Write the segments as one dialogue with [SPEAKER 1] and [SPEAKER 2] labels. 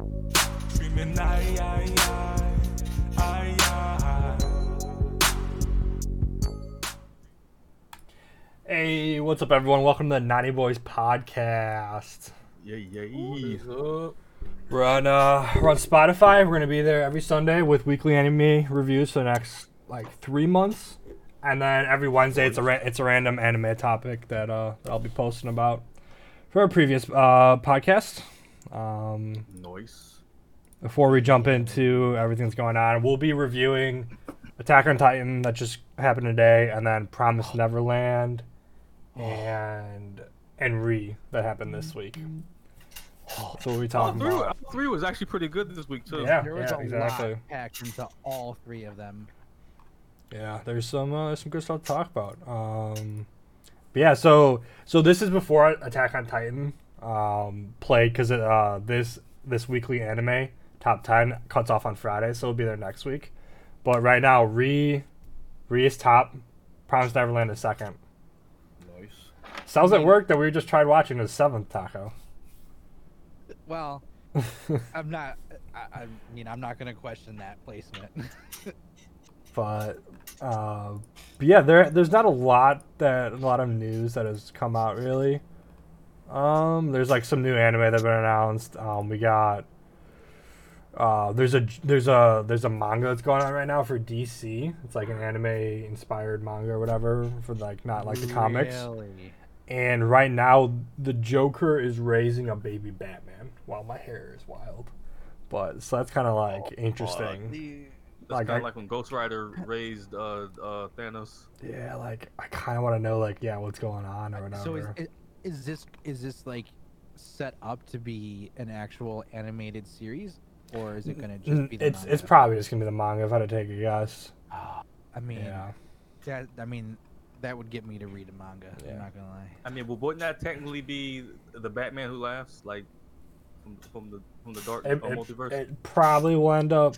[SPEAKER 1] Screaming, ay, ay, ay, ay, ay.
[SPEAKER 2] Hey, what's up, everyone? Welcome to the Naughty Boys podcast.
[SPEAKER 3] Yeah, yeah.
[SPEAKER 2] We're on, uh, we're on Spotify. We're going to be there every Sunday with weekly anime reviews for the next like three months, and then every Wednesday it's a ra- it's a random anime topic that uh that I'll be posting about for a previous uh podcast. Um,
[SPEAKER 3] Noise.
[SPEAKER 2] before we jump into everything that's going on, we'll be reviewing Attack on Titan that just happened today, and then Promise Neverland, and and Re that happened this week. So we'll be
[SPEAKER 3] All
[SPEAKER 4] Oh,
[SPEAKER 2] talking
[SPEAKER 3] three, all
[SPEAKER 2] about.
[SPEAKER 3] three was actually pretty good this week too.
[SPEAKER 2] Yeah,
[SPEAKER 4] There was
[SPEAKER 2] yeah,
[SPEAKER 4] a
[SPEAKER 2] exactly.
[SPEAKER 4] lot packed into all three of them.
[SPEAKER 2] Yeah, there's some uh, there's some good stuff to talk about. Um, but yeah, so so this is before Attack on Titan um, played because uh, this this weekly anime top ten cuts off on Friday, so it'll be there next week. But right now, Re Re is top, Promise Neverland is second.
[SPEAKER 3] Noise.
[SPEAKER 2] Sounds like work that we just tried watching is seventh taco.
[SPEAKER 4] Well, I'm not. I, I mean, I'm not gonna question that placement.
[SPEAKER 2] but uh, but yeah, there there's not a lot that a lot of news that has come out really. Um, there's like some new anime that've been announced. Um, we got uh, there's a there's a there's a manga that's going on right now for DC. It's like an anime inspired manga or whatever for like not like the comics.
[SPEAKER 4] Really?
[SPEAKER 2] And right now, the Joker is raising a baby Batman. Wow, my hair is wild. But so that's kind of like interesting.
[SPEAKER 3] That's
[SPEAKER 2] Like,
[SPEAKER 3] kind of
[SPEAKER 2] I-
[SPEAKER 3] like when Ghost Rider raised uh, uh, Thanos.
[SPEAKER 2] Yeah, like I kind of want to know, like, yeah, what's going on or whatever.
[SPEAKER 4] So is i- is this is this like set up to be an actual animated series, or is it gonna just
[SPEAKER 2] Mm,
[SPEAKER 4] be? The
[SPEAKER 2] it's it's
[SPEAKER 4] manga?
[SPEAKER 2] probably just gonna be the manga if I had to take a guess.
[SPEAKER 4] Ah, I mean,
[SPEAKER 2] Yeah,
[SPEAKER 4] that I mean, that would get me to read a manga.
[SPEAKER 2] Yeah.
[SPEAKER 4] I'm not gonna lie.
[SPEAKER 3] I mean, well, wouldn't that technically be the Batman who laughs, like from, from the from the dark
[SPEAKER 2] it,
[SPEAKER 3] uh, multiverse?
[SPEAKER 2] it, it probably will end up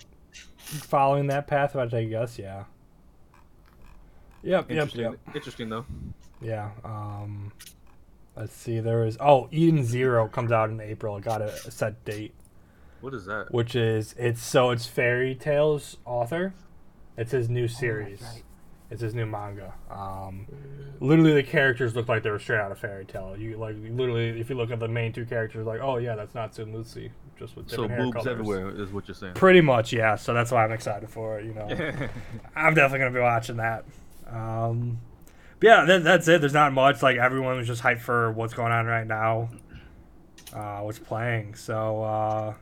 [SPEAKER 2] following that path if I had to take a guess. Yeah. Yep. Yep.
[SPEAKER 3] interesting.
[SPEAKER 2] Yep.
[SPEAKER 3] Interesting though.
[SPEAKER 2] Yeah. Um, let's see. There is oh, Eden Zero comes out in April. It Got a, a set date,
[SPEAKER 3] What is that?
[SPEAKER 2] which is it's so it's Fairy Tales author. It's his new series.
[SPEAKER 4] right.
[SPEAKER 2] It's his new manga. Um, literally, the characters look like they were straight out of fairy tale. You like literally, if you look at the main two characters, like, oh yeah, that's Natsu and Lucy, just with
[SPEAKER 3] So
[SPEAKER 2] different hair
[SPEAKER 3] boobs
[SPEAKER 2] colors.
[SPEAKER 3] everywhere is what you're saying.
[SPEAKER 2] Pretty much, yeah. So that's why I'm excited for it. You know, I'm definitely gonna be watching that. Um, but yeah, that, that's it. There's not much. Like everyone was just hyped for what's going on right now, uh, what's playing. So uh,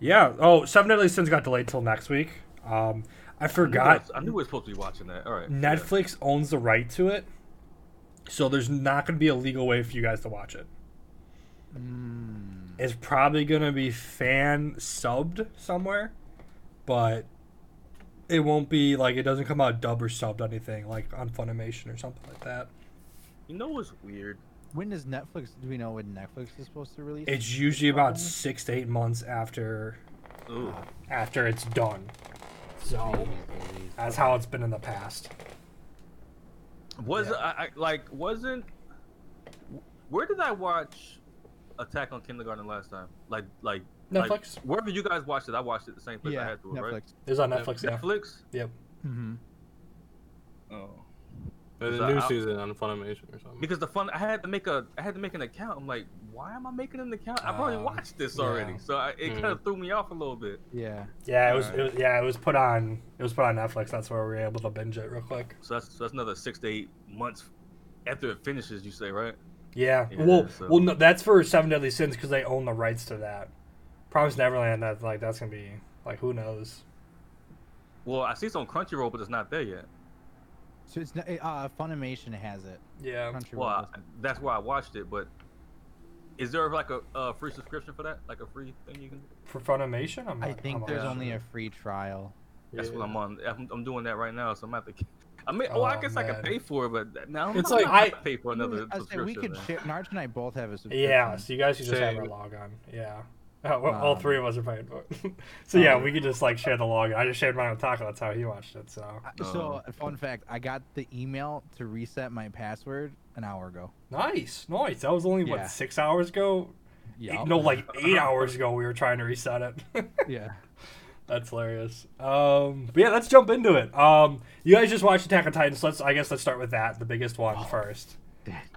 [SPEAKER 2] yeah. Oh, Seven Deadly Sins got delayed till next week. Um, I forgot.
[SPEAKER 3] I knew we were supposed to be watching that. All right. yeah.
[SPEAKER 2] Netflix owns the right to it, so there's not going to be a legal way for you guys to watch it.
[SPEAKER 4] Mm,
[SPEAKER 2] It's probably going to be fan subbed somewhere, but it won't be like it doesn't come out dub or subbed anything like on Funimation or something like that.
[SPEAKER 3] You know what's weird?
[SPEAKER 4] when does Netflix? Do we know when Netflix is supposed to release?
[SPEAKER 2] It's usually about six to eight months after
[SPEAKER 3] Ooh.
[SPEAKER 2] after it's done. So
[SPEAKER 4] Jeez Louise.
[SPEAKER 2] that's how it's been in the past.
[SPEAKER 3] Was
[SPEAKER 2] Yeah.
[SPEAKER 3] I, I like wasn't? Where did I watch Attack on Kindergarten last time? Like like like,
[SPEAKER 2] Netflix.
[SPEAKER 3] wherever you guys watched it, I watched it the same place I
[SPEAKER 4] Yeah,
[SPEAKER 3] had to. it, Right?
[SPEAKER 4] Netflix.
[SPEAKER 2] It's on Netflix. Yeah.
[SPEAKER 3] Netflix.
[SPEAKER 2] Yep.
[SPEAKER 4] Mm-hmm.
[SPEAKER 3] Oh.
[SPEAKER 5] There's
[SPEAKER 3] Is
[SPEAKER 5] a
[SPEAKER 3] that
[SPEAKER 5] new
[SPEAKER 3] out?
[SPEAKER 5] season on Funimation or something.
[SPEAKER 3] Because the fun, I had to make a, I had to make an account. I'm like, why am I making an account? I've already
[SPEAKER 2] Uh,
[SPEAKER 3] watched this
[SPEAKER 2] yeah.
[SPEAKER 3] already, so I, it kind
[SPEAKER 2] Mm.
[SPEAKER 3] of threw me off a little bit.
[SPEAKER 4] Yeah.
[SPEAKER 2] Yeah, it was,
[SPEAKER 3] Alright.
[SPEAKER 2] it was. Yeah, it was put on. It was put on Netflix. That's where we were able to binge it real quick.
[SPEAKER 3] So that's, so that's another six to eight months after it finishes. You say right?
[SPEAKER 2] Yeah.
[SPEAKER 3] Yeah,
[SPEAKER 2] well,
[SPEAKER 3] so-
[SPEAKER 2] well, no, that's for Seven Deadly Sins because they own the rights to that. Promise Neverland. That like that's gonna be like who knows.
[SPEAKER 3] Well, I see it's on Crunchyroll, but it's not there yet.
[SPEAKER 4] So it's not, uh, Funimation has it.
[SPEAKER 2] Yeah.
[SPEAKER 4] Crunchyroll
[SPEAKER 3] Well, I,
[SPEAKER 4] doesn't.
[SPEAKER 3] that's why I watched it. But is there like a, a free subscription for that? Like a free thing you can?
[SPEAKER 2] For Funimation, I'm.
[SPEAKER 4] I
[SPEAKER 2] not-
[SPEAKER 4] think
[SPEAKER 2] I'm
[SPEAKER 4] there's
[SPEAKER 2] not
[SPEAKER 4] only
[SPEAKER 2] sure.
[SPEAKER 4] a free trial.
[SPEAKER 3] That's what
[SPEAKER 5] Yeah.
[SPEAKER 3] I'm on. I'm, I'm doing that right now, so I'm at the. I mean, oh,
[SPEAKER 2] Oh,
[SPEAKER 3] I guess I
[SPEAKER 2] man.
[SPEAKER 3] could pay for it, but that- no, I'm
[SPEAKER 5] It's
[SPEAKER 3] not
[SPEAKER 5] like-
[SPEAKER 3] gonna
[SPEAKER 2] I-
[SPEAKER 3] pay for another
[SPEAKER 4] I was saying,
[SPEAKER 3] subscription.
[SPEAKER 4] we could
[SPEAKER 3] man.
[SPEAKER 4] share. Narge and I both have a subscription.
[SPEAKER 2] Yeah. So you guys should just have
[SPEAKER 5] Same.
[SPEAKER 2] our log on. Yeah. Oh, well, all
[SPEAKER 4] Um,
[SPEAKER 2] three of us are paying for it. so yeah,
[SPEAKER 4] um,
[SPEAKER 2] we could just like share the log. I just shared mine with Taco. That's how he watched it. So
[SPEAKER 4] I- Uh,
[SPEAKER 3] Oh.
[SPEAKER 4] So, a fun fact: I got the email to reset my password an hour ago.
[SPEAKER 2] nice, nice. That was only
[SPEAKER 4] Yeah.
[SPEAKER 2] what six hours ago.
[SPEAKER 4] Yeah.
[SPEAKER 2] no, like eight hours ago, we were trying to reset it.
[SPEAKER 4] yeah.
[SPEAKER 2] That's hilarious. Um, but yeah, let's jump into it. Um, you guys just watched Attack on Titan, so let's I guess let's start with that, the biggest
[SPEAKER 3] Oh.
[SPEAKER 2] one first.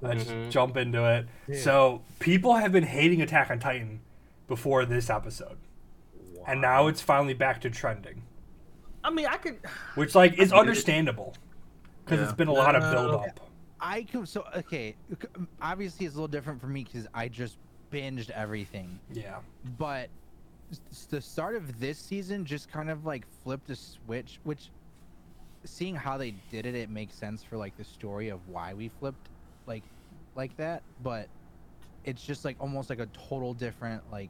[SPEAKER 2] Let's
[SPEAKER 3] Mm-hmm.
[SPEAKER 5] Mhm.
[SPEAKER 2] jump into it. So people have been hating Attack on Titan before this episode, and now it's finally back to trending,
[SPEAKER 3] I mean, I could.
[SPEAKER 2] which like is
[SPEAKER 3] get it.
[SPEAKER 2] understandable because it's
[SPEAKER 3] Yeah. Uh,
[SPEAKER 2] been a lot of
[SPEAKER 3] No.
[SPEAKER 2] build up.
[SPEAKER 4] I com- so okay. c- Obviously, it's a little different for me because I just binged everything.
[SPEAKER 2] Yeah,
[SPEAKER 4] But s- the start of this season just kind of like flipped a switch, which seeing how they did it, it makes sense for like the story of why we flipped like like that. But it's just like almost like a total different like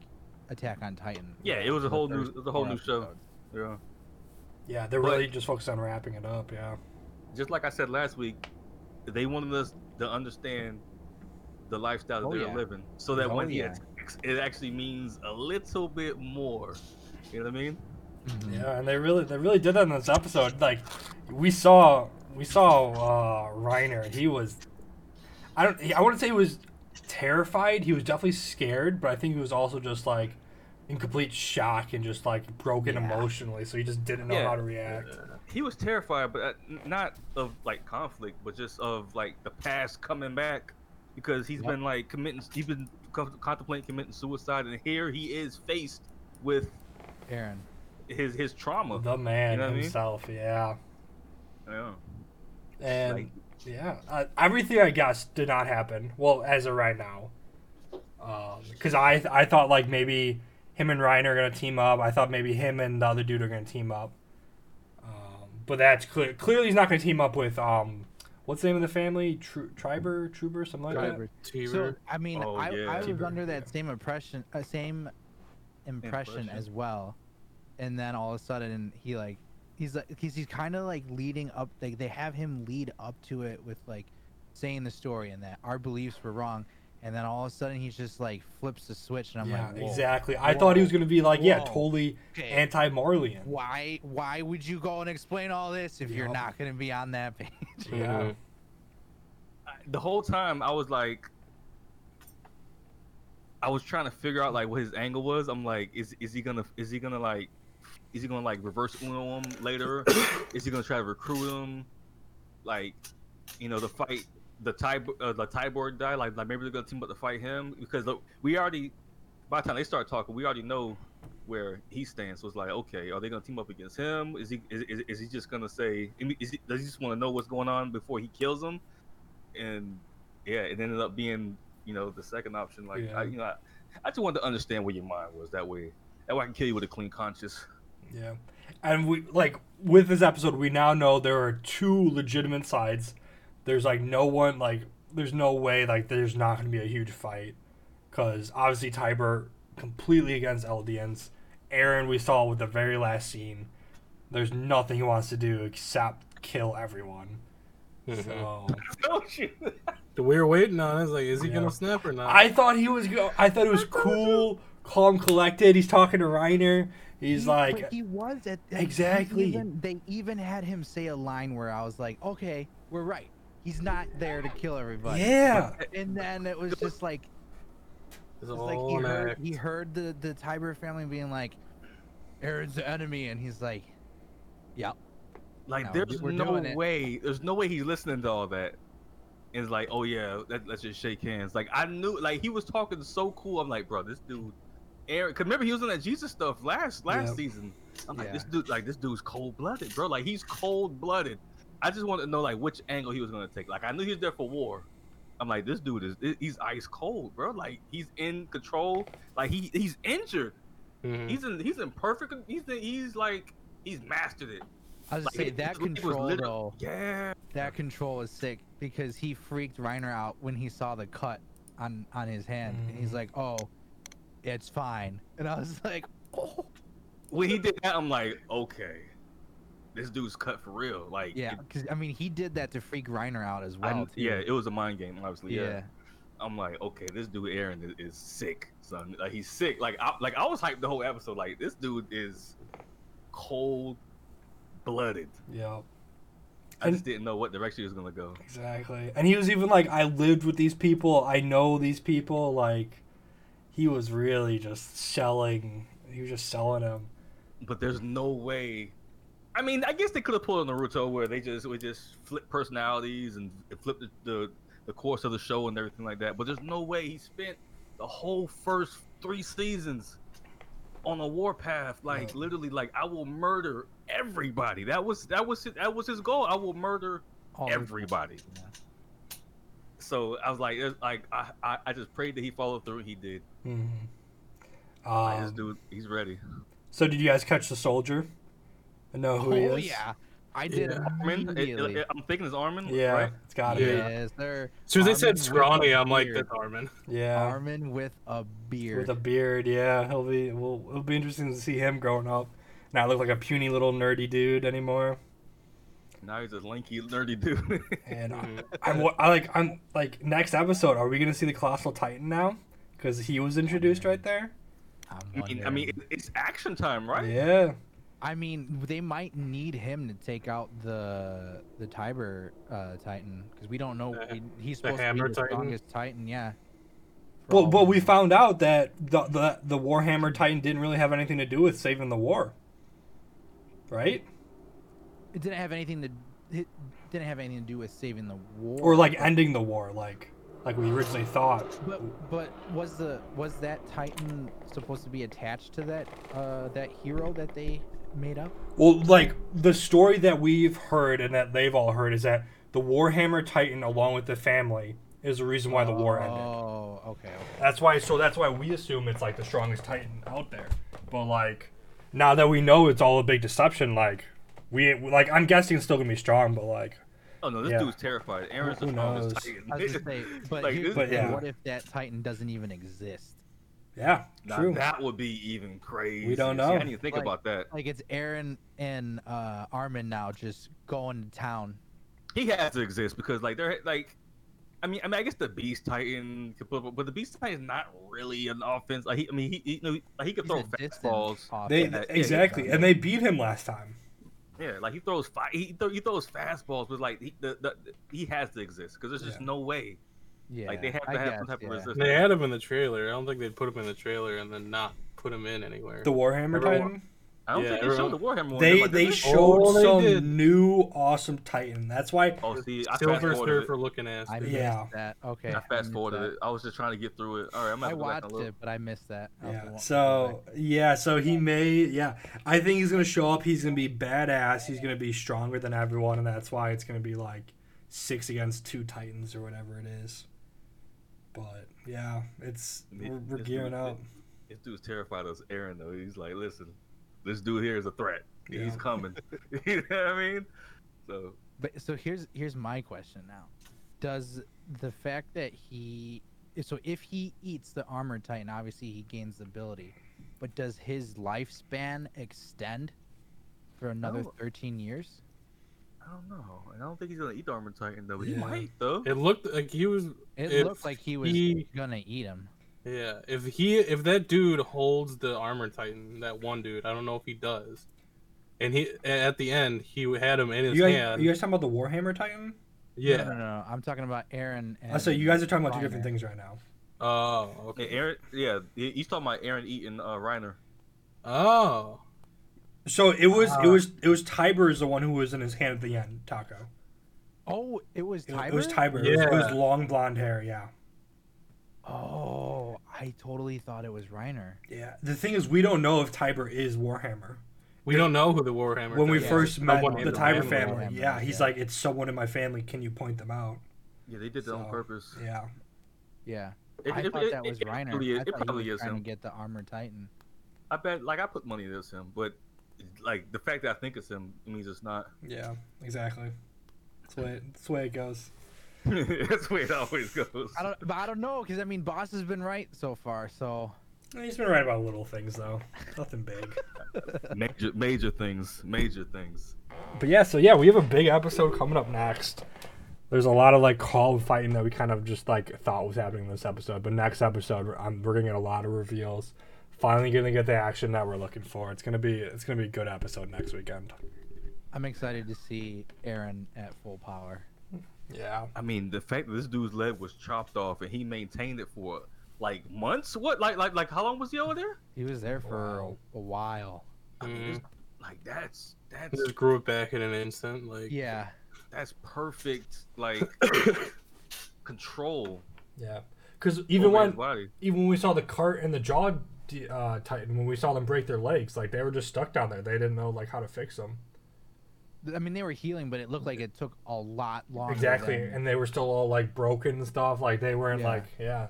[SPEAKER 4] Attack on Titan.
[SPEAKER 3] Yeah, it was a
[SPEAKER 4] for the
[SPEAKER 3] whole new,
[SPEAKER 4] first
[SPEAKER 3] it was a whole
[SPEAKER 4] four
[SPEAKER 3] new show.
[SPEAKER 4] episodes.
[SPEAKER 3] Yeah.
[SPEAKER 2] yeah, they're
[SPEAKER 3] But-
[SPEAKER 2] really just focused on wrapping it up. Yeah,
[SPEAKER 3] Just like I said last week, they wanted us to understand the lifestyle that
[SPEAKER 4] Oh,
[SPEAKER 3] they're
[SPEAKER 4] yeah.
[SPEAKER 3] living, so that
[SPEAKER 4] Oh,
[SPEAKER 3] when he
[SPEAKER 4] yeah.
[SPEAKER 3] attacks, it actually means a little bit more. You know what I mean?
[SPEAKER 4] Mhm.
[SPEAKER 2] yeah, and they really they really did that in this episode. Like we saw we saw uh, Reiner. He was I don't I wouldn't say he was terrified. He was definitely scared, but I think he was also just like in complete shock and just like broken
[SPEAKER 4] Yeah.
[SPEAKER 2] emotionally. So he just didn't know
[SPEAKER 3] Yeah.
[SPEAKER 2] how to react.
[SPEAKER 3] He was terrified, but uh, n- not of like conflict, but just of like the past coming back, because he's
[SPEAKER 4] Yep.
[SPEAKER 3] been like committing, he's been co- contemplating committing suicide, and here he is faced with
[SPEAKER 4] Aaron.
[SPEAKER 3] his his trauma.
[SPEAKER 2] The man
[SPEAKER 3] You know what I mean?
[SPEAKER 2] himself, yeah,
[SPEAKER 3] yeah.
[SPEAKER 2] and
[SPEAKER 3] Like-
[SPEAKER 2] yeah, uh, everything I guess did not happen. Well, as of right now, because I I thought like maybe him and Ryan are gonna team up. I thought maybe him and the other dude are gonna team up. Um, but that's clear. Clearly, he's not gonna team up with um, what's the name of the family? Tru- Triber, Truber, something like that.
[SPEAKER 4] Driver. So
[SPEAKER 5] T-Bird.
[SPEAKER 4] I mean,
[SPEAKER 3] Oh,
[SPEAKER 4] I,
[SPEAKER 3] yeah.
[SPEAKER 4] I was
[SPEAKER 3] Keeper,
[SPEAKER 4] under that same impression, uh, same impression,
[SPEAKER 3] Impression.
[SPEAKER 4] as well, and then all of a sudden he like, he's like, he's, he's kind of like leading up. Like they have him lead up to it with like saying the story and that our beliefs were wrong, and then all of a sudden he's just like flips the switch, and I'm
[SPEAKER 2] yeah,
[SPEAKER 4] like, "Whoa,
[SPEAKER 2] exactly. I thought he was gonna be like, yeah,
[SPEAKER 4] Whoa.
[SPEAKER 2] totally
[SPEAKER 4] okay,
[SPEAKER 2] anti-Marlian.
[SPEAKER 4] Why why would you go and explain all this if you're
[SPEAKER 2] Yup.
[SPEAKER 4] not gonna be on that page?
[SPEAKER 5] Mm-hmm.
[SPEAKER 4] Mm-hmm.
[SPEAKER 2] Yeah.
[SPEAKER 3] the whole time I was like, I was trying to figure out like what his angle was. I'm like, is is he gonna is he gonna like is he gonna like reverse Uno him later? is he gonna try to recruit him? Like, you know, the fight the Tybor uh, the Tyborg guy. Like, like maybe they're gonna team up to fight him because look, we already by the time they start talking, we already know where he stands. So it's like, okay, are they gonna team up against him? Is he is, is, is he just gonna say? I mean, Is he, does he just want to know what's going on before he kills him? And yeah, it ended up being you know the second option. Like
[SPEAKER 2] Yeah.
[SPEAKER 3] I, you know, I, I just wanted to understand where your mind was. That way, that way I can kill you with a clean conscience.
[SPEAKER 2] Yeah. And we like with this episode we now know there are two legitimate sides. There's like no one like there's no way like there's not going to be a huge fight cuz obviously Tiber completely against Eldians. Aaron we saw with the very last scene. There's nothing he wants to do except kill everyone. So
[SPEAKER 3] Don't you?
[SPEAKER 5] We Mm-hmm. were waiting on. it. I was like, is he
[SPEAKER 2] Yeah.
[SPEAKER 5] gonna snap or not?
[SPEAKER 2] I thought he was go- I thought it was cool, calm, collected. He's talking to Reiner. He's
[SPEAKER 4] He-
[SPEAKER 2] like
[SPEAKER 4] but he was at he
[SPEAKER 2] Exactly.
[SPEAKER 4] even- they even had him say a line where I was like, okay, we're right. He's not there to kill everybody.
[SPEAKER 2] yeah.
[SPEAKER 4] And then it was just like, it's
[SPEAKER 5] It's all
[SPEAKER 4] like
[SPEAKER 3] Oh,
[SPEAKER 4] he
[SPEAKER 5] an
[SPEAKER 4] heard,
[SPEAKER 5] act.
[SPEAKER 4] he heard the the Tiber family being like, Aaron's the enemy, and he's like, yep.
[SPEAKER 3] Like
[SPEAKER 4] No,
[SPEAKER 3] there's
[SPEAKER 4] we're
[SPEAKER 3] no
[SPEAKER 4] doing it.
[SPEAKER 3] way. There's no way he's listening to all that. It's like, oh yeah, let, let's just shake hands. Like I knew, like he was talking so cool. I'm like, bro, this dude, Aaron. Cause remember he was on that Jesus stuff last last
[SPEAKER 2] Yep.
[SPEAKER 3] season. I'm like,
[SPEAKER 4] Yeah.
[SPEAKER 3] this dude, like this dude's cold blooded, bro. Like he's cold blooded. I just wanted to know like which angle he was gonna take. Like I knew he was there for war. I'm like, this dude is he's ice cold, bro. Like he's in control. Like he he's injured.
[SPEAKER 5] Mhm.
[SPEAKER 3] He's in he's in perfect. He's in, he's like he's mastered it.
[SPEAKER 4] I was
[SPEAKER 3] Like,
[SPEAKER 4] just say
[SPEAKER 3] it-
[SPEAKER 4] that
[SPEAKER 3] it was
[SPEAKER 4] control
[SPEAKER 3] literally-
[SPEAKER 4] though,
[SPEAKER 3] Yeah.
[SPEAKER 4] that control is sick because he freaked Reiner out when he saw the cut on on his hand, and he's
[SPEAKER 2] Mhm.
[SPEAKER 4] like, oh, it's fine, and I was like, oh,
[SPEAKER 3] when he did that, I'm like, okay, this dude's cut for real. Like,
[SPEAKER 4] yeah,
[SPEAKER 3] it-
[SPEAKER 4] because I mean he did that to freak Reiner out as
[SPEAKER 3] I-
[SPEAKER 4] well. too.
[SPEAKER 3] yeah, it was a mind game, obviously. Yeah.
[SPEAKER 4] yeah.
[SPEAKER 3] I'm like, okay, this dude Aaron is, is sick, son. Like he's sick. Like, I, like I was hyped the whole episode. Like this dude is cold blooded.
[SPEAKER 2] Yeah.
[SPEAKER 3] I
[SPEAKER 2] And-
[SPEAKER 3] just didn't know what direction he was gonna go.
[SPEAKER 2] Exactly. And he was even like, I lived with these people. I know these people. Like, he was really just selling. He was just selling him.
[SPEAKER 3] but there's no way. I mean, I guess they could have pulled a Naruto where they just would just flip personalities and flip the, the the course of the show and everything like that. But there's no way he spent the whole first three seasons on a warpath. Like
[SPEAKER 2] Right.
[SPEAKER 3] literally, like I will murder everybody. That was that was that was his goal. I will murder
[SPEAKER 4] All these-
[SPEAKER 3] everybody.
[SPEAKER 4] Yeah.
[SPEAKER 3] So I was like, it- like I, I, I just prayed that he followed through. and He did.
[SPEAKER 2] hmm
[SPEAKER 3] Like, this
[SPEAKER 2] Um,
[SPEAKER 3] dude, he's ready.
[SPEAKER 2] so did you guys catch the soldier? And know who he
[SPEAKER 4] Oh
[SPEAKER 2] is?
[SPEAKER 4] yeah, I did
[SPEAKER 5] Yeah.
[SPEAKER 3] Armin, it- it-
[SPEAKER 4] immediately.
[SPEAKER 3] it- I'm thinking it's Armin.
[SPEAKER 2] Yeah,
[SPEAKER 3] Right?
[SPEAKER 2] it's got to
[SPEAKER 5] Yeah.
[SPEAKER 4] Yes, sir.
[SPEAKER 5] As soon as they
[SPEAKER 4] Armin
[SPEAKER 5] said
[SPEAKER 4] with a
[SPEAKER 5] scrawny, I'm like,
[SPEAKER 4] beard.
[SPEAKER 5] that's Armin.
[SPEAKER 2] Yeah. Yeah.
[SPEAKER 4] Armin with a beard.
[SPEAKER 2] With a beard, yeah, he'll be. Well, it'll be interesting to see him growing up. Not look like a puny little nerdy dude anymore.
[SPEAKER 3] Now he's a lanky, nerdy dude.
[SPEAKER 2] And I,
[SPEAKER 4] Mm-hmm.
[SPEAKER 2] I'm, wa- I like, I'm like, next episode, are we gonna see the colossal titan now? Because he was introduced right there.
[SPEAKER 4] I'm
[SPEAKER 3] I mean, I mean,
[SPEAKER 4] wondering.
[SPEAKER 3] it- it's action time, right?
[SPEAKER 2] Yeah.
[SPEAKER 4] I mean, they might need him to take out the the Tiber uh, Titan because we don't know
[SPEAKER 5] The-
[SPEAKER 4] he- he's
[SPEAKER 5] the
[SPEAKER 4] supposed to be
[SPEAKER 5] Hammer
[SPEAKER 4] the
[SPEAKER 5] Titan?
[SPEAKER 4] strongest Titan. Yeah. For
[SPEAKER 2] But
[SPEAKER 4] all
[SPEAKER 2] but we
[SPEAKER 4] know.
[SPEAKER 2] found out that the the the Warhammer Titan didn't really have anything to do with saving the war. Right?
[SPEAKER 4] it didn't have anything to it didn't have anything to do with saving the war
[SPEAKER 2] Or like ending the war, like like we originally thought.
[SPEAKER 4] But but was the was that Titan supposed to be attached to that uh that hero that they made up?
[SPEAKER 2] Well, like the story that we've heard and that they've all heard is that the Warhammer Titan, along with the family, is the reason why the war ended.
[SPEAKER 4] Oh, okay, okay.
[SPEAKER 2] That's why. So that's why we assume it's like the strongest Titan out there. But like now that we know it's all a big deception, like we like I'm guessing it's still gonna be strong, but like
[SPEAKER 3] Oh no, this
[SPEAKER 2] Yeah.
[SPEAKER 3] dude's terrified. Aaron's
[SPEAKER 2] Who
[SPEAKER 3] the strongest
[SPEAKER 2] knows?
[SPEAKER 3] titan.
[SPEAKER 4] I was gonna say, but,
[SPEAKER 3] Like,
[SPEAKER 4] here-
[SPEAKER 3] this-
[SPEAKER 2] But yeah.
[SPEAKER 4] what if that Titan doesn't even exist?
[SPEAKER 2] yeah,
[SPEAKER 3] Now,
[SPEAKER 2] true.
[SPEAKER 3] that would be even crazy.
[SPEAKER 2] don't
[SPEAKER 3] See,
[SPEAKER 2] know.
[SPEAKER 3] I didn't even think
[SPEAKER 4] Like-
[SPEAKER 3] about that.
[SPEAKER 4] Like it's Aaron and uh Armin now just going to town.
[SPEAKER 3] He has to exist because, like, they're like, I mean, I mean, I guess the Beast Titan could put, but the Beast Titan is not really an offense. Like, he, I mean, he, he, you know, like, he could
[SPEAKER 4] He's
[SPEAKER 3] throw
[SPEAKER 4] a distant
[SPEAKER 3] fastballs.
[SPEAKER 2] They
[SPEAKER 4] offense.
[SPEAKER 3] yeah,
[SPEAKER 2] exactly, and they beat him last time.
[SPEAKER 3] Yeah, like he throws fi he, throw, he throws fastballs, but like he, the, the, he has to exist because there's just
[SPEAKER 2] Yeah.
[SPEAKER 3] no way.
[SPEAKER 4] yeah,
[SPEAKER 3] Like they have to
[SPEAKER 4] I
[SPEAKER 3] have
[SPEAKER 4] guess,
[SPEAKER 3] some type
[SPEAKER 4] yeah.
[SPEAKER 3] of resistance.
[SPEAKER 5] They had him in the trailer. I don't think they'd put him in the trailer and then not put him in anywhere.
[SPEAKER 2] The Warhammer
[SPEAKER 5] Everyone-
[SPEAKER 2] Titan.
[SPEAKER 3] I don't
[SPEAKER 5] Yeah,
[SPEAKER 3] think they showed
[SPEAKER 5] everyone-
[SPEAKER 3] the Warhammer. one.
[SPEAKER 2] They
[SPEAKER 3] Like,
[SPEAKER 2] they
[SPEAKER 3] this-
[SPEAKER 2] showed
[SPEAKER 5] Oh, they
[SPEAKER 2] some
[SPEAKER 5] did.
[SPEAKER 2] new awesome Titan. That's why.
[SPEAKER 3] Oh, see, I
[SPEAKER 5] Silver
[SPEAKER 3] fast forwarded
[SPEAKER 5] surfer looking ass.
[SPEAKER 4] I missed
[SPEAKER 2] Yeah.
[SPEAKER 4] that. Okay.
[SPEAKER 3] it. I
[SPEAKER 4] missed
[SPEAKER 3] fast forwarded
[SPEAKER 4] that.
[SPEAKER 3] it. I was just trying to get through it. All right, I'm gonna
[SPEAKER 4] I
[SPEAKER 3] have to go back and
[SPEAKER 4] watched
[SPEAKER 3] look.
[SPEAKER 4] it, but I missed that. I'll have to
[SPEAKER 2] Yeah.
[SPEAKER 4] Oh, wa-
[SPEAKER 2] So yeah, so he may yeah. I think he's gonna show up. He's gonna be badass. He's gonna be stronger than everyone, and that's why it's gonna be like six against two Titans or whatever it is. But yeah, it's we're, we're
[SPEAKER 3] It's-
[SPEAKER 2] gearing up.
[SPEAKER 3] This dude's terrified of Aaron though. He's like, listen, this dude here is a threat. He's
[SPEAKER 2] Yeah.
[SPEAKER 3] coming. you know what I mean? So
[SPEAKER 4] But so here's here's my question now. Does the fact that he so if he eats the armored titan, obviously he gains the ability, but does his lifespan extend for another
[SPEAKER 2] Oh.
[SPEAKER 3] No.
[SPEAKER 4] 13 years?
[SPEAKER 3] I don't know. I don't think he's gonna eat the Armored Titan though. But
[SPEAKER 2] Yeah.
[SPEAKER 3] He might though.
[SPEAKER 5] It looked like he was.
[SPEAKER 4] It
[SPEAKER 5] If
[SPEAKER 4] looked like he was
[SPEAKER 5] he-
[SPEAKER 4] gonna eat him.
[SPEAKER 5] Yeah, if he if that dude holds the armor titan, that one dude, I don't know if he does. And he at the end, he had him in his
[SPEAKER 2] You guys,
[SPEAKER 5] hand.
[SPEAKER 2] you guys talking about the Warhammer Titan?
[SPEAKER 5] yeah.
[SPEAKER 4] No, no, no, no. I'm talking about Aaron. And
[SPEAKER 2] I Oh, so you guys are talking about two
[SPEAKER 4] Reiner.
[SPEAKER 2] different things right now.
[SPEAKER 5] Oh.
[SPEAKER 3] Yeah,
[SPEAKER 5] Okay.
[SPEAKER 3] Aaron, yeah, he- he's talking about Aaron eating uh, Reiner.
[SPEAKER 5] Oh.
[SPEAKER 2] So it was it
[SPEAKER 5] Ah.
[SPEAKER 2] was it was Tiber is the one who was in his hand at the end. Taco.
[SPEAKER 4] Oh, it was
[SPEAKER 2] It,
[SPEAKER 4] Tiber.
[SPEAKER 2] it was Tiber. It, was, it was
[SPEAKER 5] Yeah.
[SPEAKER 2] long blonde hair. Yeah.
[SPEAKER 4] Oh, I totally thought it was Reiner.
[SPEAKER 2] Yeah. The thing is, we don't know if Tiber is Warhammer.
[SPEAKER 5] We don't know who the Warhammer.
[SPEAKER 2] when we
[SPEAKER 5] Titan is.
[SPEAKER 2] first met
[SPEAKER 5] Someone in
[SPEAKER 2] the
[SPEAKER 5] the
[SPEAKER 2] Tiber
[SPEAKER 5] family.
[SPEAKER 2] family.
[SPEAKER 4] Family,
[SPEAKER 2] Yeah, he's
[SPEAKER 4] yeah.
[SPEAKER 2] like, it's someone in my family. Can you point them out?
[SPEAKER 3] Yeah, they did that on
[SPEAKER 2] So,
[SPEAKER 3] purpose.
[SPEAKER 2] Yeah,
[SPEAKER 4] Yeah, I thought that was Reiner.
[SPEAKER 3] Probably is,
[SPEAKER 4] I thought
[SPEAKER 3] it
[SPEAKER 4] he
[SPEAKER 3] probably
[SPEAKER 4] was
[SPEAKER 3] is
[SPEAKER 4] trying
[SPEAKER 3] him.
[SPEAKER 4] to get the armored titan.
[SPEAKER 3] I bet, like, I put money that it's him, but like the fact that I think it's him means it's not.
[SPEAKER 2] yeah, exactly. That's the way it, that's the way it goes.
[SPEAKER 3] That's the way it always goes.
[SPEAKER 4] I don't, but I don't know because I mean, boss has been right so far. So
[SPEAKER 2] And He's been right about little things though, nothing big.
[SPEAKER 3] Major, major things, major things.
[SPEAKER 2] But yeah, so yeah, we have a big episode coming up next. There's a lot of like call and fighting that we kind of just like thought was happening in this episode, but next episode we're, um, we're gonna get a lot of reveals. Finally, gonna get the action that we're looking for. It's gonna be it's gonna be a good episode next weekend.
[SPEAKER 4] I'm excited to see Aaron at full power.
[SPEAKER 2] Yeah,
[SPEAKER 3] I mean, the fact that this dude's leg was chopped off and he maintained it for like months. What like like like how long was Yoa there?
[SPEAKER 4] He was there for a while.
[SPEAKER 3] I mean,
[SPEAKER 5] Mhm.
[SPEAKER 3] it's-
[SPEAKER 2] Mm-hmm.
[SPEAKER 3] like that's that's
[SPEAKER 5] Just grew it back in an instant. Like
[SPEAKER 4] Yeah.
[SPEAKER 3] that's perfect like control
[SPEAKER 2] Yeah, because even
[SPEAKER 3] over
[SPEAKER 2] when
[SPEAKER 3] his body.
[SPEAKER 2] even when we saw the cart and the jaw de- uh, tighten, when we saw them break their legs, like they were just stuck down there. They didn't know like how to fix them
[SPEAKER 4] Th- I mean, they were healing, but it looked like it took a lot longer.
[SPEAKER 2] exactly,
[SPEAKER 4] than-
[SPEAKER 2] and they were still all like broken and stuff. Like they weren't
[SPEAKER 4] Yeah.
[SPEAKER 2] like yeah,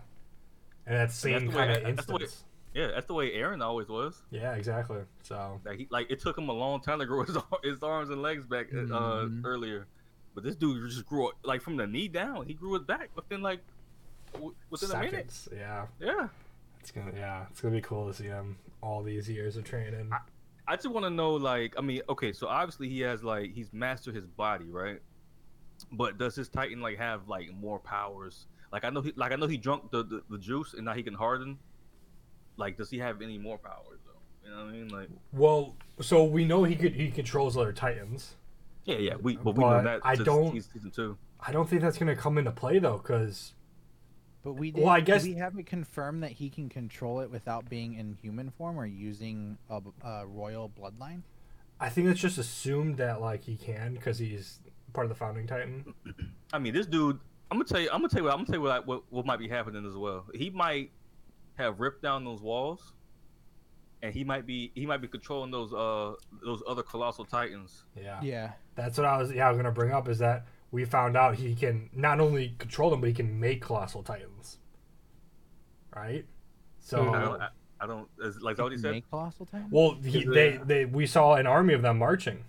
[SPEAKER 2] and that same
[SPEAKER 3] the way-
[SPEAKER 2] kind of
[SPEAKER 3] that's the way-
[SPEAKER 2] instance.
[SPEAKER 3] Yeah, that's the way Aaron always was.
[SPEAKER 2] Yeah, exactly. So
[SPEAKER 3] Like he like it took him a long time to grow his, ar- his arms and legs back uh,
[SPEAKER 2] Mm-hmm.
[SPEAKER 4] Mhm.
[SPEAKER 3] earlier, but this dude just grew it- like from the knee down. He grew it back within like w- within a minute.
[SPEAKER 2] seconds. Yeah,
[SPEAKER 3] Yeah,
[SPEAKER 2] it's gonna yeah, it's gonna be cool to see him all these years of training.
[SPEAKER 3] I just want to know like I mean okay, so obviously he has like he's mastered his body right, but does his Titan like have like more powers? Like I know he like I know he drunk the the, the juice and now he can harden. Like does he have any more powers though? You know what I mean? Like
[SPEAKER 2] Well, so we know he could he controls other titans.
[SPEAKER 3] yeah yeah we but, we
[SPEAKER 2] But
[SPEAKER 3] know that
[SPEAKER 2] I
[SPEAKER 3] since
[SPEAKER 2] don't-
[SPEAKER 3] season two.
[SPEAKER 2] I don't think that's gonna come into play though, because
[SPEAKER 4] But we did.
[SPEAKER 2] Well, I guess-
[SPEAKER 4] we haven't confirmed that he can control it without being in human form or using a, b- a royal bloodline.
[SPEAKER 2] I think it's just assumed that like he can because he's part of the founding titan.
[SPEAKER 3] I mean, this dude. I'm gonna tell you. I'm gonna tell you. What, I'm gonna tell you what, what what might be happening as well. He might have ripped down those walls, and he might be he might be controlling those uh those other colossal titans.
[SPEAKER 2] Yeah.
[SPEAKER 4] Yeah.
[SPEAKER 2] That's what I was yeah, I was gonna bring up is that we found out he can not only control them, but he can make colossal titans. Right? So
[SPEAKER 5] Mhm.
[SPEAKER 3] I don't. I, I don't is, like
[SPEAKER 4] He
[SPEAKER 3] what he
[SPEAKER 4] Oh, can
[SPEAKER 3] said.
[SPEAKER 4] Make colossal time.
[SPEAKER 2] well he,
[SPEAKER 5] Is it-
[SPEAKER 2] they, they we saw an army of them marching.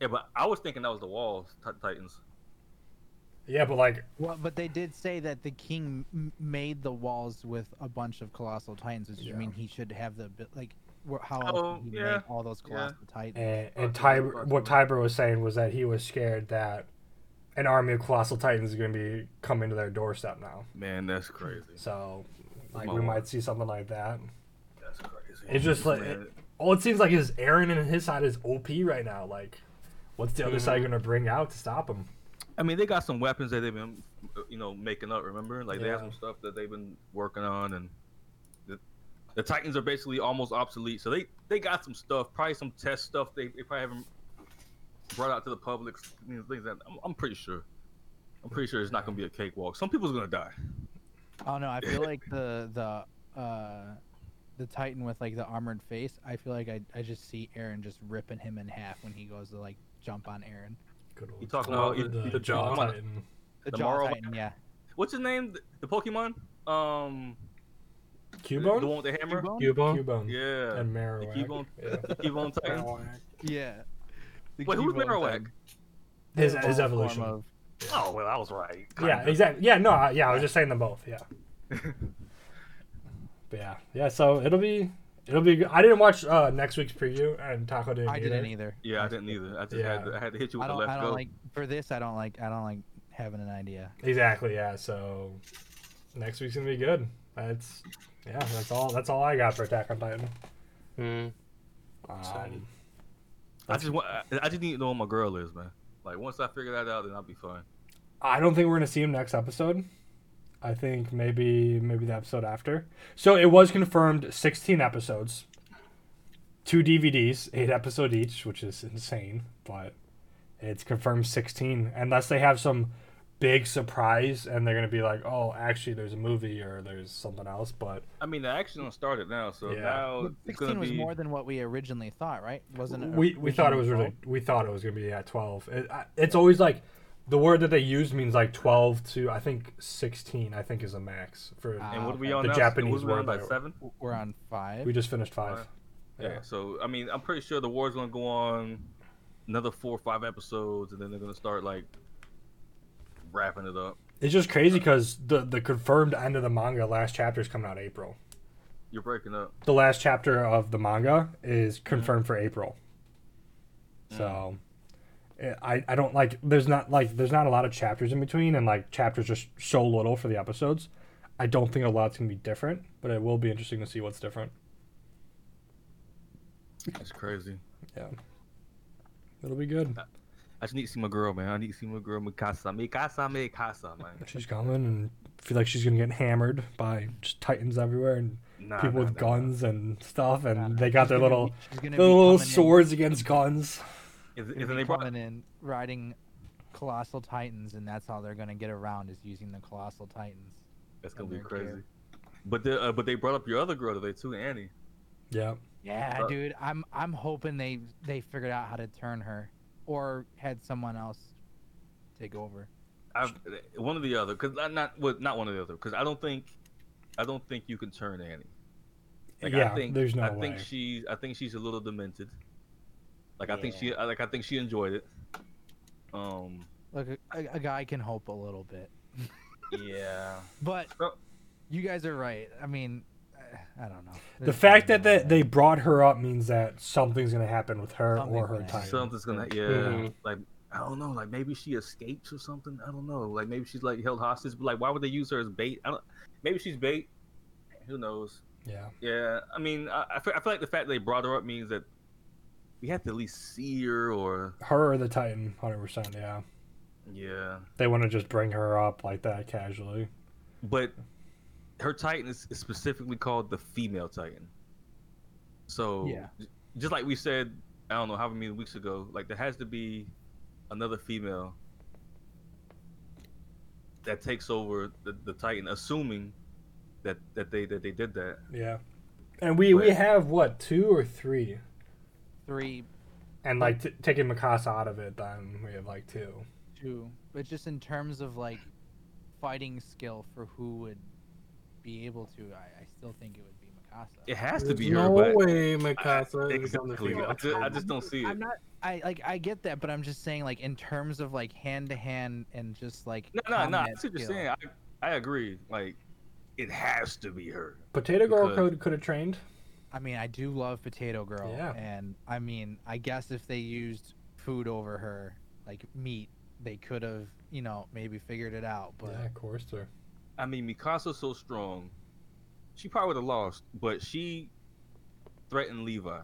[SPEAKER 3] Yeah, but I was thinking that was the walls ti- titans.
[SPEAKER 2] Yeah, but like
[SPEAKER 4] Well, but they did say that the king m- made the walls with a bunch of colossal titans, which
[SPEAKER 2] Yeah.
[SPEAKER 4] I mean he should have the abi- like. wh- How else
[SPEAKER 3] Oh,
[SPEAKER 4] would he
[SPEAKER 3] yeah,
[SPEAKER 4] make all those
[SPEAKER 3] yeah.
[SPEAKER 4] colossal titans?
[SPEAKER 2] and, and Tiber what Tiber was saying was that he was scared that an army of colossal titans is gonna be coming to their doorstep now.
[SPEAKER 3] Man, that's crazy.
[SPEAKER 2] So like
[SPEAKER 3] My
[SPEAKER 2] we
[SPEAKER 3] word.
[SPEAKER 2] might see something like that.
[SPEAKER 3] That's crazy.
[SPEAKER 2] It's just like-
[SPEAKER 3] Man,
[SPEAKER 2] all it seems like is Aaron and his side is OP right now. Like, what's the other
[SPEAKER 3] Mm-hmm.
[SPEAKER 2] side gonna bring out to stop him?
[SPEAKER 3] I mean, they got some weapons that they've been, you know, making up. Remember, like they have
[SPEAKER 2] Yeah.
[SPEAKER 3] some stuff that they've been working on, and the, the Titans are basically almost obsolete. So they they got some stuff, probably some test stuff they, they probably haven't brought out to the public. You know, things that I'm, I'm pretty sure. I'm pretty sure it's not going to be a cakewalk. Some people's going to die.
[SPEAKER 4] Oh no, I feel like the the uh the titan with like the armored face. I feel like I I just see Aaron just ripping him in half when he goes to like jump on Aaron.
[SPEAKER 2] Good old
[SPEAKER 3] You talking
[SPEAKER 5] Oh,
[SPEAKER 3] about you-
[SPEAKER 5] the-
[SPEAKER 3] you-
[SPEAKER 5] the jaw.
[SPEAKER 3] come on.
[SPEAKER 2] Titan.
[SPEAKER 4] The,
[SPEAKER 3] The
[SPEAKER 4] jaw
[SPEAKER 3] moral-
[SPEAKER 4] titan, yeah.
[SPEAKER 3] What's his name? The, the Pokemon? Um, the, the
[SPEAKER 2] Cubone,
[SPEAKER 3] one with the hammer?
[SPEAKER 4] Cubone?
[SPEAKER 5] Cubone.
[SPEAKER 2] Cubone,
[SPEAKER 3] Yeah.
[SPEAKER 2] and Marowak.
[SPEAKER 3] Cubone.
[SPEAKER 2] Yeah.
[SPEAKER 3] Cubone Titan.
[SPEAKER 4] Yeah. The
[SPEAKER 3] Wait, who's
[SPEAKER 4] Cubone
[SPEAKER 3] Marowak?
[SPEAKER 4] titan.
[SPEAKER 2] His,
[SPEAKER 4] Evolved
[SPEAKER 2] his
[SPEAKER 4] form
[SPEAKER 2] evolution.
[SPEAKER 4] of-
[SPEAKER 3] Oh, well, I was right.
[SPEAKER 2] yeah, exactly. Yeah, no, I, yeah, I was just saying them both. Yeah. but yeah, yeah. So it'll be, it'll be. good. I didn't watch uh, next week's preview, and Taco didn't.
[SPEAKER 4] I
[SPEAKER 2] either.
[SPEAKER 4] didn't either.
[SPEAKER 3] Yeah, I didn't either. I just had
[SPEAKER 2] Yeah.
[SPEAKER 3] to, I had to hit you
[SPEAKER 4] I
[SPEAKER 3] with the
[SPEAKER 4] don't
[SPEAKER 3] left
[SPEAKER 4] I don't
[SPEAKER 3] go.
[SPEAKER 4] like for this I don't like I don't like having an idea.
[SPEAKER 2] Exactly. Yeah. So next week's gonna be good. That's yeah. That's all. That's all I got for Attack on Titan.
[SPEAKER 5] Mhm.
[SPEAKER 2] Um,
[SPEAKER 3] I just want. I, I just need to know what my girl is, man. Like once I figure that out, then I'll be fine.
[SPEAKER 2] I don't think we're gonna see him next episode. I think maybe maybe the episode after. So it was confirmed 16 episodes, two DVDs, eight episode each, which is insane, but it's confirmed 16. Unless they have some big surprise and they're gonna be like, oh, actually, there's a movie or there's something else. But
[SPEAKER 3] I mean, the action done started now, so
[SPEAKER 2] Yeah.
[SPEAKER 3] now
[SPEAKER 4] But
[SPEAKER 3] it's gonna
[SPEAKER 4] 16 was
[SPEAKER 3] be.
[SPEAKER 4] more than what we originally thought, right? Wasn't it?
[SPEAKER 2] we we thought it was
[SPEAKER 4] originally
[SPEAKER 2] really we thought it was gonna be at 12. It, I- it's always like the word that they use means like 12 to I think 16. I think is a max for.
[SPEAKER 4] Ah.
[SPEAKER 3] and what are we
[SPEAKER 4] Okay.
[SPEAKER 3] on
[SPEAKER 2] The
[SPEAKER 3] now?
[SPEAKER 2] Japanese
[SPEAKER 3] what are we on
[SPEAKER 2] word
[SPEAKER 3] like
[SPEAKER 2] there.
[SPEAKER 3] seven?
[SPEAKER 4] twelve? We're on five.
[SPEAKER 2] We just finished five.
[SPEAKER 3] Five. Yeah. So I mean, I'm pretty sure the war's gonna go on another four or five episodes, and then they're gonna start like wrapping it up.
[SPEAKER 2] It's just crazy because the the confirmed end of the manga last chapter is coming out April.
[SPEAKER 3] You're breaking up.
[SPEAKER 2] The last chapter of the manga is confirmed for April. So, eh, I I don't like there's not like there's not a lot of chapters in between and like chapters are s- so little for the episodes. I don't think a lot's gonna be different, but it will be interesting to see what's different.
[SPEAKER 3] It's crazy.
[SPEAKER 2] It'll be good.
[SPEAKER 3] I just need to see my girl, man. I need to see my girl Mikasa. Mikasa, Mikasa, man.
[SPEAKER 2] She's coming and feel like she's gonna get hammered by just titans everywhere and
[SPEAKER 3] Nah,
[SPEAKER 2] people
[SPEAKER 3] nah,
[SPEAKER 2] with
[SPEAKER 3] nah, nah.
[SPEAKER 2] guns and stuff, and they got
[SPEAKER 4] She's
[SPEAKER 2] their
[SPEAKER 4] gonna
[SPEAKER 2] little
[SPEAKER 4] be- she's gonna
[SPEAKER 2] their
[SPEAKER 4] be
[SPEAKER 2] little
[SPEAKER 4] coming in-
[SPEAKER 2] swords against guns.
[SPEAKER 3] Is,
[SPEAKER 4] gonna
[SPEAKER 3] is
[SPEAKER 4] be
[SPEAKER 3] they brought
[SPEAKER 4] coming in riding colossal titans, and that's how they're gonna get around is using the colossal titans.
[SPEAKER 3] That's gonna be
[SPEAKER 4] Under
[SPEAKER 3] crazy.
[SPEAKER 4] here.
[SPEAKER 3] But they, uh, but they brought up your other girl today too, Annie.
[SPEAKER 2] Yeah,
[SPEAKER 4] Yeah,
[SPEAKER 3] Uh,
[SPEAKER 4] dude, I'm I'm hoping they they figured out how to turn her, or had someone else take over.
[SPEAKER 3] I've, one of the other, cause I- not well, not one of the other, cause I don't think, I don't think you can turn Annie.
[SPEAKER 2] Yeah,
[SPEAKER 3] I think,
[SPEAKER 2] there's no
[SPEAKER 3] I think
[SPEAKER 2] way.
[SPEAKER 3] she's, I think she's a little demented. Like I think she, like I think she enjoyed it. Um.
[SPEAKER 4] Look, a, a a guy can hope a little bit,
[SPEAKER 3] Yeah.
[SPEAKER 4] but
[SPEAKER 3] Well-
[SPEAKER 4] you guys are right. I mean, uh, I don't know.
[SPEAKER 2] the
[SPEAKER 4] There's uh,
[SPEAKER 2] fact
[SPEAKER 4] nothing
[SPEAKER 2] that they,
[SPEAKER 4] wrong
[SPEAKER 2] they brought her up means that something's gonna happen with her or
[SPEAKER 4] Something's
[SPEAKER 2] her
[SPEAKER 4] gonna
[SPEAKER 2] titan.
[SPEAKER 3] Something's gonna, yeah.
[SPEAKER 2] Mm-hmm.
[SPEAKER 5] Mhm.
[SPEAKER 3] Like I don't know, like maybe she escapes or something. I don't know. Like maybe she's like held hostage. But like, why would they use her as bait? I don't. Maybe she's bait. Who knows?
[SPEAKER 2] Yeah,
[SPEAKER 3] Yeah, I mean, I, I, feel, I feel like the fact they brought her up means that we have to at least see her, or
[SPEAKER 2] her or the titan, hundred percent. Yeah,
[SPEAKER 3] yeah.
[SPEAKER 2] they want to just bring her up like that casually.
[SPEAKER 3] But her Titan is, is specifically called the female Titan. So
[SPEAKER 4] Yeah.
[SPEAKER 3] j- just like we said, I don't know, however many weeks ago, like there has to be another female that takes over the, the Titan, assuming that that they that they did that.
[SPEAKER 2] Yeah, and we we
[SPEAKER 3] But-
[SPEAKER 2] have what two or three,
[SPEAKER 4] Three,
[SPEAKER 2] and like t- taking Mikasa out of it, then we have like two.
[SPEAKER 4] two, but just in terms of like fighting skill for who would be able to, I, I still think it would be Mikasa.
[SPEAKER 3] It has to
[SPEAKER 5] There's
[SPEAKER 3] be
[SPEAKER 5] no
[SPEAKER 3] her, but
[SPEAKER 5] way Mikasa is gonna
[SPEAKER 3] exactly.
[SPEAKER 5] figure
[SPEAKER 3] I
[SPEAKER 5] out
[SPEAKER 3] just, I
[SPEAKER 5] how-
[SPEAKER 3] just don't see it.
[SPEAKER 4] I'm not. I like. I get that, but I'm just saying, like, in terms of like hand to hand and just like.
[SPEAKER 3] No, no, no. I
[SPEAKER 4] combat
[SPEAKER 3] see what you're
[SPEAKER 4] skill.
[SPEAKER 3] saying. I, I agree. Like, it has to be her.
[SPEAKER 2] Potato Girl
[SPEAKER 3] Because-
[SPEAKER 2] could could have trained.
[SPEAKER 4] I mean, I do love Potato Girl,
[SPEAKER 2] Yeah.
[SPEAKER 4] and I mean, I guess if they used food over her, like meat, they could have, you know, maybe figured it out. But
[SPEAKER 2] yeah, of course. Or
[SPEAKER 3] I mean, Mikasa's so strong. She probably would have lost, but she threatened Levi.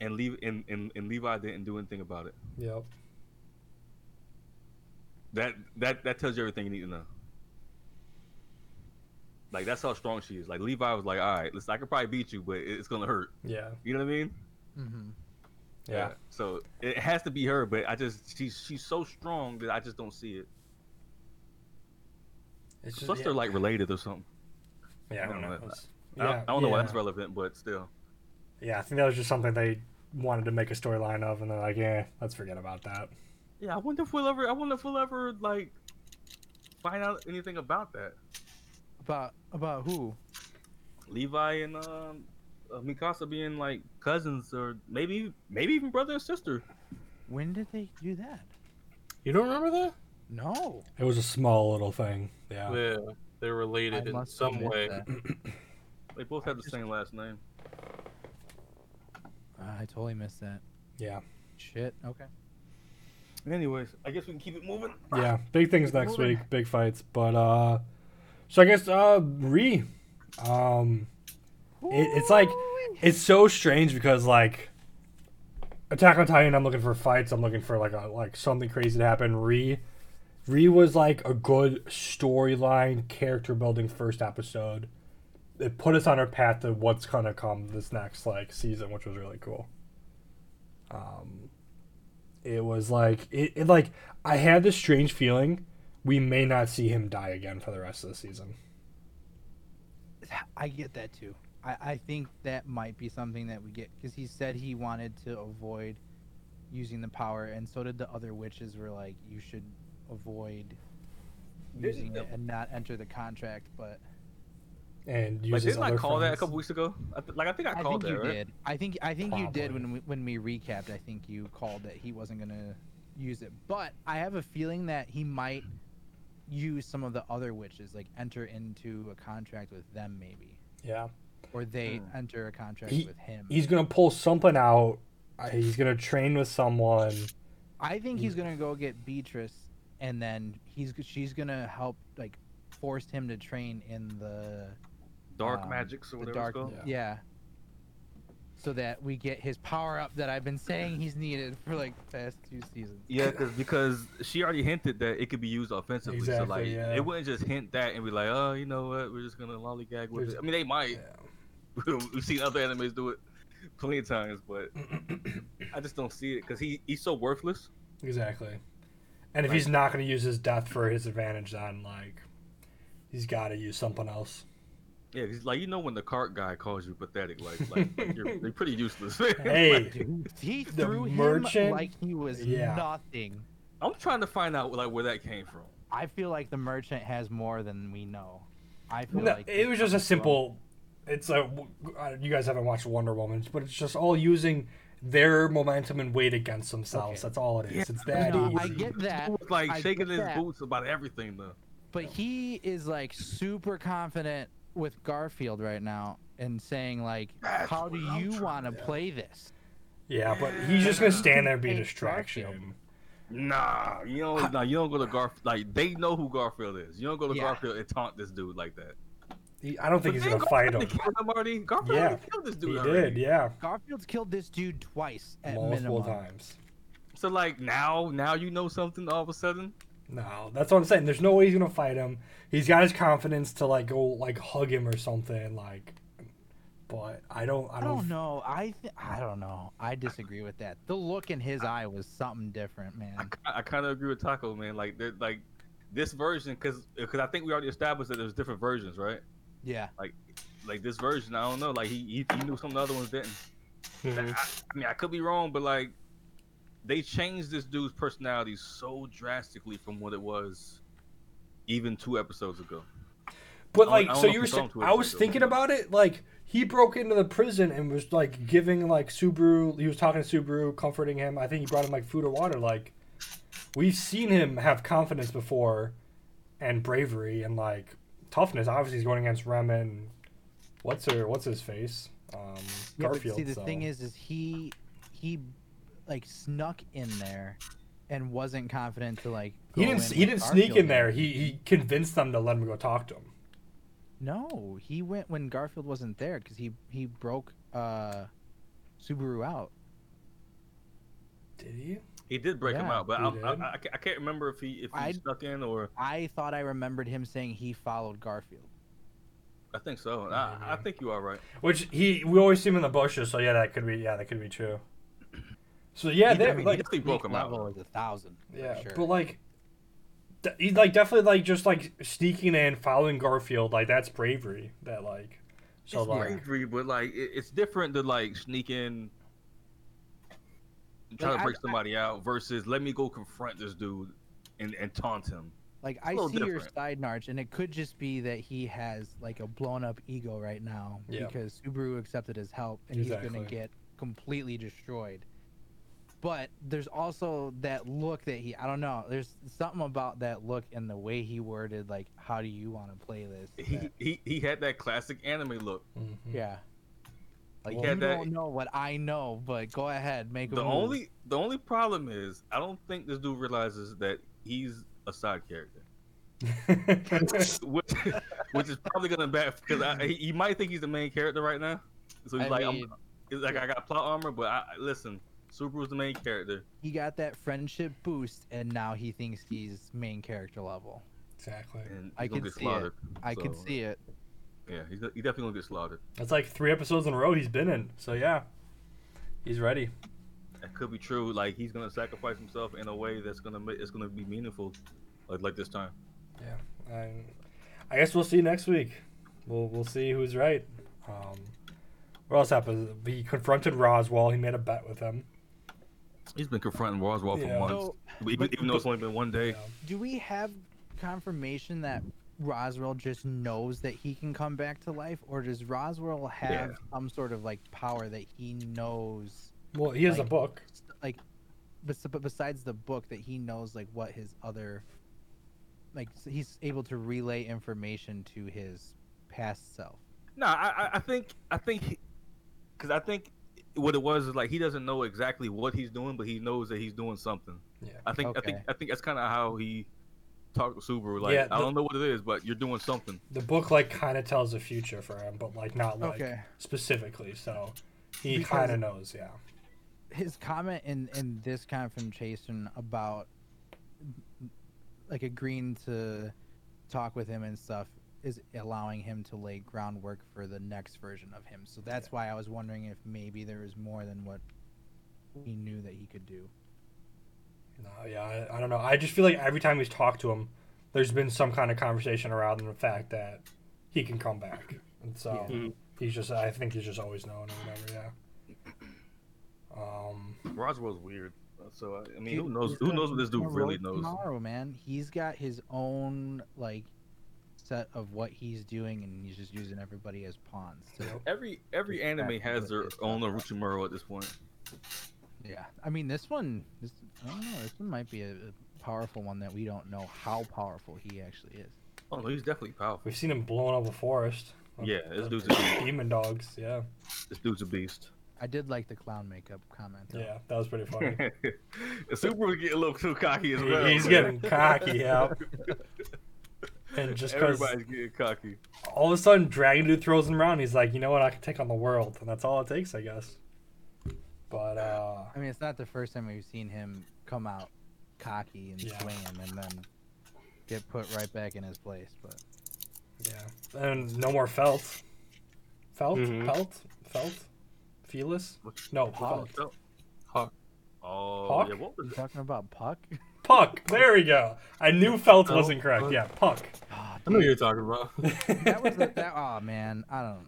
[SPEAKER 3] And, Le- and, and, and Levi didn't do anything about it.
[SPEAKER 2] yep.
[SPEAKER 3] That that that tells you everything you need to know. Like that's how strong she is. Like Levi was like, all right, listen, I could probably beat you, but it- it's gonna hurt.
[SPEAKER 2] Yeah.
[SPEAKER 3] You know what I mean?
[SPEAKER 4] hmm
[SPEAKER 2] Yeah.
[SPEAKER 3] So it has to be her, but I just she's she's so strong that I just don't see it.
[SPEAKER 2] It's
[SPEAKER 3] Plus they're like related or something.
[SPEAKER 2] Yeah, I don't know.
[SPEAKER 3] That's- I don't,
[SPEAKER 2] Yeah,
[SPEAKER 3] I don't know why
[SPEAKER 2] yeah.
[SPEAKER 3] that's relevant, but still.
[SPEAKER 2] Yeah, I think that was just something they wanted to make a storyline of, and they're like, yeah, let's forget about that.
[SPEAKER 3] Yeah, I wonder if we'll ever. I wonder if we'll ever like find out anything about that.
[SPEAKER 4] About about who?
[SPEAKER 3] Levi and um, uh, Mikasa being like cousins, or maybe maybe even brother and sister.
[SPEAKER 4] When did they do that?
[SPEAKER 5] You don't remember that?
[SPEAKER 4] No.
[SPEAKER 2] It was a small little thing. Yeah.
[SPEAKER 5] Yeah, they're
[SPEAKER 4] I
[SPEAKER 5] related in
[SPEAKER 4] must
[SPEAKER 5] some
[SPEAKER 4] admit
[SPEAKER 5] way.
[SPEAKER 4] that.
[SPEAKER 3] They both have the same last name.
[SPEAKER 4] Ah, I totally missed that.
[SPEAKER 2] Yeah.
[SPEAKER 4] Shit. Okay.
[SPEAKER 3] Anyways, I guess we can keep it moving.
[SPEAKER 2] Yeah. Big things next
[SPEAKER 4] Moving.
[SPEAKER 2] week, big fights. But, uh, so I guess, uh, Re, um, it, it's like, it's so strange because, like, Attack on Titan, I'm looking for fights. I'm looking for, like, a, like something crazy to happen. Re, Re was, like, a good storyline, character building first episode. It put us on our path to what's going to come this next, like, season, which was really cool. Um, it was like, it, it, like, I had this strange feeling we may not see him die again for the rest of the season.
[SPEAKER 4] I get that too. I, I think that might be something that we get because he said he wanted to avoid using the power, and so did the other witches. Were like, you should avoid
[SPEAKER 3] Didn't
[SPEAKER 4] using it
[SPEAKER 3] the-
[SPEAKER 4] and not enter the contract. But
[SPEAKER 2] And
[SPEAKER 3] Like,
[SPEAKER 2] use his
[SPEAKER 3] didn't I
[SPEAKER 2] other
[SPEAKER 3] call that a
[SPEAKER 2] friends.
[SPEAKER 3] couple weeks ago? I th- like I think I
[SPEAKER 4] I
[SPEAKER 3] called
[SPEAKER 4] think
[SPEAKER 3] that.
[SPEAKER 4] you
[SPEAKER 3] right?
[SPEAKER 4] did. I think I think you did
[SPEAKER 2] Probably.
[SPEAKER 4] when we when we recapped. I think you called that he wasn't gonna use it, but I have a feeling that he might use some of the other witches, like enter into a contract with them, maybe,
[SPEAKER 2] Yeah.
[SPEAKER 4] or they
[SPEAKER 3] Hmm.
[SPEAKER 4] enter a contract
[SPEAKER 2] He-
[SPEAKER 4] with him.
[SPEAKER 2] he's gonna pull something out. uh, He's gonna train with someone.
[SPEAKER 4] I think he's
[SPEAKER 2] Mm.
[SPEAKER 4] gonna go get Beatrice, and then he's she's gonna help like force him to train in the
[SPEAKER 3] Dark
[SPEAKER 4] um,
[SPEAKER 3] magics or
[SPEAKER 4] the
[SPEAKER 3] whatever
[SPEAKER 4] dark.
[SPEAKER 3] it's called.
[SPEAKER 4] Yeah.
[SPEAKER 2] Yeah.
[SPEAKER 4] so that we get his power up that I've been saying he's needed for like the past two seasons.
[SPEAKER 3] Yeah, cause, because she already hinted that it could be used offensively.
[SPEAKER 2] Exactly,
[SPEAKER 3] so like,
[SPEAKER 2] yeah.
[SPEAKER 3] they wouldn't just hint that and be like, oh, you know what? We're just gonna lollygag with
[SPEAKER 2] There's-
[SPEAKER 3] it. I mean, they might.
[SPEAKER 2] Yeah.
[SPEAKER 3] We've seen other animes do it plenty of times, but I just don't see it because he he's so worthless.
[SPEAKER 2] Exactly. And if he's not going to use his death for his advantage, then like he's got to use something else.
[SPEAKER 3] Yeah, he's like you know when the cart guy calls you pathetic, like like, like you're, you're pretty useless. Like,
[SPEAKER 2] Hey,
[SPEAKER 4] Dude, he
[SPEAKER 2] The
[SPEAKER 4] threw him
[SPEAKER 2] merchant?
[SPEAKER 4] like he was
[SPEAKER 2] Yeah.
[SPEAKER 4] nothing.
[SPEAKER 3] I'm trying to find out like where that came from.
[SPEAKER 4] I feel like the merchant has more than we know. I feel
[SPEAKER 2] no,
[SPEAKER 4] like
[SPEAKER 2] it
[SPEAKER 4] he
[SPEAKER 2] was just a
[SPEAKER 4] comes from-
[SPEAKER 2] simple. It's a I- you guys haven't watched Wonder Woman, but it's just all using their momentum and weight against themselves.
[SPEAKER 4] Okay.
[SPEAKER 2] That's all it is.
[SPEAKER 3] Yeah,
[SPEAKER 2] It's that
[SPEAKER 4] No, I
[SPEAKER 2] easy.
[SPEAKER 4] get that.
[SPEAKER 3] He was, like
[SPEAKER 4] I
[SPEAKER 3] shaking
[SPEAKER 4] get
[SPEAKER 3] his
[SPEAKER 4] that.
[SPEAKER 3] boots about everything though.
[SPEAKER 4] But he is like super confident with Garfield right now and saying like,
[SPEAKER 3] That's
[SPEAKER 4] "How do
[SPEAKER 3] what I'm
[SPEAKER 4] you
[SPEAKER 3] trying
[SPEAKER 4] want to play this?"
[SPEAKER 2] Yeah, but he's just gonna stand there and be a
[SPEAKER 4] Hey,
[SPEAKER 2] distraction.
[SPEAKER 3] Nah, you don't. Nah, you don't go to Garfield. Like they know who Garfield is. You don't go to
[SPEAKER 4] Yeah.
[SPEAKER 3] Garfield and taunt this dude like that.
[SPEAKER 2] He, I don't think he's gonna fight him.
[SPEAKER 3] Killed him already. Garfield
[SPEAKER 2] Yeah,
[SPEAKER 3] already killed this dude
[SPEAKER 2] He
[SPEAKER 3] already.
[SPEAKER 2] did, yeah,
[SPEAKER 4] Garfield's killed this dude twice at
[SPEAKER 2] multiple
[SPEAKER 4] minimum.
[SPEAKER 2] times.
[SPEAKER 3] So like now, now you know something all of a sudden.
[SPEAKER 2] No, that's what I'm saying. There's no way he's gonna fight him. He's got his confidence to like go like hug him or something like. But I don't. I
[SPEAKER 4] I
[SPEAKER 2] don't.
[SPEAKER 4] don't know. I th- I don't know. I disagree with that. The look in his eye was something different, man.
[SPEAKER 3] I, I kind of agree with Taco, man. Like they're like this version, because because I think we already established that there's different versions, right?
[SPEAKER 4] Yeah.
[SPEAKER 3] Like this version, I don't know. Like he he, he knew some of the other ones didn't.
[SPEAKER 2] Mm-hmm.
[SPEAKER 5] Mhm.
[SPEAKER 3] I mean, I could be wrong, but like they changed this dude's personality so drastically from what it was even two episodes ago.
[SPEAKER 2] But
[SPEAKER 3] I
[SPEAKER 2] like,
[SPEAKER 3] don't- I
[SPEAKER 2] so
[SPEAKER 3] don't know
[SPEAKER 2] you
[SPEAKER 3] if
[SPEAKER 2] were.
[SPEAKER 3] we
[SPEAKER 2] saying
[SPEAKER 3] talked to it,
[SPEAKER 2] I was
[SPEAKER 3] so-
[SPEAKER 2] thinking about it. Like he broke into the prison and was like giving like Subaru. He was talking to Subaru, comforting him. I think he brought him like food or water. Like we've seen him have confidence before, and bravery and like toughness. Obviously, he's going against Rem and what's her what's his face. Um,
[SPEAKER 4] Yeah, but
[SPEAKER 2] Garfield.
[SPEAKER 4] see, the
[SPEAKER 2] so.
[SPEAKER 4] thing is, is he he like snuck in there and wasn't confident to like.
[SPEAKER 2] He
[SPEAKER 4] go
[SPEAKER 2] didn't.
[SPEAKER 4] in
[SPEAKER 2] He
[SPEAKER 4] with
[SPEAKER 2] didn't sneak
[SPEAKER 4] Garfield
[SPEAKER 2] in there. He he convinced them to let him go talk to him.
[SPEAKER 4] No, he went when Garfield wasn't there because he he broke uh Subaru out.
[SPEAKER 2] Did he?
[SPEAKER 3] He did break him
[SPEAKER 4] Yeah,
[SPEAKER 3] out, but
[SPEAKER 2] he
[SPEAKER 3] I,
[SPEAKER 2] did.
[SPEAKER 3] I, I, I can't remember if he if he
[SPEAKER 4] I-
[SPEAKER 3] stuck in or
[SPEAKER 4] I thought I remembered him saying he followed Garfield.
[SPEAKER 3] I think so. I, I think you are right.
[SPEAKER 2] Which he we always see him in the bushes. So yeah, that could be yeah that could be true. So yeah,
[SPEAKER 4] He-
[SPEAKER 2] they,
[SPEAKER 4] I mean,
[SPEAKER 2] like
[SPEAKER 3] definitely broke
[SPEAKER 4] sneak
[SPEAKER 3] him out.
[SPEAKER 4] level is a thousand. for
[SPEAKER 2] yeah,
[SPEAKER 4] sure.
[SPEAKER 2] but like de- he's like definitely like just like sneaking in, following Garfield. Like that's bravery. That like so
[SPEAKER 3] it's
[SPEAKER 2] like
[SPEAKER 3] bravery, but like it, it's different to like sneak in and try
[SPEAKER 4] Like,
[SPEAKER 3] to
[SPEAKER 4] I-
[SPEAKER 3] break
[SPEAKER 4] I-
[SPEAKER 3] somebody out versus let me go confront this dude and, and taunt him.
[SPEAKER 4] Like
[SPEAKER 3] a
[SPEAKER 4] I see
[SPEAKER 3] little
[SPEAKER 4] your
[SPEAKER 3] different.
[SPEAKER 4] side, Narch, and it could just be that he has like a blown up ego right now
[SPEAKER 2] Yeah.
[SPEAKER 4] because Subaru accepted his help and he's gonna
[SPEAKER 2] Exactly.
[SPEAKER 4] get completely destroyed. But there's also that look that he I don't know, there's something about that look and the way he worded like how do you wanna play this?
[SPEAKER 3] He
[SPEAKER 4] that-
[SPEAKER 3] he, he had that classic anime look.
[SPEAKER 2] mhm.
[SPEAKER 5] Mm-hmm.
[SPEAKER 4] yeah. Like
[SPEAKER 2] Well,
[SPEAKER 4] you
[SPEAKER 3] Yeah, that-
[SPEAKER 4] don't know what I know, but go ahead, make a
[SPEAKER 3] The
[SPEAKER 4] move.
[SPEAKER 3] only the only problem is I don't think this dude realizes that he's a side character, which which is probably gonna bad because he, he might think he's the main character right now. So he's
[SPEAKER 4] I
[SPEAKER 3] like,
[SPEAKER 4] mean,
[SPEAKER 3] I'm, he's like I got plot armor, but I I- listen, Subaru's the main character.
[SPEAKER 4] he got that friendship boost and now he thinks he's main character level.
[SPEAKER 2] exactly.
[SPEAKER 3] And he's
[SPEAKER 4] I
[SPEAKER 3] gonna
[SPEAKER 4] can
[SPEAKER 3] get
[SPEAKER 4] see it.
[SPEAKER 3] slaughtered.
[SPEAKER 4] I could
[SPEAKER 3] So-
[SPEAKER 4] see it.
[SPEAKER 3] Yeah, he's, he's definitely gonna get slaughtered.
[SPEAKER 2] That's like three episodes in a row he's been in. So yeah, he's ready.
[SPEAKER 3] That could be true. Like he's gonna sacrifice himself in a way that's gonna ma- it's gonna be meaningful, like like this time.
[SPEAKER 2] Yeah, I, I guess we'll see next week. We'll we'll see who's right. Um, what else happened? He confronted Roswell. He made a bet with him.
[SPEAKER 3] He's been confronting Roswell for
[SPEAKER 2] Yeah.
[SPEAKER 3] months,
[SPEAKER 4] So
[SPEAKER 3] even,
[SPEAKER 4] but-
[SPEAKER 3] even though it's only been one day.
[SPEAKER 4] Do we have confirmation that Roswell just knows that he can come back to life, or does Roswell have some sort of like power that he knows,
[SPEAKER 2] Well, he has a
[SPEAKER 4] Like-
[SPEAKER 2] book.
[SPEAKER 4] like, bes- but besides the book, that he knows like what his other, like s- he's able to relay information to his past self.
[SPEAKER 3] No, I, I- I think I think because I think what it was is like he doesn't know exactly what he's doing, but he knows that he's doing something.
[SPEAKER 2] Yeah.
[SPEAKER 3] I think I think
[SPEAKER 4] Okay.
[SPEAKER 3] I think that's kind of how he talked to Subaru. Like
[SPEAKER 2] Yeah,
[SPEAKER 3] I
[SPEAKER 2] the-
[SPEAKER 3] don't know what it is, but you're doing something.
[SPEAKER 2] The book like kind of tells the future for him, but like not like
[SPEAKER 4] Okay.
[SPEAKER 2] specifically. So He
[SPEAKER 4] Because-
[SPEAKER 2] kind of knows, yeah.
[SPEAKER 4] his comment in in this comment from Jason about like agreeing to talk with him and stuff is allowing him to lay groundwork for the next version of him. So that's why I was wondering if maybe there was more than what he knew that he could do.
[SPEAKER 2] No, yeah, I, I don't know. I just feel like every time we've talked to him, there's been some kind of conversation around the fact that he can come back, and so
[SPEAKER 5] Yeah. Mhm.
[SPEAKER 2] he's just. I think he's just always known or whatever. Yeah. Um.
[SPEAKER 3] Roswell's weird. So I- I mean, who
[SPEAKER 4] Dude,
[SPEAKER 3] knows?
[SPEAKER 4] he's
[SPEAKER 3] Who
[SPEAKER 4] gonna-
[SPEAKER 3] knows what this
[SPEAKER 4] he's
[SPEAKER 3] dude
[SPEAKER 4] gonna
[SPEAKER 3] really
[SPEAKER 4] roll
[SPEAKER 3] knows?
[SPEAKER 4] Tomorrow, man, he's got his own like set of what he's doing, and he's just using everybody as pawns. So
[SPEAKER 3] Every every anime has their own Orochimaru at this point.
[SPEAKER 4] Yeah, I mean this one. This, I don't know. This one might be a, a powerful one that we don't know how powerful he actually is.
[SPEAKER 3] Oh no, he's definitely powerful.
[SPEAKER 2] We've seen him blowing up a forest. uh,
[SPEAKER 3] Yeah, this dude's a beast.
[SPEAKER 2] demon dogs. Yeah,
[SPEAKER 3] This dude's a beast.
[SPEAKER 4] I did like the clown makeup comment. Though.
[SPEAKER 2] yeah, that was pretty funny.
[SPEAKER 3] Super was getting a little too cocky as
[SPEAKER 2] He-
[SPEAKER 3] well.
[SPEAKER 2] he's
[SPEAKER 3] man.
[SPEAKER 2] getting cocky, yeah. And just because
[SPEAKER 3] Everybody's getting cocky.
[SPEAKER 2] all of a sudden Dragon Dude throws him around, he's like, you know what, I can take on the world, and that's all it takes, I guess. But uh,
[SPEAKER 4] I mean, it's not the first time we've seen him come out cocky and
[SPEAKER 2] Yeah.
[SPEAKER 4] swinging, and then get put right back in his place. But
[SPEAKER 2] yeah, and no more felt, felt,
[SPEAKER 5] Mhm.
[SPEAKER 2] felt, felt, Felis. No,
[SPEAKER 4] Hawk.
[SPEAKER 2] Puck.
[SPEAKER 5] Hawk.
[SPEAKER 3] Oh
[SPEAKER 2] Hawk?
[SPEAKER 3] yeah, what was
[SPEAKER 4] you
[SPEAKER 3] that?
[SPEAKER 4] talking about Puck?
[SPEAKER 2] Puck. There we go. I knew felt
[SPEAKER 5] Felt,
[SPEAKER 2] wasn't correct.
[SPEAKER 5] Puck.
[SPEAKER 2] Yeah, Puck.
[SPEAKER 4] Ah,
[SPEAKER 5] I know what
[SPEAKER 4] dude,
[SPEAKER 5] you're talking about.
[SPEAKER 4] that was the, that. Oh man, I don't.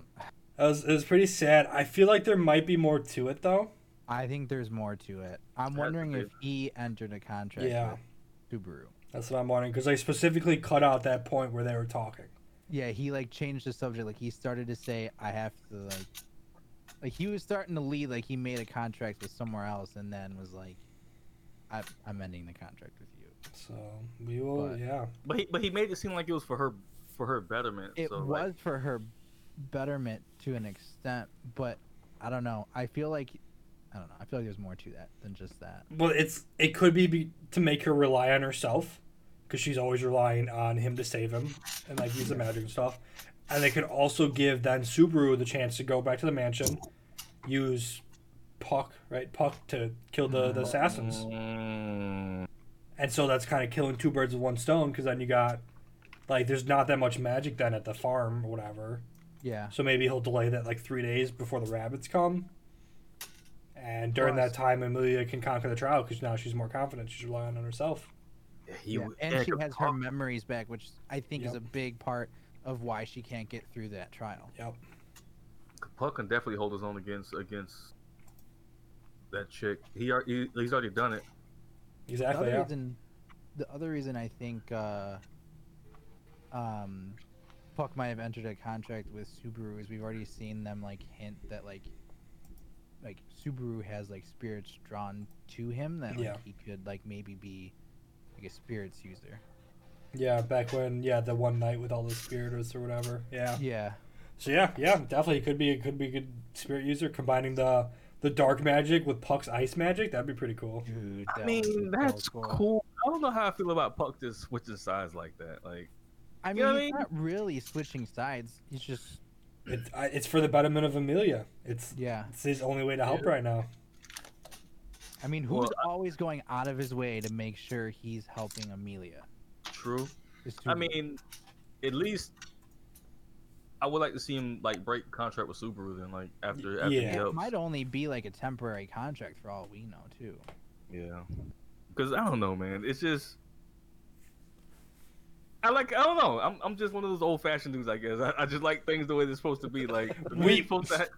[SPEAKER 2] That was, it was pretty sad. I feel like there might be more to it though.
[SPEAKER 4] I think there's more to it. I'm
[SPEAKER 3] to
[SPEAKER 4] wondering
[SPEAKER 3] be.
[SPEAKER 4] if he entered a contract
[SPEAKER 2] Yeah.
[SPEAKER 4] with Subaru.
[SPEAKER 2] That's what I'm wondering because they specifically cut out that point where they were talking.
[SPEAKER 4] Yeah, he like changed the subject. Like he started to say, "I have to like," like he was starting to lead. Like he made a contract with somewhere else, and then was like, I, "I'm ending the contract with you."
[SPEAKER 2] So we will,
[SPEAKER 4] But-
[SPEAKER 2] yeah.
[SPEAKER 3] But he but he made it seem like it was for her for her betterment.
[SPEAKER 4] It
[SPEAKER 3] so, like,
[SPEAKER 4] was for her betterment to an extent, but I don't know. I feel like I don't know. I feel like there's more to that than just that.
[SPEAKER 2] Well, it's it could be, be to make her rely on herself because she's always relying on him to save him and like use the magic and stuff. And they could also give then Subaru the chance to go back to the mansion, use Puck, right? Puck to kill the, the
[SPEAKER 3] Mm-hmm.
[SPEAKER 2] assassins.
[SPEAKER 3] Mm,
[SPEAKER 2] And so that's kind of killing two birds with one stone because then you got like there's not that much magic then at the farm or whatever.
[SPEAKER 4] Yeah,
[SPEAKER 2] So maybe he'll delay that like three days before the rabbits come. And during
[SPEAKER 4] Plus-
[SPEAKER 2] that time, Amelia can conquer the trial because now she's more confident. She's relying on herself.
[SPEAKER 3] he
[SPEAKER 4] yeah.
[SPEAKER 3] was- yeah,
[SPEAKER 4] and she
[SPEAKER 3] cause
[SPEAKER 4] has her
[SPEAKER 3] Hawk-
[SPEAKER 4] memories back, which I think is
[SPEAKER 2] Yep.
[SPEAKER 4] a big part of why she can't get through that trial.
[SPEAKER 2] Yep.
[SPEAKER 3] Puck can definitely hold his own against against that chick. He, al- he he's already done it.
[SPEAKER 2] Exactly.
[SPEAKER 4] the other
[SPEAKER 2] Yeah.
[SPEAKER 4] reason, the other reason I think uh, um, Puck might have entered a contract with Subaru is we've already seen them like hint that like like Subaru has like spirits drawn to him that like,
[SPEAKER 2] Yeah.
[SPEAKER 4] he could like maybe be like a spirits user.
[SPEAKER 2] yeah. Back when, yeah, the one night with all the spiritists or whatever. Yeah.
[SPEAKER 4] Yeah,
[SPEAKER 2] So yeah, yeah, definitely could be could be a good spirit user combining the the dark magic with Puck's ice magic. That'd be pretty cool.
[SPEAKER 4] dude.
[SPEAKER 3] I
[SPEAKER 4] that would be
[SPEAKER 3] mean,
[SPEAKER 4] so
[SPEAKER 3] that's cool. I don't know how I feel about Puck just switching sides like that. Like,
[SPEAKER 4] I
[SPEAKER 3] You
[SPEAKER 4] mean,
[SPEAKER 3] know what I
[SPEAKER 4] he's
[SPEAKER 3] mean?
[SPEAKER 4] not really switching sides. He's just
[SPEAKER 2] It, I, it's for the betterment of Amelia. It's
[SPEAKER 4] yeah.
[SPEAKER 2] it's his only way to help right now.
[SPEAKER 4] I mean, who's
[SPEAKER 3] Well,
[SPEAKER 4] always going out of his way to make sure he's helping Amelia?
[SPEAKER 3] true.
[SPEAKER 4] Is
[SPEAKER 3] I
[SPEAKER 4] Subaru.
[SPEAKER 3] mean, at least I would like to see him like break contract with Subaru then, like after after
[SPEAKER 2] Yeah.
[SPEAKER 3] he
[SPEAKER 4] It
[SPEAKER 3] helps.
[SPEAKER 4] might only be like a temporary contract for all we know, too.
[SPEAKER 3] Yeah, because I don't know, man. It's just. I like I don't know. I'm I'm just one of those old fashioned dudes, I guess. I, I just like things the way they're supposed to be. Like
[SPEAKER 2] We-
[SPEAKER 3] we supposed to,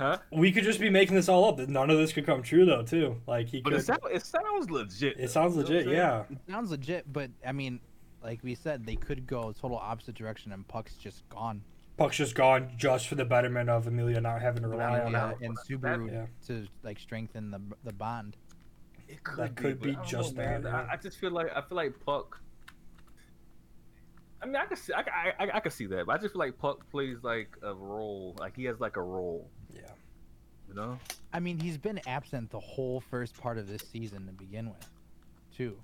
[SPEAKER 3] ha-
[SPEAKER 2] We could just be making this all up. None of this could come true though, too. Like he
[SPEAKER 3] but
[SPEAKER 2] could.
[SPEAKER 3] it, sound, it sounds legit.
[SPEAKER 2] It sounds
[SPEAKER 3] You know what I'm
[SPEAKER 2] legit.
[SPEAKER 3] saying?
[SPEAKER 2] Yeah.
[SPEAKER 4] It sounds legit, but I mean, like we said, they could go total opposite direction and Puck's just gone.
[SPEAKER 2] Puck's just gone just for the betterment of Amelia not having to rely on
[SPEAKER 4] Amelia
[SPEAKER 2] that.
[SPEAKER 3] out.
[SPEAKER 4] and Subaru
[SPEAKER 2] Yeah.
[SPEAKER 4] to like strengthen the the bond.
[SPEAKER 3] It could
[SPEAKER 2] That could
[SPEAKER 3] but
[SPEAKER 2] be
[SPEAKER 3] I don't
[SPEAKER 2] just
[SPEAKER 3] know,
[SPEAKER 2] that,
[SPEAKER 3] man.
[SPEAKER 2] yeah.
[SPEAKER 3] I, I just feel like I feel like Puck. I mean, I could see, I, I, I, I could see that, but I just feel like Puck plays like a role, like he has like a role,
[SPEAKER 2] Yeah.
[SPEAKER 3] you know.
[SPEAKER 4] I mean, he's been absent the whole first part of this season to begin with, too.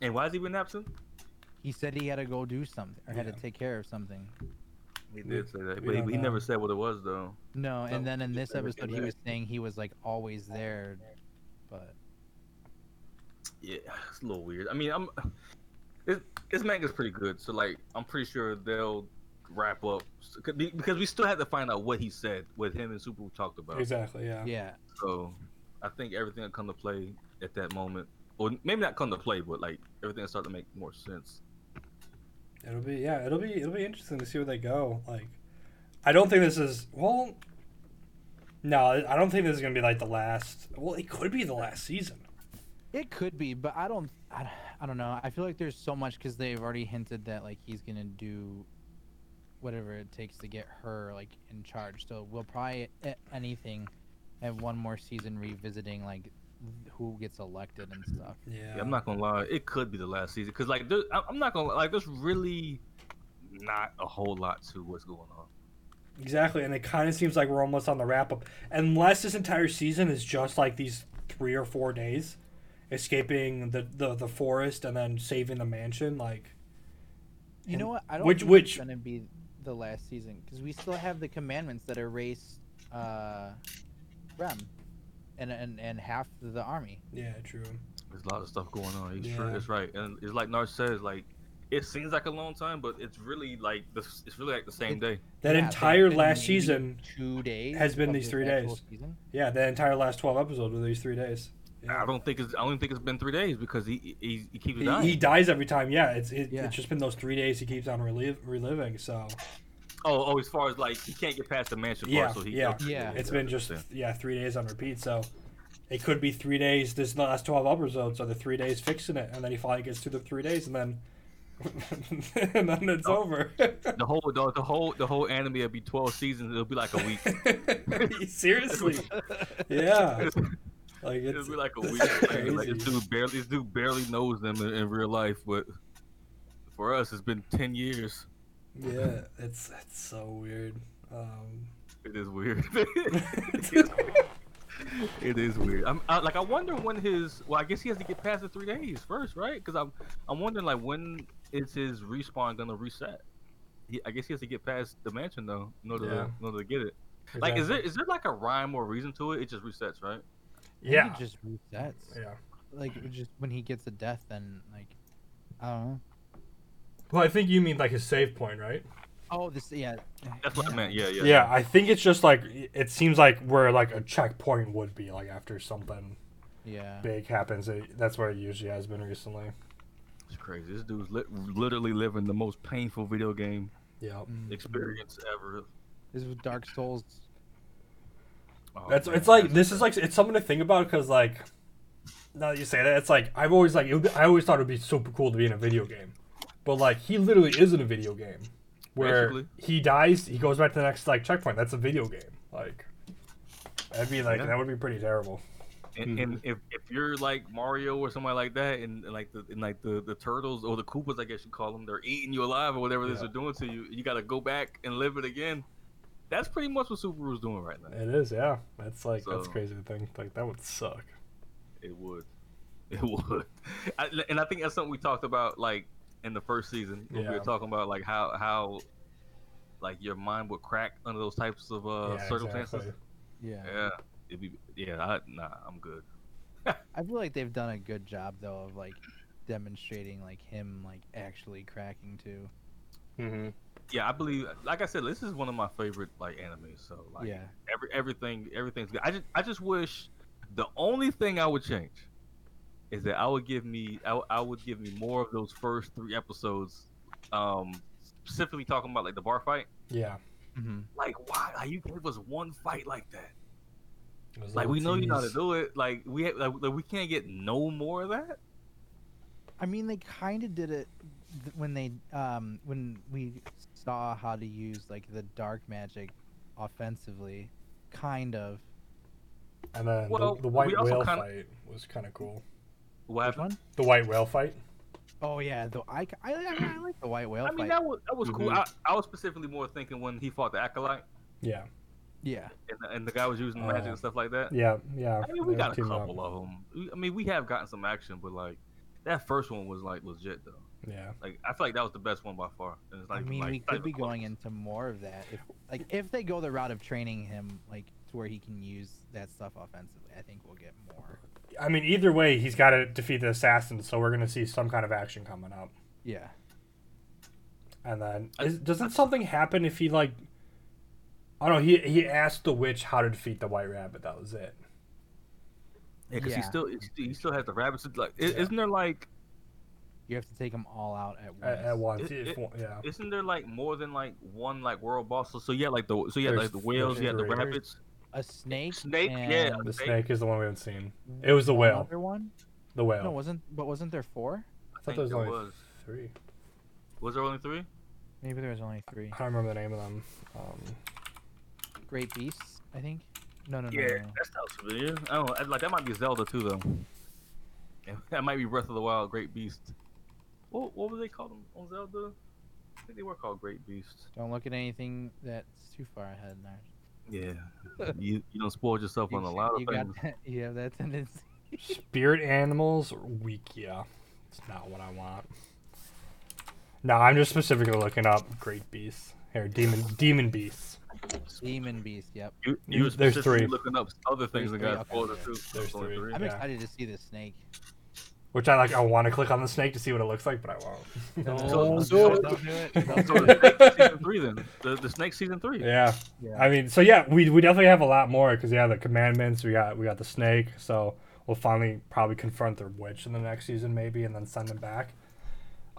[SPEAKER 3] And why has he been absent?
[SPEAKER 4] He said he had to go do something or had
[SPEAKER 2] Yeah.
[SPEAKER 4] to take care of something.
[SPEAKER 3] He did say that,
[SPEAKER 2] We
[SPEAKER 3] but he,
[SPEAKER 2] don't
[SPEAKER 3] he
[SPEAKER 2] know.
[SPEAKER 3] never said what it was though.
[SPEAKER 4] No, and then in this
[SPEAKER 5] never get
[SPEAKER 4] episode he
[SPEAKER 5] back.
[SPEAKER 4] was saying he was like always there, but
[SPEAKER 3] Yeah, it's a little weird. I mean, I'm this, this manga's pretty good, so like I'm pretty sure they'll wrap up so- c- be- because we still have to find out what he said, what him and Super talked about.
[SPEAKER 2] Exactly. Yeah.
[SPEAKER 4] yeah,
[SPEAKER 3] So I think everything will come to play at that moment, or maybe not come to play, but like everything will start to make more sense.
[SPEAKER 2] It'll be yeah. It'll be it'll be interesting to see where they go. Like, I don't think this is well. No, I don't think this is gonna be like the last. Well, it could be the last season.
[SPEAKER 4] it could be, but I don't, I, don't- I don't know. I feel like there's so much because they've already hinted that like he's gonna do whatever it takes to get her like in charge. So we'll probably if anything have one more season revisiting like who gets elected and stuff.
[SPEAKER 2] Yeah.
[SPEAKER 3] Yeah, I'm not gonna lie, it could be the last season because like there, I- I'm not gonna like there's really not a whole lot to what's going on.
[SPEAKER 2] Exactly, and it kind of seems like we're almost on the wrap up. Unless this entire season is just like these three or four days, escaping the the, the forest and then saving the mansion. Like,
[SPEAKER 4] You know what? I don't
[SPEAKER 2] Which-
[SPEAKER 4] think
[SPEAKER 2] which-
[SPEAKER 4] it's gonna be the last season because we still have the commandments that erase uh, Rem and, and and half the army.
[SPEAKER 2] yeah, true.
[SPEAKER 3] There's a lot of stuff going on. He's
[SPEAKER 2] Yeah.
[SPEAKER 3] sure that's right, and it's like Nars says, like it seems like a long time, but it's really like this. It's really like the same day.
[SPEAKER 2] That
[SPEAKER 4] Yeah,
[SPEAKER 2] entire
[SPEAKER 4] there's been
[SPEAKER 2] last
[SPEAKER 4] maybe
[SPEAKER 2] season,
[SPEAKER 4] two days
[SPEAKER 2] has been
[SPEAKER 4] of
[SPEAKER 2] these
[SPEAKER 4] the
[SPEAKER 2] three
[SPEAKER 4] actual
[SPEAKER 2] days.
[SPEAKER 4] Season.
[SPEAKER 2] yeah, the entire last twelve episodes were these three days.
[SPEAKER 3] I
[SPEAKER 2] Yeah.
[SPEAKER 3] don't think it's. I don't think it's been three days because he he, he keeps dying.
[SPEAKER 2] He, he dies every time. Yeah, it's it,
[SPEAKER 4] Yeah.
[SPEAKER 2] it's just been those three days he keeps on reliv- reliving. So
[SPEAKER 3] oh, oh, as far as like he can't get past the mansion
[SPEAKER 2] Yeah,
[SPEAKER 3] part, so he
[SPEAKER 2] yeah.
[SPEAKER 4] Yeah.
[SPEAKER 2] it's been just
[SPEAKER 3] yeah.
[SPEAKER 2] yeah three days on repeat. So it could be three days. This last twelve episodes are the three days fixing it, and then he finally gets to the three days, and then and then it's
[SPEAKER 3] Oh.
[SPEAKER 2] over.
[SPEAKER 3] the whole the, the whole the whole anime will be twelve seasons. It'll be like a week.
[SPEAKER 2] Seriously, yeah.
[SPEAKER 3] it'll
[SPEAKER 2] Like it's
[SPEAKER 3] be like a
[SPEAKER 2] this
[SPEAKER 3] week.
[SPEAKER 2] is
[SPEAKER 3] Like, like, this
[SPEAKER 2] crazy.
[SPEAKER 3] dude barely this dude barely knows them in, in real life, but for us, it's been ten years.
[SPEAKER 2] Yeah, it's it's so weird. Um,
[SPEAKER 3] It is weird. It is weird. It is weird. I'm I, like, I wonder when his. Well, I guess he has to get past the three days first, right? Because I'm, I'm wondering like when is his respawn gonna reset? He, I guess he has to get past the mansion though, in order,
[SPEAKER 2] Yeah.
[SPEAKER 3] to, in order to get it. Like, is there is there like a rhyme or reason to it? It just resets, right?
[SPEAKER 4] I think
[SPEAKER 2] yeah,
[SPEAKER 4] It just resets.
[SPEAKER 2] yeah.
[SPEAKER 4] Like it just when he gets a death, then like I don't know.
[SPEAKER 2] Well, I think you mean like his save point, right?
[SPEAKER 4] Oh, this yeah.
[SPEAKER 3] That's what I meant. Yeah, yeah.
[SPEAKER 2] Yeah, I think it's just like it seems like where like a checkpoint would be, like after something
[SPEAKER 4] Yeah.
[SPEAKER 2] big happens. It, that's where it usually has been recently.
[SPEAKER 3] It's crazy. This dude's li- literally living the most painful video game
[SPEAKER 2] Yeah,
[SPEAKER 4] Mm.
[SPEAKER 3] experience ever.
[SPEAKER 4] This was Dark Souls.
[SPEAKER 3] Oh,
[SPEAKER 2] that's
[SPEAKER 3] man,
[SPEAKER 2] it's like
[SPEAKER 3] that's-
[SPEAKER 2] this is like it's something to think about because like now that you say that, it's like I've always like it would be, I always thought it would be super cool to be in a video game, but like he literally is in a video game where
[SPEAKER 3] Basically.
[SPEAKER 2] he dies, he goes back to the next like checkpoint. That's a video game. Like that'd be like
[SPEAKER 3] Yeah.
[SPEAKER 2] that would be pretty terrible.
[SPEAKER 3] And, and if, if you're like Mario or somebody like that, and, and like the and like the, the turtles or the Koopas, I guess you call them, they're eating you alive or whatever this
[SPEAKER 2] Yeah.
[SPEAKER 3] are doing to you. You got to go back and live it again. That's pretty much what Subaru's doing right now.
[SPEAKER 2] It is, yeah. That's like that's
[SPEAKER 3] So-
[SPEAKER 2] crazy to think. Like that would suck.
[SPEAKER 3] It would, it would. I, and I think that's something we talked about like in the first season. when We
[SPEAKER 2] Yeah.
[SPEAKER 3] were talking about like how how like your mind would crack under those types of uh,
[SPEAKER 2] Yeah,
[SPEAKER 3] circumstances.
[SPEAKER 2] exactly.
[SPEAKER 4] Yeah.
[SPEAKER 3] Yeah, it'd be yeah. I, nah, I'm good.
[SPEAKER 4] I feel like they've done a good job though of like demonstrating like him like actually cracking too.
[SPEAKER 5] Mm-hmm.
[SPEAKER 3] Yeah, I believe. Like I said, this is one of my favorite like animes. So like,
[SPEAKER 4] yeah.
[SPEAKER 3] every everything everything's good. I just I just wish the only thing I would change is that I would give me I, I would give me more of those first three episodes, um, specifically talking about like the bar fight.
[SPEAKER 2] Yeah.
[SPEAKER 4] Mm-hmm.
[SPEAKER 3] Like why like, you gave us one fight like that?
[SPEAKER 2] It was
[SPEAKER 3] Like we know you know how to
[SPEAKER 2] tease.
[SPEAKER 3] do it. Like we ha- like, like we can't get no more of that.
[SPEAKER 4] I mean, they kind of did it th- when they um when we saw how to use like the dark magic offensively, kind of.
[SPEAKER 2] And then
[SPEAKER 3] Well,
[SPEAKER 2] the, the white
[SPEAKER 3] we also
[SPEAKER 2] whale
[SPEAKER 3] kinda-
[SPEAKER 2] fight was kind of cool.
[SPEAKER 3] What
[SPEAKER 4] Which
[SPEAKER 3] happened?
[SPEAKER 4] one?
[SPEAKER 2] The white whale fight.
[SPEAKER 4] Oh yeah, the I I, I, I like the white whale
[SPEAKER 3] I mean
[SPEAKER 4] fight.
[SPEAKER 3] that was that was cool.
[SPEAKER 5] Mhm.
[SPEAKER 3] I, I was specifically more thinking when he fought the acolyte
[SPEAKER 2] Yeah.
[SPEAKER 4] Yeah,
[SPEAKER 3] and the, and the guy was using magic
[SPEAKER 2] Uh,
[SPEAKER 3] and stuff like that.
[SPEAKER 2] Yeah. Yeah.
[SPEAKER 3] I mean, we
[SPEAKER 2] they
[SPEAKER 3] got a
[SPEAKER 2] team up.
[SPEAKER 3] couple of them. I mean, we have gotten some action, but like that first one was like legit though.
[SPEAKER 2] Yeah.
[SPEAKER 3] Like I feel like that was the best one by far. And it's
[SPEAKER 4] I
[SPEAKER 3] like,
[SPEAKER 4] mean,
[SPEAKER 3] like,
[SPEAKER 4] we
[SPEAKER 3] not
[SPEAKER 4] could
[SPEAKER 3] even
[SPEAKER 4] be going
[SPEAKER 3] close.
[SPEAKER 4] into more of that. If, like, if they go the route of training him, like, to where he can use that stuff offensively, I think we'll get more.
[SPEAKER 2] I mean, either way, he's got to defeat the assassin, so we're gonna see some kind of action coming up.
[SPEAKER 4] Yeah.
[SPEAKER 2] And then
[SPEAKER 3] I-
[SPEAKER 2] is, doesn't something happen if he like? I don't know. He he asked the witch how to defeat the white rabbit. That was it.
[SPEAKER 3] Yeah, because he
[SPEAKER 4] Yeah.
[SPEAKER 3] still it's- he still has the rabbits. It's Like, i-
[SPEAKER 2] Yeah.
[SPEAKER 3] isn't there like
[SPEAKER 4] You have to take them all out at once.
[SPEAKER 2] At, at once,
[SPEAKER 3] It-
[SPEAKER 2] if
[SPEAKER 3] it-
[SPEAKER 2] one- yeah.
[SPEAKER 3] isn't there like more than like one like world boss? So, so yeah, like the so yeah,
[SPEAKER 2] There's
[SPEAKER 3] like the whales,
[SPEAKER 2] three.
[SPEAKER 3] you had the
[SPEAKER 2] There's-
[SPEAKER 3] rabbits,
[SPEAKER 4] A snake.
[SPEAKER 3] snake,
[SPEAKER 4] and
[SPEAKER 3] yeah,
[SPEAKER 2] The
[SPEAKER 3] snake.
[SPEAKER 2] snake is the one we haven't seen. It was the whale.
[SPEAKER 4] Another one?
[SPEAKER 2] The whale.
[SPEAKER 4] No, wasn't. But wasn't there four?
[SPEAKER 2] I
[SPEAKER 3] I
[SPEAKER 2] thought
[SPEAKER 3] think
[SPEAKER 2] there was
[SPEAKER 3] there
[SPEAKER 2] only
[SPEAKER 3] was.
[SPEAKER 2] three.
[SPEAKER 3] Was there only three?
[SPEAKER 4] Maybe there was only three.
[SPEAKER 2] I don't remember the name of them. Um,
[SPEAKER 4] Great beasts, I think. No, no, no,
[SPEAKER 3] Yeah,
[SPEAKER 4] no, no.
[SPEAKER 3] that sounds familiar. I don't know, I- like that might be Zelda too though. Yeah, that might be Breath of the Wild, Great Beast. What what were they called on- on Zelda? I think they were called Great Beast.
[SPEAKER 4] Don't look at anything that's too far ahead. Nars.
[SPEAKER 3] Yeah, you you don't spoil yourself on a lot of
[SPEAKER 4] you
[SPEAKER 3] things.
[SPEAKER 4] Got that, you have that tendency.
[SPEAKER 2] Spirit animals weak, yeah. It's not what I want. No, I'm just specifically looking up great beasts. Here, demon demon beasts.
[SPEAKER 4] Demon beast. Yep.
[SPEAKER 3] You,
[SPEAKER 2] You-
[SPEAKER 3] you were
[SPEAKER 2] there's
[SPEAKER 3] specifically
[SPEAKER 2] three.
[SPEAKER 3] looking up other things that
[SPEAKER 4] three,
[SPEAKER 3] got
[SPEAKER 4] okay,
[SPEAKER 3] spoiled
[SPEAKER 4] yeah.
[SPEAKER 3] too.
[SPEAKER 5] There's
[SPEAKER 3] Only
[SPEAKER 5] three.
[SPEAKER 4] I'm
[SPEAKER 2] Yeah.
[SPEAKER 4] excited to see the snake.
[SPEAKER 2] Which I like I wanna click on the snake to see what it looks like, but I won't.
[SPEAKER 4] Don't, do
[SPEAKER 5] Don't do
[SPEAKER 4] it.
[SPEAKER 5] it.
[SPEAKER 4] Don't do it. Don't
[SPEAKER 3] So
[SPEAKER 4] do
[SPEAKER 3] the
[SPEAKER 4] it.
[SPEAKER 3] snake season three then. The, the snake season three.
[SPEAKER 2] yeah.
[SPEAKER 4] Yeah.
[SPEAKER 2] I mean so yeah, we we definitely have a lot more because yeah, the commandments, we got we got the snake, so we'll finally probably confront the witch in the next season maybe and then send them back.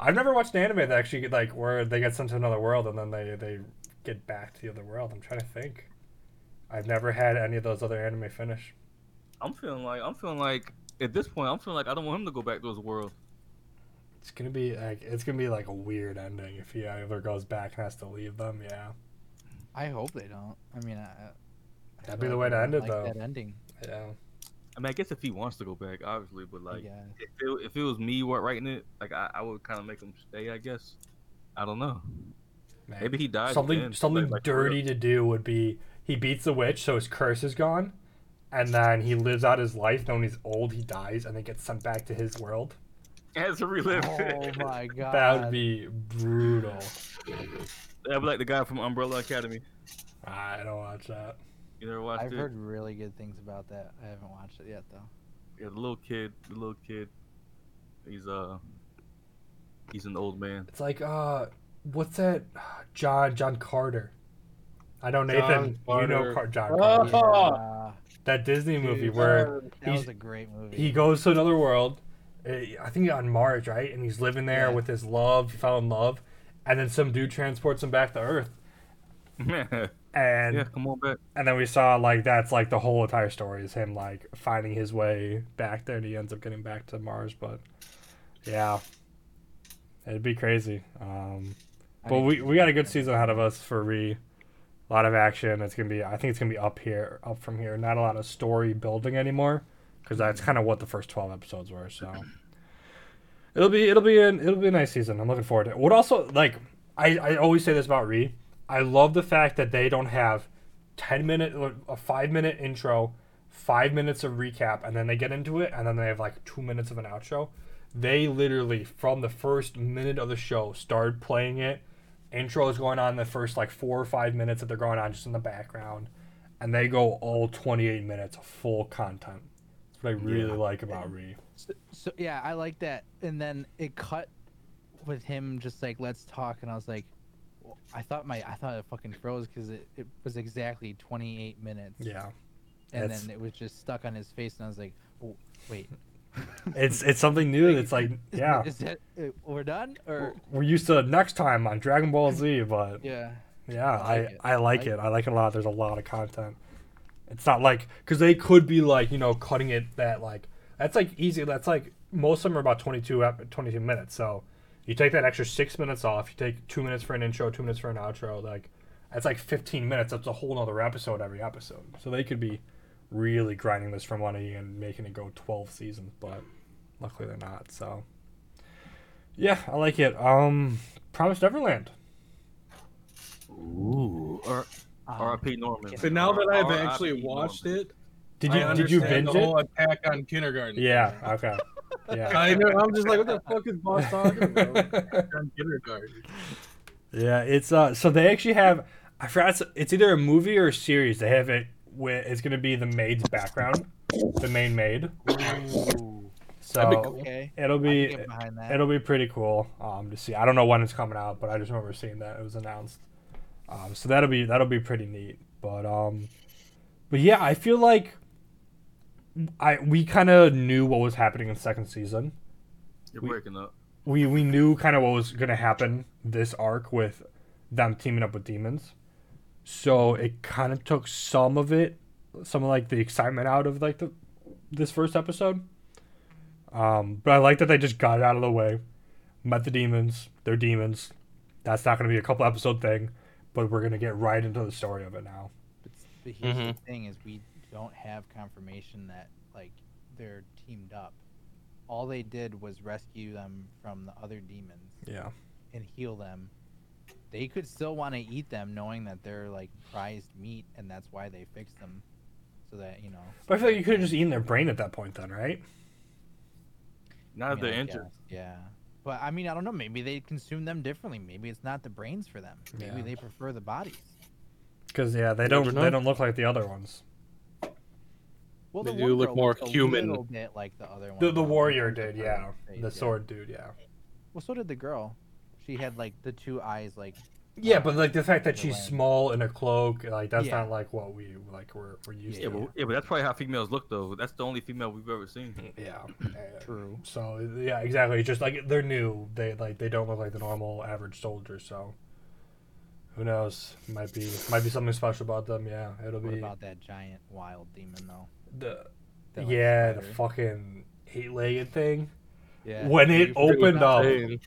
[SPEAKER 2] I've never watched an anime that actually like where they get sent to another world and then they they get back to the other world. I'm trying to think. I've never had any of those other anime finish.
[SPEAKER 3] I'm feeling like I'm feeling like at this point I'm feeling like I don't want him to go back to his world.
[SPEAKER 2] It's gonna be like it's gonna be like a weird ending if he ever goes back and has to leave them. Yeah,
[SPEAKER 4] I hope they don't. I mean, I, I
[SPEAKER 2] That'd
[SPEAKER 4] feel
[SPEAKER 2] be the
[SPEAKER 4] like
[SPEAKER 2] way
[SPEAKER 4] I
[SPEAKER 2] to end
[SPEAKER 4] wouldn't
[SPEAKER 2] it,
[SPEAKER 4] like
[SPEAKER 2] though.
[SPEAKER 4] That ending.
[SPEAKER 2] yeah.
[SPEAKER 3] I mean, I guess if he wants to go back, obviously, but
[SPEAKER 4] I
[SPEAKER 3] like
[SPEAKER 4] guess.
[SPEAKER 3] if it, if it was me wa- writing it, like I, I would kind of make him stay. I guess. I don't know.
[SPEAKER 2] Man.
[SPEAKER 3] Maybe he died.
[SPEAKER 2] something
[SPEAKER 3] again,
[SPEAKER 2] something
[SPEAKER 3] like- like,
[SPEAKER 2] dirty to do would be he beats the witch, so his curse is gone, and then he lives out his life. Then when he's old, he dies, and then gets sent back to his world.
[SPEAKER 3] Has to relive.
[SPEAKER 4] Oh my god.
[SPEAKER 2] That would be brutal.
[SPEAKER 3] That'd be like the guy from Umbrella Academy.
[SPEAKER 2] I don't watch that.
[SPEAKER 3] You never watched
[SPEAKER 4] I've
[SPEAKER 3] it?
[SPEAKER 4] heard really good things about that. I haven't watched it yet though.
[SPEAKER 3] Yeah, the little kid. The little kid. He's uh. He's an old man.
[SPEAKER 2] It's like uh, what's that? John John Carter. I know Nathan.
[SPEAKER 5] John
[SPEAKER 2] You know
[SPEAKER 5] Carter.
[SPEAKER 2] Car- John
[SPEAKER 5] Oh,
[SPEAKER 2] Carter.
[SPEAKER 5] Oh.
[SPEAKER 2] That Disney movie
[SPEAKER 5] Dude, uh,
[SPEAKER 2] where
[SPEAKER 4] Ah! uh, that
[SPEAKER 2] He's-
[SPEAKER 4] was a great movie.
[SPEAKER 2] he goes to another world uh, i think on mars right and he's living there
[SPEAKER 4] Yeah.
[SPEAKER 2] with his love he fell in love and then some dude transports him back to earth
[SPEAKER 3] yeah,
[SPEAKER 2] and
[SPEAKER 3] come on back.
[SPEAKER 2] and then we saw like that's like the whole entire story is him like finding his way back there and he ends up getting back to mars but yeah it'd be crazy um
[SPEAKER 4] I
[SPEAKER 2] but
[SPEAKER 4] mean,
[SPEAKER 2] we, we got a good season ahead of us for re a lot of action it's gonna be i think it's gonna be up here up from here not a lot of story building anymore because that's kind of what the first 12 episodes were so it'll be it'll be an it'll be a nice season i'm looking forward to it what also like i i always say this about re i love the fact that they don't have 10 minute or a five minute intro five minutes of recap and then they get into it and then they have like two minutes of an outro they literally from the first minute of the show started playing it intro is going on the first like four or five minutes that they're going on just in the background and they go all 28 minutes of full content that's what i really
[SPEAKER 3] Yeah.
[SPEAKER 2] like about re
[SPEAKER 4] So, so yeah, I like that. And then it cut with him just like let's talk, and I was like, w- I thought my I thought it fucking froze because it, it was exactly 28 minutes.
[SPEAKER 2] yeah
[SPEAKER 4] And
[SPEAKER 2] that's-
[SPEAKER 4] then it was just stuck on his face, and I was like, oh, wait.
[SPEAKER 2] it's it's something new that's like yeah
[SPEAKER 4] Is that uh, we're done or
[SPEAKER 2] we're used to next time on dragon ball z but
[SPEAKER 4] yeah?
[SPEAKER 2] Yeah,
[SPEAKER 4] I
[SPEAKER 2] I
[SPEAKER 4] like
[SPEAKER 2] I like
[SPEAKER 4] it. Like-
[SPEAKER 2] it. I like it a lot. There's a lot of content. It's not like because they could be like you know cutting it that like that's like easy. That's like most of them are about 22 ep- 22 minutes. So you take that extra six minutes off. You take two minutes for an intro, two minutes for an outro. Like that's like 15 minutes. That's a whole nother episode every episode. So they could be really grinding this for money and making it go 12 seasons. But luckily they're not. So yeah, I like it. Um, Promised Neverland.
[SPEAKER 3] Ooh. Or
[SPEAKER 4] Ah,
[SPEAKER 3] R.I.P. Norman.
[SPEAKER 5] So now that I've
[SPEAKER 3] R.I.P.
[SPEAKER 5] actually
[SPEAKER 3] Norman.
[SPEAKER 5] watched it,
[SPEAKER 2] Did
[SPEAKER 5] I
[SPEAKER 2] you did you
[SPEAKER 5] understand
[SPEAKER 2] binge
[SPEAKER 5] the
[SPEAKER 2] it?
[SPEAKER 5] whole attack on kindergarten?
[SPEAKER 2] Yeah. Okay. Yeah.
[SPEAKER 5] I know. I'm just like, what the fuck is Boss talking about? John Kindergarten.
[SPEAKER 2] yeah, it's uh so they actually have I forgot it's, it's either a movie or a series. They have it with it's gonna be the maid's background, the main maid.
[SPEAKER 5] That'd be
[SPEAKER 2] So
[SPEAKER 5] cool.
[SPEAKER 4] Okay.
[SPEAKER 2] it'll
[SPEAKER 4] I
[SPEAKER 2] be
[SPEAKER 4] can get behind that.
[SPEAKER 2] it'll be pretty cool um to see. I don't know when it's coming out, but I just remember seeing that it was announced. Um, so that'll be that'll be pretty neat. But um, but yeah, I feel like I we kind of knew what was happening in second season.
[SPEAKER 3] You're
[SPEAKER 2] We-
[SPEAKER 3] breaking up.
[SPEAKER 2] we we knew kind of what was going to happen this arc with them teaming up with demons. So it kind of took some of it, some of like the excitement out of like the this first episode. Um, but I like that they just got it out of the way. Met the demons, they're demons. That's not going to be a couple episode thing, but we're going to get right into the story of it now.
[SPEAKER 4] But, s- but here's the thing: is we don't have confirmation that like they're teamed up. All they did was rescue them from the other demons
[SPEAKER 2] Yeah.
[SPEAKER 4] and heal them. They could still want to eat them, knowing that they're like prized meat, and that's why they fixed them, so that you know.
[SPEAKER 2] But I feel like you could have just eaten their brain at that point, then, right?
[SPEAKER 3] Now that
[SPEAKER 4] I
[SPEAKER 3] they're
[SPEAKER 4] mean, I
[SPEAKER 3] injured.
[SPEAKER 4] guess, Yeah. But I mean, I don't know. Maybe they consume them differently. Maybe it's not the brains for them. Maybe
[SPEAKER 2] Yeah.
[SPEAKER 4] they prefer the bodies.
[SPEAKER 2] Because yeah, they
[SPEAKER 5] You
[SPEAKER 2] don't
[SPEAKER 5] never know.
[SPEAKER 2] they don't look like the other ones.
[SPEAKER 4] Well,
[SPEAKER 5] They do look
[SPEAKER 4] girl
[SPEAKER 5] more
[SPEAKER 4] looked a
[SPEAKER 5] human.
[SPEAKER 4] little bit like the other one.
[SPEAKER 2] The the
[SPEAKER 4] though, in
[SPEAKER 2] warrior
[SPEAKER 4] terms of
[SPEAKER 2] did,
[SPEAKER 4] her
[SPEAKER 2] yeah.
[SPEAKER 4] face,
[SPEAKER 2] The sword dude, yeah.
[SPEAKER 4] Well, so did the girl. She had like the two eyes, like
[SPEAKER 2] Yeah, but like the fact that
[SPEAKER 4] Um, the
[SPEAKER 2] she's
[SPEAKER 4] way.
[SPEAKER 2] small in a cloak, like that's
[SPEAKER 4] Yeah.
[SPEAKER 2] not like what we like we're we're used
[SPEAKER 3] Yeah,
[SPEAKER 2] to.
[SPEAKER 3] but, yeah, but that's probably how females look though. That's the only female we've ever seen.
[SPEAKER 2] Yeah. and-
[SPEAKER 4] true.
[SPEAKER 2] So yeah, exactly. It's just like they're new. They like they don't look like the normal average soldier. So who knows? Might be might be something special about them. Yeah, it'll
[SPEAKER 4] What
[SPEAKER 2] be.
[SPEAKER 4] about that giant wild demon though?
[SPEAKER 2] the,
[SPEAKER 4] That, like,
[SPEAKER 2] yeah, the
[SPEAKER 4] spider?
[SPEAKER 2] fucking eight-legged thing.
[SPEAKER 4] Yeah.
[SPEAKER 2] when it
[SPEAKER 4] you forgot
[SPEAKER 2] opened
[SPEAKER 4] about
[SPEAKER 2] up,
[SPEAKER 4] that.
[SPEAKER 5] Insane.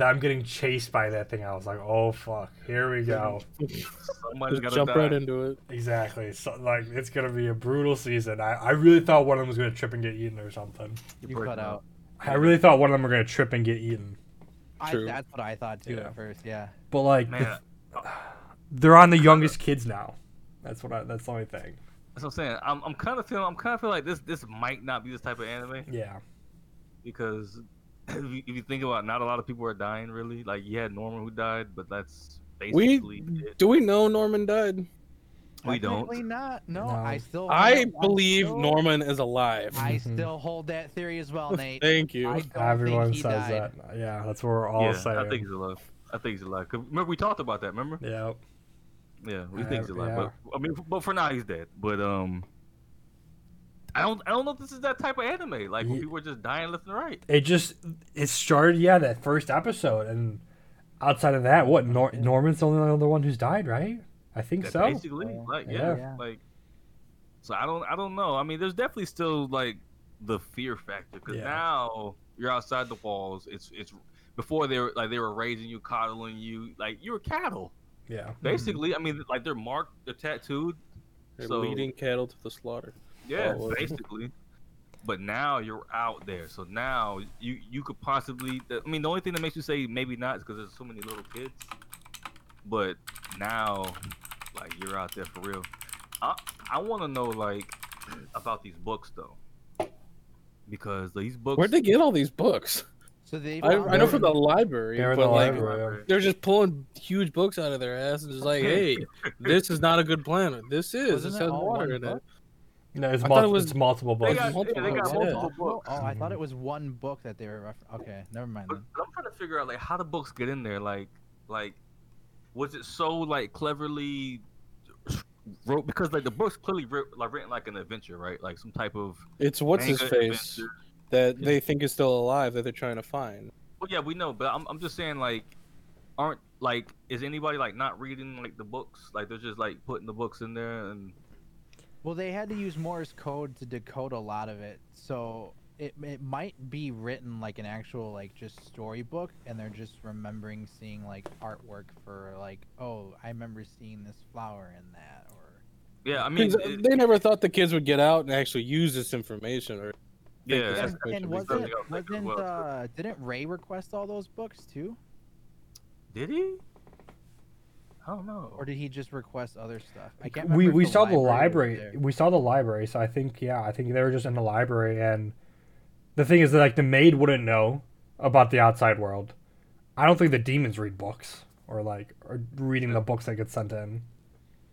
[SPEAKER 2] I'm getting chased by that thing. I was like, oh fuck, here we go.
[SPEAKER 3] Somebody's
[SPEAKER 5] Just
[SPEAKER 3] got to
[SPEAKER 5] jump
[SPEAKER 3] die.
[SPEAKER 5] right into it.
[SPEAKER 2] Exactly. So like it's gonna be a brutal season. I, I really thought one of them was gonna trip and get eaten or something.
[SPEAKER 3] You're
[SPEAKER 4] You
[SPEAKER 3] breaking
[SPEAKER 4] cut
[SPEAKER 3] up.
[SPEAKER 4] out.
[SPEAKER 2] I really thought one of them were gonna trip and get eaten.
[SPEAKER 4] I,
[SPEAKER 5] True.
[SPEAKER 4] that's what I thought too
[SPEAKER 2] Yeah.
[SPEAKER 4] at first. Yeah.
[SPEAKER 2] But like the-
[SPEAKER 3] Man, uh,
[SPEAKER 2] they're on the youngest kids now. That's what I, that's the only thing.
[SPEAKER 3] that's what I'm saying. I'm, I'm kind of feeling. I'm kind of feeling like this. This might not be this type of anime
[SPEAKER 2] Yeah.
[SPEAKER 3] because if you, if you think about, it, not a lot of people are dying really. Like you had Norman who died, but that's
[SPEAKER 5] We
[SPEAKER 3] basically it.
[SPEAKER 5] do we know Norman died?
[SPEAKER 3] We don't.
[SPEAKER 4] Technically not. No,
[SPEAKER 2] No.
[SPEAKER 4] I still.
[SPEAKER 5] I
[SPEAKER 4] I'm
[SPEAKER 5] believe
[SPEAKER 4] still-
[SPEAKER 5] Norman is alive.
[SPEAKER 4] I
[SPEAKER 2] Mhm.
[SPEAKER 4] still hold that theory as well, Nate.
[SPEAKER 5] Thank
[SPEAKER 4] I
[SPEAKER 5] you.
[SPEAKER 4] don't think
[SPEAKER 2] Everyone
[SPEAKER 4] he
[SPEAKER 2] says
[SPEAKER 4] died.
[SPEAKER 2] that. Yeah, that's what we're all
[SPEAKER 3] yeah,
[SPEAKER 2] saying.
[SPEAKER 3] I think he's alive. I think he's alive. 'Cause Remember we talked about that. Remember?
[SPEAKER 2] yeah.
[SPEAKER 3] Yeah, we
[SPEAKER 2] Yeah,
[SPEAKER 3] think he's alive.
[SPEAKER 2] yeah.
[SPEAKER 3] But I mean, but for now he's dead. But um, I don't. I don't know if this is that type of anime. Like when
[SPEAKER 2] Ye-
[SPEAKER 3] people are just dying left and right.
[SPEAKER 2] It just it started yeah, that first episode and outside of that, what Nor- Norman's the only other one who's died, right? I think
[SPEAKER 3] That
[SPEAKER 2] so.
[SPEAKER 3] basically
[SPEAKER 4] Yeah.
[SPEAKER 3] like
[SPEAKER 2] Yeah.
[SPEAKER 3] yeah,
[SPEAKER 4] Yeah.
[SPEAKER 3] like so i don't i don't know i mean there's definitely still like the fear factor because
[SPEAKER 2] Yeah.
[SPEAKER 3] now you're outside the walls it's it's before they were like they were raising you coddling you like you were cattle
[SPEAKER 2] Yeah.
[SPEAKER 3] basically i mean like they're marked they're tattooed
[SPEAKER 5] They're
[SPEAKER 3] So-
[SPEAKER 5] leading cattle to the slaughter.
[SPEAKER 3] yeah
[SPEAKER 5] Oh, well.
[SPEAKER 3] basically but now you're out there so now you you could possibly i mean the only thing that makes you say maybe not is because there's so many little kids but now like you're out there for real i i want to know like about these books though because these books
[SPEAKER 5] Where'd they get all these books?
[SPEAKER 4] So they.
[SPEAKER 5] I,
[SPEAKER 4] found
[SPEAKER 5] I know
[SPEAKER 4] her.
[SPEAKER 5] from the library,
[SPEAKER 2] They're in
[SPEAKER 5] but
[SPEAKER 2] the
[SPEAKER 5] like
[SPEAKER 2] library.
[SPEAKER 5] they're just pulling huge books out of their ass and just like, hey, this is not a good planet. This is.
[SPEAKER 4] Wasn't
[SPEAKER 5] this
[SPEAKER 4] it
[SPEAKER 5] has
[SPEAKER 4] all
[SPEAKER 5] water
[SPEAKER 4] one
[SPEAKER 5] in it.
[SPEAKER 4] book?
[SPEAKER 2] No, it's,
[SPEAKER 5] I thought
[SPEAKER 2] mul-
[SPEAKER 5] it was-
[SPEAKER 2] it's multiple
[SPEAKER 3] They
[SPEAKER 2] books.
[SPEAKER 3] got, yeah, they got
[SPEAKER 5] Multiple
[SPEAKER 3] multiple
[SPEAKER 4] books.
[SPEAKER 3] books
[SPEAKER 4] Oh, I
[SPEAKER 2] Mm-hmm.
[SPEAKER 4] thought it was one book that they were. Refer- okay, never mind.
[SPEAKER 3] But
[SPEAKER 4] Then.
[SPEAKER 3] I'm trying to figure out like how the books get in there. Like, like was it so like cleverly wrote because like the books clearly writ, like written like an adventure, right? Like some type of
[SPEAKER 5] It's what's his
[SPEAKER 3] manga
[SPEAKER 5] face
[SPEAKER 3] adventure.
[SPEAKER 5] that
[SPEAKER 3] Yeah.
[SPEAKER 5] they think is still alive that they're trying to find.
[SPEAKER 3] Well, yeah, we know, but I'm I'm just saying like aren't like is anybody like not reading like the books? Like they're just like putting the books in there and
[SPEAKER 4] Well, they had to use Morse code to decode a lot of it, so it it might be written like an actual like just storybook, and they're just remembering seeing like artwork for like, oh, I remember seeing this flower in that, or
[SPEAKER 3] yeah, I mean,
[SPEAKER 5] 'Cause
[SPEAKER 3] it-
[SPEAKER 5] they never thought the kids would get out and actually use this information. Or
[SPEAKER 3] yeah, that's-
[SPEAKER 4] and,
[SPEAKER 5] that's
[SPEAKER 4] and
[SPEAKER 5] basically
[SPEAKER 4] wasn't
[SPEAKER 3] something I was thinking as
[SPEAKER 4] wasn't
[SPEAKER 3] well.
[SPEAKER 4] uh, didn't Ray request all those books too,
[SPEAKER 3] did he? I don't know.
[SPEAKER 4] or did he just request other stuff? I can't.
[SPEAKER 2] we
[SPEAKER 4] remember if
[SPEAKER 2] we saw the
[SPEAKER 4] was
[SPEAKER 2] library.
[SPEAKER 4] there.
[SPEAKER 2] We saw the library, so I think yeah, I think they were just in the library and the thing is that like the maid wouldn't know about the outside world. I don't think the demons read books or like or reading the books that get sent in.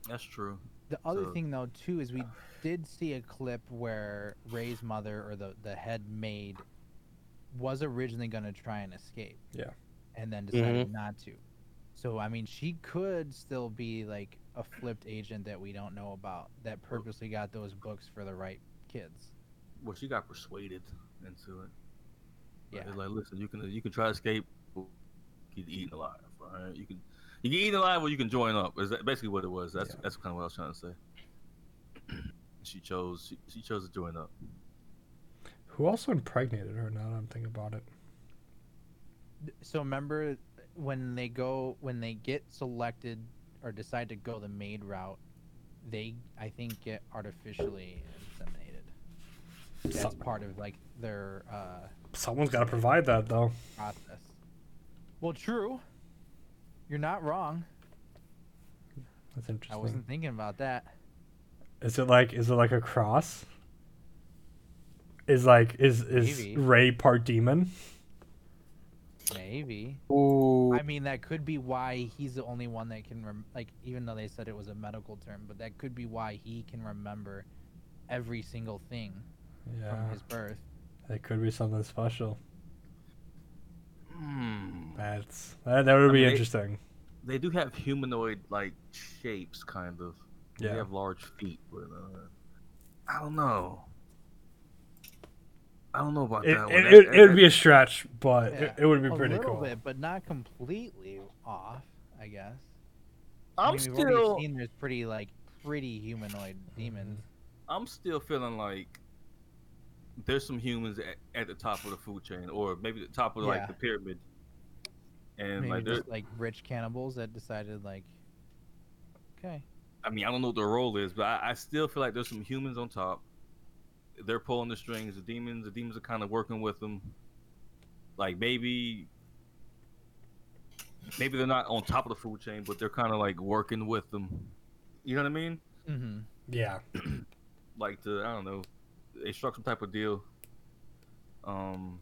[SPEAKER 3] That's true.
[SPEAKER 4] The other
[SPEAKER 3] So-
[SPEAKER 4] thing though too is we did see a clip where Ray's mother or the the head maid was originally going to try and escape.
[SPEAKER 2] Yeah.
[SPEAKER 4] And then decided not to. So I mean, she could still be like a flipped agent that we don't know about that purposely got those books for the right kids.
[SPEAKER 3] Well, she got persuaded into it.
[SPEAKER 4] Yeah.
[SPEAKER 3] It's like, listen, you can you can try to escape, you get eaten alive. All right, you can you get eaten alive, or you can join up. Is that basically what it was? That's that's kind of what I was trying to say. she chose she, she chose to join up.
[SPEAKER 2] Who also impregnated her? Now that I'm thinking about it.
[SPEAKER 4] So remember when they go when they get selected or decide to go the maid route, they I think get artificially inseminated. That's
[SPEAKER 2] Some-
[SPEAKER 4] part of like their uh,
[SPEAKER 2] someone's got to provide that though.
[SPEAKER 4] process. Well, true. You're not wrong.
[SPEAKER 2] That's
[SPEAKER 4] I
[SPEAKER 2] interesting.
[SPEAKER 4] wasn't thinking about that.
[SPEAKER 2] Is it like is it like a cross? Is like is is
[SPEAKER 4] Maybe.
[SPEAKER 2] Ray part demon?
[SPEAKER 4] Maybe.
[SPEAKER 5] Ooh.
[SPEAKER 4] I mean, that could be why he's the only one that can rem- like. Even though they said it was a medical term, but that could be why he can remember every single thing from
[SPEAKER 2] Yeah,
[SPEAKER 4] his birth.
[SPEAKER 2] it could be something special.
[SPEAKER 3] Hmm.
[SPEAKER 2] That's that, that would be
[SPEAKER 3] mean, they-
[SPEAKER 2] interesting.
[SPEAKER 3] They do have humanoid like shapes, kind of.
[SPEAKER 2] Yeah,
[SPEAKER 3] They have large feet, but uh, I don't know. I don't know about
[SPEAKER 2] it,
[SPEAKER 3] that one.
[SPEAKER 2] it,
[SPEAKER 3] That-
[SPEAKER 2] it,
[SPEAKER 3] that-
[SPEAKER 2] it would be a stretch, but it,
[SPEAKER 4] Yeah,
[SPEAKER 2] it would be
[SPEAKER 4] a
[SPEAKER 2] pretty
[SPEAKER 4] little
[SPEAKER 2] cool.
[SPEAKER 4] bit, but not completely off, I guess. I
[SPEAKER 3] I'm
[SPEAKER 4] mean, we've already
[SPEAKER 3] still
[SPEAKER 4] Seen there's pretty like pretty humanoid demons.
[SPEAKER 3] I'm still feeling like there's some humans at, at the top of the food chain, or maybe the top of
[SPEAKER 4] Yeah.
[SPEAKER 3] like the pyramid. And
[SPEAKER 4] Maybe
[SPEAKER 3] like, they're-
[SPEAKER 4] just like rich cannibals that decided like, okay,
[SPEAKER 3] I mean, I don't know what their role is, but I, I still feel like there's some humans on top. They're pulling the strings. The demons, the demons are kind of working with them. Like maybe, maybe they're not on top of the food chain, but they're kind of like working with them. You know what I mean?
[SPEAKER 4] mm-hmm.
[SPEAKER 2] Yeah,
[SPEAKER 3] like the I don't know, they struck some type of deal. Um.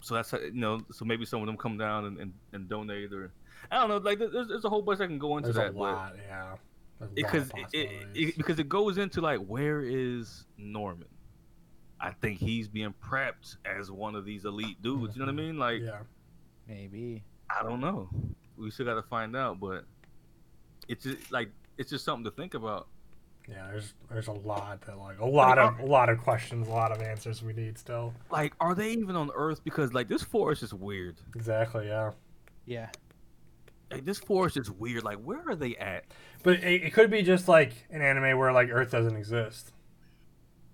[SPEAKER 3] So that's how- you know, so maybe some of them come down and, and, and donate or I don't know, like there- there's, there's a whole bunch I can go into
[SPEAKER 2] there's a
[SPEAKER 3] that,
[SPEAKER 2] lot. Yeah, There's a lot of
[SPEAKER 3] but because it, it,
[SPEAKER 2] possibilities.
[SPEAKER 3] it, because it goes into like where is Norman? I think he's being prepped as one of these elite dudes. You know what I mean? Like
[SPEAKER 2] yeah,
[SPEAKER 4] maybe.
[SPEAKER 3] I don't know. We still got to find out, but it's just, like it's just something to think about.
[SPEAKER 2] yeah. There's there's a lot that like a lot of a lot of questions, a lot of answers we need still.
[SPEAKER 3] Like, are they even on Earth? Because like this forest is weird.
[SPEAKER 2] Exactly. Yeah.
[SPEAKER 4] Yeah,
[SPEAKER 3] Like this forest is weird. Like where are they at?
[SPEAKER 2] But it, it could be just like an anime where like Earth doesn't exist.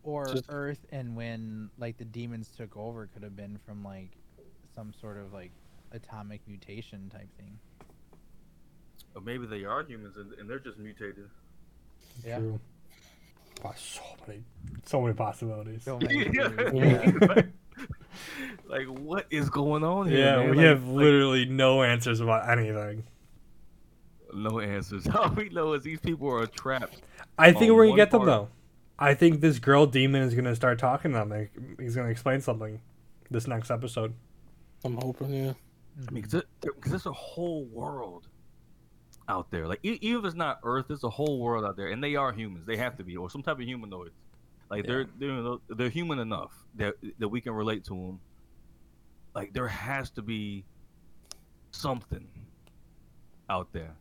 [SPEAKER 4] or
[SPEAKER 5] Just-
[SPEAKER 4] Earth and when like the demons took over could have been from like some sort of like atomic mutation type thing.
[SPEAKER 3] Or maybe they are humans and, and they're just mutated.
[SPEAKER 4] Yeah.
[SPEAKER 2] True. Wow, so many, so many possibilities.
[SPEAKER 4] So many theories.
[SPEAKER 2] Yeah.
[SPEAKER 3] like, like, what is going on here?
[SPEAKER 2] Yeah,
[SPEAKER 3] man?
[SPEAKER 2] we
[SPEAKER 3] Like-
[SPEAKER 2] have literally no answers about anything.
[SPEAKER 3] no answers. All we know is these people are trapped.
[SPEAKER 2] I think
[SPEAKER 3] on
[SPEAKER 2] we're gonna
[SPEAKER 3] one
[SPEAKER 2] get them
[SPEAKER 3] part.
[SPEAKER 2] though. I think this girl demon is gonna start talking to them. Like, he's gonna explain something this next episode.
[SPEAKER 5] I'm hoping, yeah.
[SPEAKER 4] Mm-hmm.
[SPEAKER 3] I mean, because there's a whole world out there. Like, e- even if it's not Earth, there's a whole world out there, and they are humans. They have to be, or some type of humanoids. Like they're they're they're human enough that that we can relate to them. Like there has to be something out there.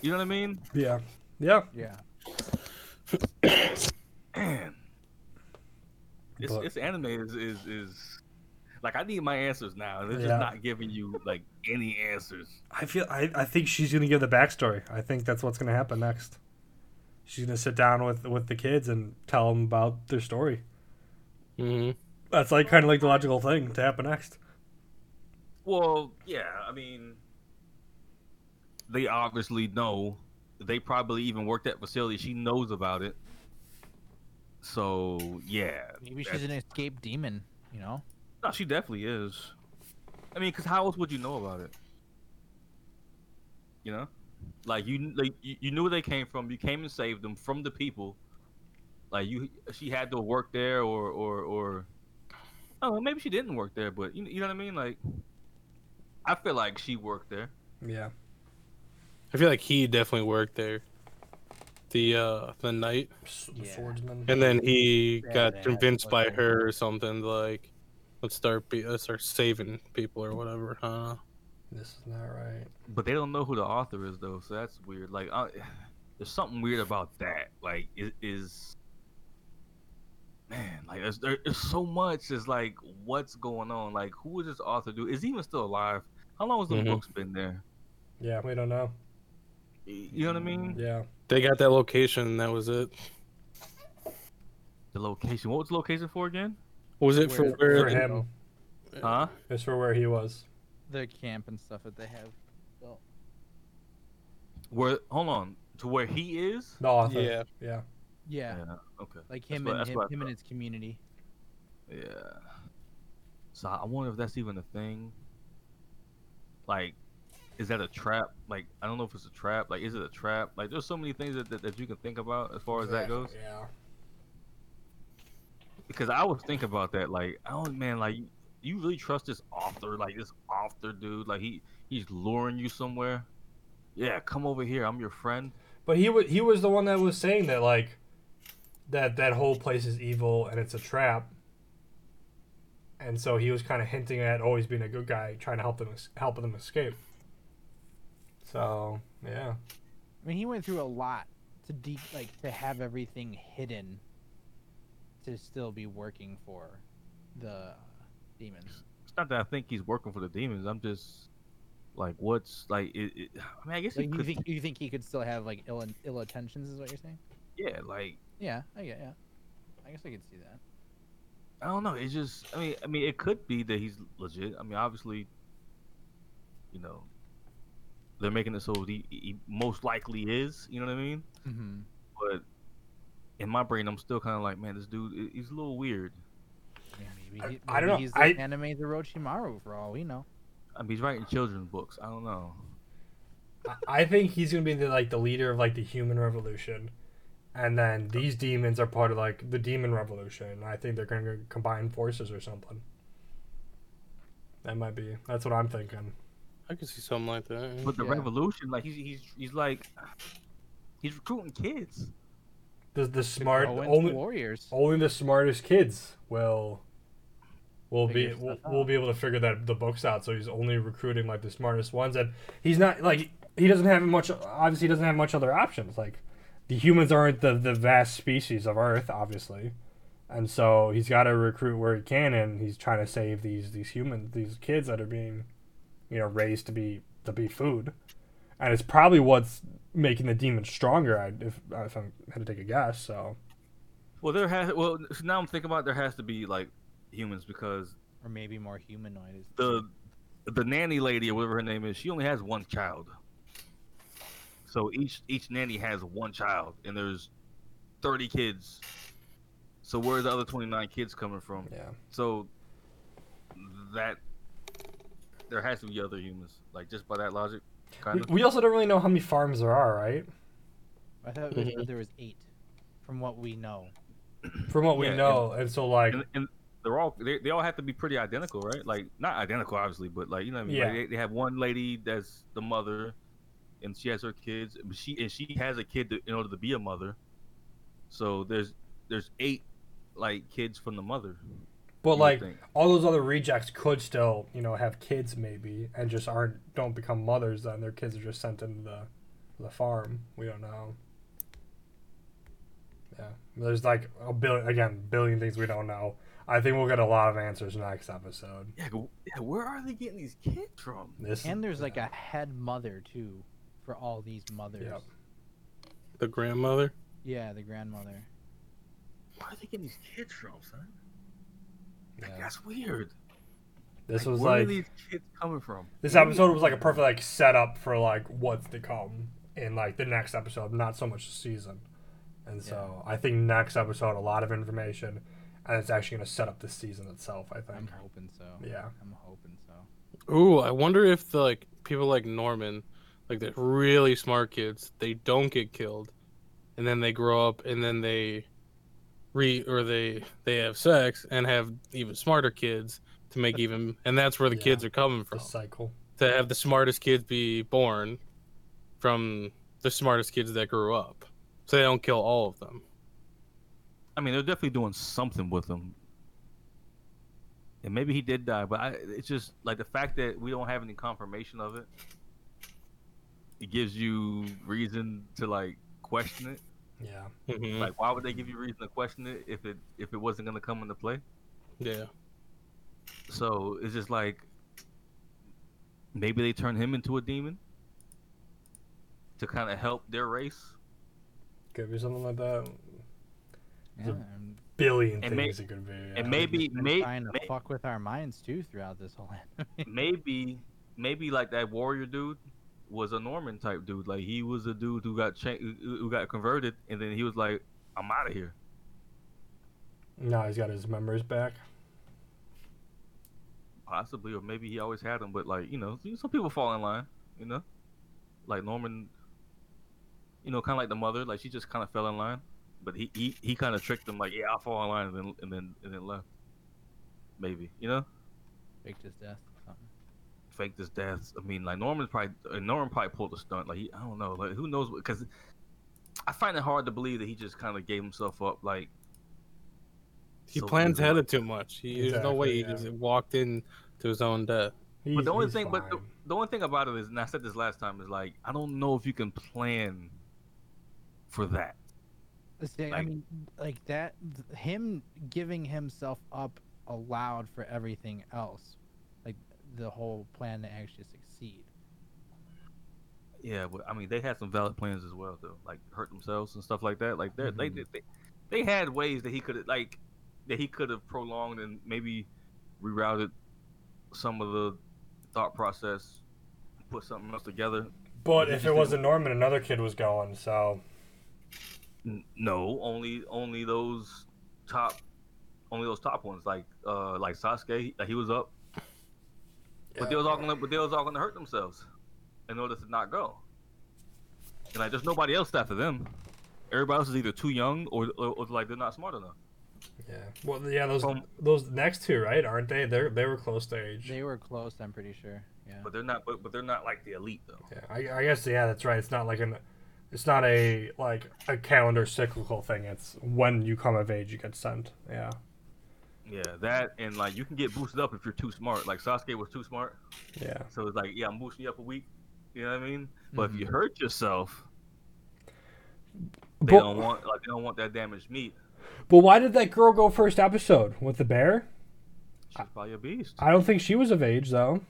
[SPEAKER 3] You know what I mean?
[SPEAKER 2] Yeah, yeah.
[SPEAKER 4] yeah.
[SPEAKER 3] Man, it's,
[SPEAKER 2] But-
[SPEAKER 3] it's anime is, is is like I need my answers now, and it's
[SPEAKER 2] Yeah.
[SPEAKER 3] just not giving you like any answers.
[SPEAKER 2] I feel. I, I think she's gonna give the backstory. I think that's what's gonna happen next. She's gonna sit down with with the kids and tell them about their story.
[SPEAKER 5] Mm-hmm.
[SPEAKER 2] That's like kind of like the logical thing to happen next.
[SPEAKER 3] Well, yeah, I mean, they obviously know. They probably even work that facility. She knows about it. So yeah,
[SPEAKER 4] Maybe she's an escaped demon. You know.
[SPEAKER 3] no, she definitely is. I mean, because how else would you know about it? You know, like you, like you, you knew where they came from. You came and saved them from the people. Like you, she had to work there, or or or Oh, maybe she didn't work there, but you, you know what I mean? Like, I feel like she worked there.
[SPEAKER 2] Yeah.
[SPEAKER 5] I feel like he definitely worked there. The uh the night.
[SPEAKER 2] S-
[SPEAKER 4] Yeah.
[SPEAKER 2] Swordsman.
[SPEAKER 5] And then he
[SPEAKER 4] Yeah, they
[SPEAKER 5] got
[SPEAKER 4] had
[SPEAKER 5] convinced by
[SPEAKER 4] like a-
[SPEAKER 5] her or something like let's start be let's start saving people or whatever. Huh?
[SPEAKER 2] this is not right.
[SPEAKER 3] But they don't know who the author is though, so that's weird. Like, I, there's something weird about that. Like, it is man, like there's, there- there's so much. Is like, what's going on? Like, who is this author? Do is he even still alive? How long has the
[SPEAKER 5] Mhm.
[SPEAKER 3] book's been there?
[SPEAKER 2] Yeah, we don't know.
[SPEAKER 3] Y- You know what I mean?
[SPEAKER 2] Yeah.
[SPEAKER 5] They got that location and that was it.
[SPEAKER 3] The location. What was the location for again?
[SPEAKER 5] Was it for
[SPEAKER 4] Where-
[SPEAKER 5] where
[SPEAKER 2] For
[SPEAKER 5] the-
[SPEAKER 2] him.
[SPEAKER 3] Huh?
[SPEAKER 5] Uh,
[SPEAKER 2] It's for where he was.
[SPEAKER 4] The camp and stuff that they have. built.
[SPEAKER 3] Where? Hold on. To where he is?
[SPEAKER 2] The author.
[SPEAKER 5] Yeah.
[SPEAKER 2] Yeah.
[SPEAKER 4] Yeah,
[SPEAKER 3] Okay.
[SPEAKER 4] like him
[SPEAKER 3] what-
[SPEAKER 4] and
[SPEAKER 3] that's
[SPEAKER 4] him,
[SPEAKER 3] what I
[SPEAKER 4] him
[SPEAKER 3] thought.
[SPEAKER 4] and his community.
[SPEAKER 3] Yeah. So I wonder if that's even a thing. Like, is that a trap? Like, I don't know if it's a trap. Like, is it a trap? Like, there's so many things that, that, that you can think about as far as that goes.
[SPEAKER 2] Yeah.
[SPEAKER 3] Because I was thinking about that. Like, I don't, man, like, you really trust this author? Like, this author dude? Like, he he's luring you somewhere? Yeah, come over here. I'm your friend.
[SPEAKER 2] But he was he was the one that was saying that like that that whole place is evil and it's a trap. And so he was kind of hinting at always being a good guy, trying to help them es- help them escape. So yeah,
[SPEAKER 4] I mean, he went through a lot to de- like to have everything hidden to still be working for the demons.
[SPEAKER 3] It's not that I think he's working for the demons. I'm just like, what's like? It, it, I mean, I guess he
[SPEAKER 4] Like, you
[SPEAKER 3] could.
[SPEAKER 4] think you think he could still have like ill ill intentions? Is what you're saying?
[SPEAKER 3] yeah, like.
[SPEAKER 4] Yeah, I get yeah. I guess I could see that.
[SPEAKER 3] I don't know. It's just. I mean. I mean. It could be that he's legit. I mean, obviously. You know. They're making it so he, he most likely is. You know what I mean?
[SPEAKER 4] Mm-hmm.
[SPEAKER 3] But in my brain, I'm still kind of like, man, this dude. i- He's a little weird.
[SPEAKER 4] Maybe,
[SPEAKER 2] I-
[SPEAKER 4] he,
[SPEAKER 2] I don't
[SPEAKER 4] maybe
[SPEAKER 2] know,
[SPEAKER 4] he's
[SPEAKER 2] I-
[SPEAKER 4] the anime the Orochimaru for all we know.
[SPEAKER 3] I mean, he's writing children's books. I don't know.
[SPEAKER 2] I- I think he's gonna be the, like the leader of like the human revolution, and then these demons are part of like the demon revolution. and I think they're gonna combine forces or something. That might be. That's what I'm thinking.
[SPEAKER 5] I could see something like that. yeah.
[SPEAKER 3] But the
[SPEAKER 4] Yeah.
[SPEAKER 3] revolution, like he's he's he's like. He's recruiting kids.
[SPEAKER 2] The the smart
[SPEAKER 4] Owen's
[SPEAKER 2] only
[SPEAKER 4] warriors.
[SPEAKER 2] only the smartest kids will will be
[SPEAKER 4] Figure
[SPEAKER 2] will,
[SPEAKER 4] stuff
[SPEAKER 2] will be able to figure that the books out so he's only recruiting like the smartest ones and he's not like he doesn't have much obviously he doesn't have much other options like the humans aren't the, the vast species of earth obviously and so he's got to recruit where he can and he's trying to save these these humans these kids that are being you know raised to be to be food and it's probably what's making the demons stronger I- if if i'm had to take a guess so
[SPEAKER 3] Well, there has. Well, so now I'm thinking about there has to be like humans because
[SPEAKER 4] or maybe more humanoid. is-
[SPEAKER 3] the the nanny lady or whatever her name is, she only has one child. So each each nanny has one child, and there's thirty kids. So where are the other twenty nine kids coming from?
[SPEAKER 2] yeah
[SPEAKER 3] So that there has to be other humans, like just by that logic, kind
[SPEAKER 2] We-
[SPEAKER 3] of.
[SPEAKER 2] We also don't really know how many farms there are, right?
[SPEAKER 4] I thought it was,
[SPEAKER 2] Mm-hmm.
[SPEAKER 4] that there was eight, from what we know.
[SPEAKER 2] From what we
[SPEAKER 3] Yeah,
[SPEAKER 2] know, and so like,
[SPEAKER 3] And, and they're all they, they all have to be pretty identical, right? Like not identical, obviously, but like you know what I mean. Like,
[SPEAKER 2] Yeah.
[SPEAKER 3] they, they have one lady that's the mother, and she has her kids. But she and she has a kid to, in order to be a mother. So there's there's eight like kids from the mother. you
[SPEAKER 2] but
[SPEAKER 3] would
[SPEAKER 2] like
[SPEAKER 3] think.
[SPEAKER 2] all those other rejects could still, you know, have kids maybe, and just aren't don't become mothers. Then their kids are just sent into the the farm. We don't know. Yeah, there's like a billion again, billion things we don't know. I think we'll get a lot of answers next episode.
[SPEAKER 3] yeah, go- yeah, where are they getting these kids from?
[SPEAKER 2] This
[SPEAKER 4] And there's like a head mother too, for all these mothers.
[SPEAKER 2] Yep.
[SPEAKER 5] the grandmother.
[SPEAKER 4] Yeah, the grandmother.
[SPEAKER 3] Where are they getting these kids from, son? Like,
[SPEAKER 4] Yeah.
[SPEAKER 3] that's weird.
[SPEAKER 2] this
[SPEAKER 3] Like,
[SPEAKER 2] was
[SPEAKER 3] where are
[SPEAKER 2] like
[SPEAKER 3] these kids coming from?
[SPEAKER 2] this episode was like a perfect like setup for like what's to come in like the next episode, not so much the season. And so I think next episode a lot of information and it's actually gonna set up the season itself, I
[SPEAKER 4] I'm
[SPEAKER 2] think.
[SPEAKER 4] hoping so.
[SPEAKER 2] Yeah.
[SPEAKER 4] I'm hoping so.
[SPEAKER 5] Ooh, I wonder if the, like people like Norman, like the really smart kids, they don't get killed, and then they grow up, and then they re or they they have sex and have even smarter kids to make even and that's where the
[SPEAKER 2] Yeah.
[SPEAKER 5] kids are coming
[SPEAKER 2] The
[SPEAKER 5] from
[SPEAKER 2] cycle.
[SPEAKER 5] to have the smartest kids be born from the smartest kids that grew up so they don't kill all of them
[SPEAKER 3] I mean, they're definitely doing something with him. And maybe he did die, but I, it's just like the fact that we don't have any confirmation of it. It gives you reason to like question it.
[SPEAKER 2] Yeah. Mm-hmm.
[SPEAKER 5] Mhm.
[SPEAKER 3] Like, why would they give you reason to question it if it if it wasn't gonna come into play?
[SPEAKER 5] yeah
[SPEAKER 3] So it's just like maybe they turn him into a demon to kind of help their race.
[SPEAKER 2] Could be something like that.
[SPEAKER 4] Yeah, and
[SPEAKER 2] Billion
[SPEAKER 3] And may-
[SPEAKER 2] things it could be. Yeah.
[SPEAKER 3] and maybe,
[SPEAKER 4] been
[SPEAKER 3] may,
[SPEAKER 4] trying to
[SPEAKER 3] may-
[SPEAKER 4] fuck with our minds too throughout this whole anime.
[SPEAKER 3] maybe maybe like that warrior dude was a Norman type dude. Like he was a dude who got cha- who who got converted, and then he was like, "I'm out of here."
[SPEAKER 2] No, he's got his memories back.
[SPEAKER 3] possibly, or maybe he always had them. But like you know, some people fall in line. You know, like Norman. You know, kind of like the mother, like she just kind of fell in line, but he he, he kind of tricked them, like yeah, I'll fall in line, and then and then and then left. Maybe you know,
[SPEAKER 4] Faked his death. or something.
[SPEAKER 3] faked his death. I mean, like Norman probably uh, Norman probably pulled a stunt. Like he, I don't know, like who knows? Because I find it hard to believe that he just kind of gave himself up. Like
[SPEAKER 5] he
[SPEAKER 3] So
[SPEAKER 5] plans
[SPEAKER 3] he's
[SPEAKER 5] ahead of too much he, there's no
[SPEAKER 2] Exactly,
[SPEAKER 5] way he
[SPEAKER 2] yeah.
[SPEAKER 5] just walked in to his own death
[SPEAKER 2] He's,
[SPEAKER 3] But the only
[SPEAKER 2] he's
[SPEAKER 3] thing, but the,
[SPEAKER 2] fine.
[SPEAKER 3] the only thing about it is, and I said this last time, is like I don't know if you can plan for that.
[SPEAKER 4] See, I
[SPEAKER 3] Like-
[SPEAKER 4] mean, like that, th- him giving himself up allowed for everything else, like the whole plan to actually succeed.
[SPEAKER 3] Yeah, but I mean, they had some valid plans as well, though, like hurt themselves and stuff like that. Like they they,
[SPEAKER 2] Mhm.
[SPEAKER 3] did- they they had ways that he could like that he could have prolonged and maybe rerouted some of the thought process, put something else together.
[SPEAKER 2] But
[SPEAKER 3] Did
[SPEAKER 2] if
[SPEAKER 3] you
[SPEAKER 2] it
[SPEAKER 3] think-
[SPEAKER 2] wasn't Norman, another kid was going. So
[SPEAKER 3] N- No, only only those top, only those top ones. Like uh, like Sasuke, he- like he was up, but they was all gonna, but they was all gonna hurt themselves in order to not go. And like, there's nobody else after them. Everybody else is either too young or, or, or like they're not smart enough.
[SPEAKER 2] yeah. Well, yeah. Those
[SPEAKER 3] From-
[SPEAKER 2] those next two, right? Aren't they? They they were close to age.
[SPEAKER 4] They were close, I'm pretty sure. Yeah.
[SPEAKER 3] But they're not, but, but they're not like the elite though.
[SPEAKER 2] yeah. I, I guess yeah. That's right. It's not like an. It's not a like a calendar cyclical thing. It's when you come of age, you get sent. Yeah.
[SPEAKER 3] Yeah, that and like you can get boosted up if you're too smart. Like Sasuke was too smart,
[SPEAKER 2] Yeah.
[SPEAKER 3] so it's like, yeah, I'm boosting you up a week. You know what I mean? But if you hurt yourself, they
[SPEAKER 2] But-
[SPEAKER 3] don't want like they don't want that damaged meat.
[SPEAKER 2] But why did that girl go first episode with the bear?
[SPEAKER 3] She's probably a beast.
[SPEAKER 2] I don't think she was of age though.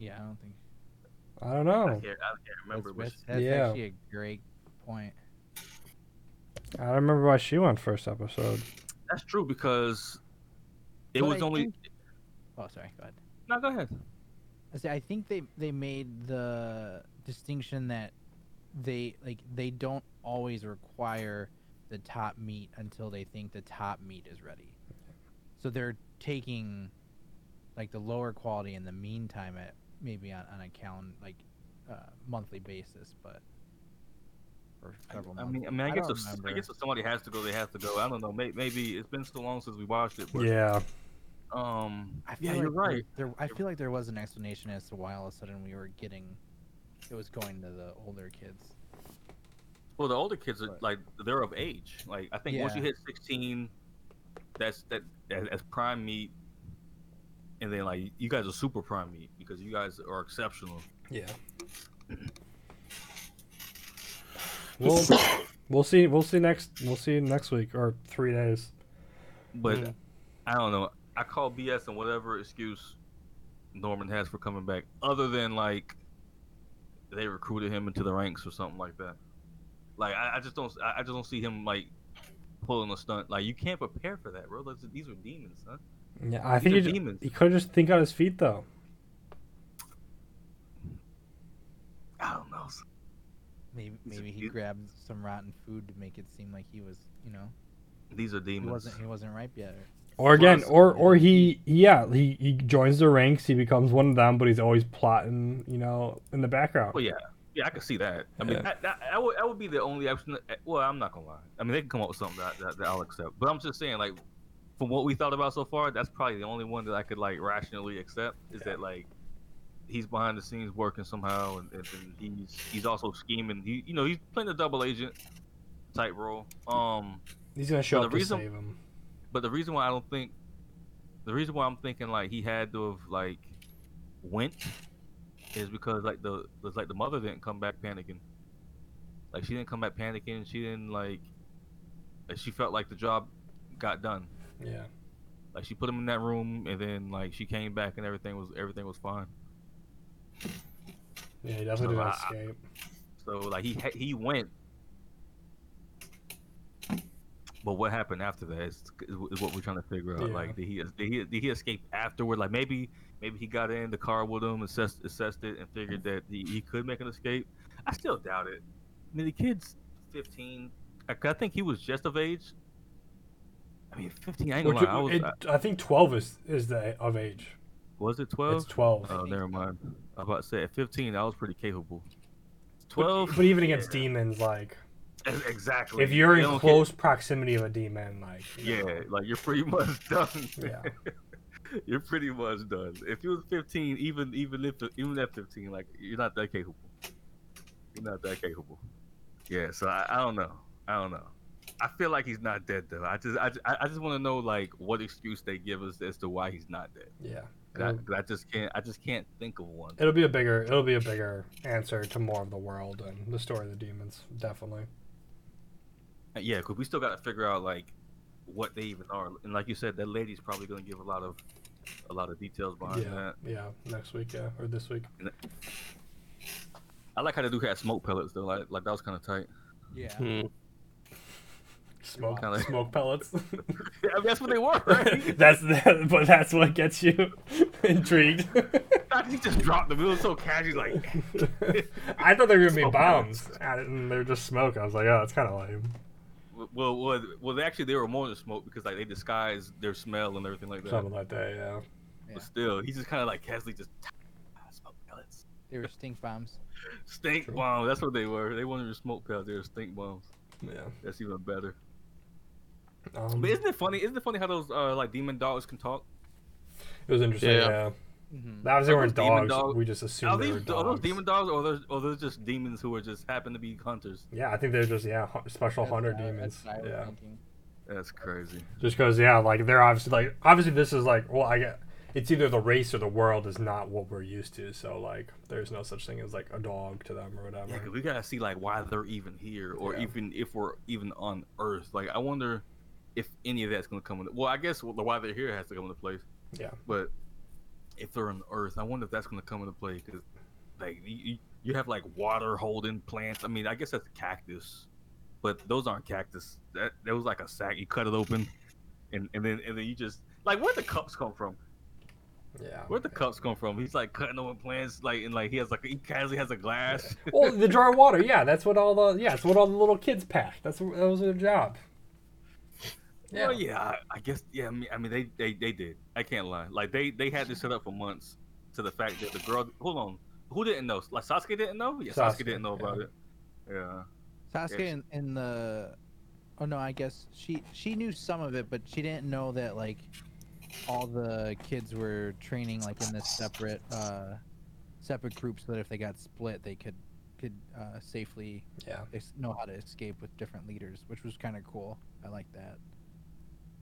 [SPEAKER 4] Yeah, I don't think.
[SPEAKER 2] I don't
[SPEAKER 3] I
[SPEAKER 2] know.
[SPEAKER 3] can't, I can't remember.
[SPEAKER 4] that's,
[SPEAKER 3] But
[SPEAKER 4] that's- that's
[SPEAKER 2] Yeah.
[SPEAKER 4] actually a great point.
[SPEAKER 2] I don't remember why she went first episode.
[SPEAKER 3] that's true because it
[SPEAKER 4] But
[SPEAKER 3] was
[SPEAKER 4] I
[SPEAKER 3] only.
[SPEAKER 4] think- Oh, sorry. Go ahead.
[SPEAKER 3] No, go ahead.
[SPEAKER 4] I say- I think they they made the distinction that they like they don't always require the top meat until they think the top meat is ready. So they're taking like the lower quality in the meantime at maybe on, on a calendar like uh, monthly basis, but for several
[SPEAKER 3] I
[SPEAKER 4] months.
[SPEAKER 3] mean, I mean, I guess
[SPEAKER 4] don't
[SPEAKER 3] if, I
[SPEAKER 4] remember.
[SPEAKER 3] guess if somebody has to go, they have to go. I don't know. May, maybe it's been so long since we watched it. But,
[SPEAKER 2] Yeah.
[SPEAKER 3] Um.
[SPEAKER 4] I feel
[SPEAKER 3] yeah, you're
[SPEAKER 4] like there-
[SPEAKER 3] right.
[SPEAKER 4] There, I
[SPEAKER 3] You're-
[SPEAKER 4] feel like there was an explanation as to why all of a sudden we were getting it was going to the older kids.
[SPEAKER 3] Well, the older kids are like they're of age. Like I think once you
[SPEAKER 4] Yeah.
[SPEAKER 3] hit 16, that's that that- that's prime meat. And then like you guys are super prime meat because you guys are exceptional.
[SPEAKER 2] Yeah. We'll we'll see we'll see next we'll see next week or three days.
[SPEAKER 3] But
[SPEAKER 5] Mhm.
[SPEAKER 3] I don't know. I call BS on whatever excuse Norman has for coming back, other than like they recruited him into the ranks or something like that. Like I, I just don't, I I just don't see him like pulling a stunt. Like you can't prepare for that, bro. Those- These are demons, huh?
[SPEAKER 2] Yeah, I
[SPEAKER 3] These
[SPEAKER 2] think
[SPEAKER 3] are
[SPEAKER 2] he, ju-
[SPEAKER 3] demons.
[SPEAKER 2] he could just think on his feet though.
[SPEAKER 3] I don't know.
[SPEAKER 4] Maybe
[SPEAKER 3] Is it
[SPEAKER 4] maybe he
[SPEAKER 3] you-
[SPEAKER 4] grabbed some rotten food to make it seem like he was, you know,
[SPEAKER 3] These are
[SPEAKER 4] he
[SPEAKER 3] demons.
[SPEAKER 4] wasn't he wasn't ripe yet. or-
[SPEAKER 2] Or again,
[SPEAKER 3] Plus-
[SPEAKER 2] or or he yeah he he joins the ranks, he becomes one of them, but he's always plotting you know in the background.
[SPEAKER 3] Well, yeah. Yeah, I could see that. I mean,
[SPEAKER 6] Yeah.
[SPEAKER 3] that, that, that, would, that would be the only option. that- eh, well, I'm not gonna lie. I mean, they can come up with something that, that, that I'll accept. But I'm just saying, like, from what we thought about so far, that's probably the only one that I could like rationally accept is that like he's behind the scenes working somehow, and, and, and he's he's also scheming. He, you know, he's playing a double agent type role. Um,
[SPEAKER 2] He's gonna show
[SPEAKER 3] the
[SPEAKER 2] up to
[SPEAKER 3] reason-
[SPEAKER 2] save him.
[SPEAKER 3] but the reason why I don't think the reason why I'm thinking like he had to have like went is because like the it's like the mother didn't come back panicking. Like she didn't come back panicking. She didn't like, like she felt like the job got done.
[SPEAKER 2] Yeah.
[SPEAKER 3] Like she put him in that room and then like she came back and everything was everything was fine.
[SPEAKER 2] Yeah, he definitely
[SPEAKER 3] So
[SPEAKER 2] didn't
[SPEAKER 3] I-
[SPEAKER 2] escape.
[SPEAKER 3] So like he ha- he went. But what happened after that is, is what we're trying to figure out.
[SPEAKER 2] Yeah.
[SPEAKER 3] Like, did he, did he did he escape afterward? Like maybe maybe he got in the car with him, assessed assessed it, and figured that he, he could make an escape. I still doubt it. I mean, the kid's fifteen. I, I think he was just of age. I mean, fifteen. I ain't gonna
[SPEAKER 2] Which,
[SPEAKER 3] lie. I was,
[SPEAKER 2] it,
[SPEAKER 3] I-
[SPEAKER 2] I think twelve is is the of age.
[SPEAKER 3] was it twelve?
[SPEAKER 2] It's twelve.
[SPEAKER 3] Oh, never mind. I was about to say at fifteen, I was pretty capable.
[SPEAKER 2] But-
[SPEAKER 3] Twelve,
[SPEAKER 2] But, even against demons, like
[SPEAKER 3] Ex- exactly.
[SPEAKER 2] if you're
[SPEAKER 3] They
[SPEAKER 2] in
[SPEAKER 3] don't get-
[SPEAKER 2] close proximity of a demon, like you know,
[SPEAKER 3] Yeah, like you're pretty much done.
[SPEAKER 2] yeah,
[SPEAKER 3] You're pretty much done. If you was 15, even even if even at 15, like you're not that capable. You're not that capable. Yeah. So I, I don't know. I don't know. I feel like he's not dead though. I just I, ju- I I just want to know like what excuse they give us as to why he's not dead.
[SPEAKER 2] yeah.
[SPEAKER 3] 'Cause I-
[SPEAKER 2] It'll,
[SPEAKER 3] 'cause I, just can't I just can't think of one.
[SPEAKER 2] it'll be a bigger it'll be a bigger answer to more of the world and the story of the demons, definitely.
[SPEAKER 3] Yeah, because we still got to figure out like what they even are. And like you said, that lady's probably gonna give a lot of a lot of details behind
[SPEAKER 2] yeah,
[SPEAKER 3] that.
[SPEAKER 2] yeah. Next week, yeah, or this week.
[SPEAKER 3] I like how the dude had smoke pellets though. Like, like that was kind of tight.
[SPEAKER 4] Yeah.
[SPEAKER 5] Hmm.
[SPEAKER 2] Smoke
[SPEAKER 3] Kinda-
[SPEAKER 2] smoke pellets.
[SPEAKER 3] Yeah, I mean, that's what they were, right?
[SPEAKER 2] that's that, but that's what gets you intrigued.
[SPEAKER 3] he just dropped them. It was so casual. He's like,
[SPEAKER 2] I thought they were gonna be
[SPEAKER 3] Smoke
[SPEAKER 2] bombs, and they're just smoke. I was like, oh, that's kind of lame.
[SPEAKER 3] well, well, well. They actually, they were more than smoke because like they disguise their smell and everything like that.
[SPEAKER 2] Something like that, yeah.
[SPEAKER 4] Yeah.
[SPEAKER 3] But still, he just kind of like casually just smoke pellets,
[SPEAKER 4] They were stink bombs.
[SPEAKER 3] stink bombs. That's what they were. They weren't even smoke pellets. They were stink bombs.
[SPEAKER 2] Yeah.
[SPEAKER 3] That's even better.
[SPEAKER 2] Um,
[SPEAKER 3] But isn't it funny? Isn't it funny how those uh, like demon dogs can talk?
[SPEAKER 2] It was interesting. Yeah.
[SPEAKER 6] Yeah.
[SPEAKER 4] hmm
[SPEAKER 2] That was they
[SPEAKER 3] Are
[SPEAKER 2] weren't
[SPEAKER 3] those demon
[SPEAKER 2] dogs.
[SPEAKER 3] dog-
[SPEAKER 2] We just
[SPEAKER 3] Are
[SPEAKER 2] assumed they
[SPEAKER 3] these
[SPEAKER 2] were
[SPEAKER 3] are those
[SPEAKER 2] dogs.
[SPEAKER 3] demon dogs, or are those, or those just demons who are just happen to be hunters?
[SPEAKER 2] Yeah, I think they're just yeah hu- special hunter demons. Yeah,
[SPEAKER 3] That's crazy.
[SPEAKER 2] just because yeah, like they're obviously like obviously this is like well I get it's either the race or the world is not what we're used to. So like there's no such thing as like a dog to them or
[SPEAKER 3] Yeah,
[SPEAKER 2] whatever.
[SPEAKER 3] 'cause we gotta see like why they're even here, or
[SPEAKER 2] Yeah.
[SPEAKER 3] even if we're even on Earth. Like, I wonder if any of that's gonna come into. Well, I guess the why they're here has to come into play.
[SPEAKER 2] Yeah.
[SPEAKER 3] But if they're on Earth, I wonder if that's gonna come into play because, like, you, you- you have like water holding plants. I mean, I guess that's a cactus, but those aren't cactus. That that was like a sack. You cut it open, and and then and then you just like where the cups come from.
[SPEAKER 2] yeah.
[SPEAKER 3] Where'd the cups come from? He's like cutting open plants, like and like he has like he casually has a glass.
[SPEAKER 2] well, the jar of water. Yeah, that's what all the yeah, it's what all the little kids pack. That's that was their job.
[SPEAKER 3] Well, yeah, I, I guess. Yeah, I mean, I mean, they, they they did. I can't lie. Like they they had this set up for months to the fact that the girl. Hold on, who didn't know? Like Sasuke didn't know. Yeah, Sasuke,
[SPEAKER 2] Sasuke,
[SPEAKER 3] didn't know
[SPEAKER 2] yeah.
[SPEAKER 3] about it. Yeah,
[SPEAKER 4] Sasuke
[SPEAKER 3] Yeah, she-
[SPEAKER 4] in, in the oh no, I guess she she knew some of it, but she didn't know that like all the kids were training like in this separate uh separate group so that if they got split they could could uh safely
[SPEAKER 2] Yeah.
[SPEAKER 4] es- know how to escape with different leaders, which was kind of cool. I like that.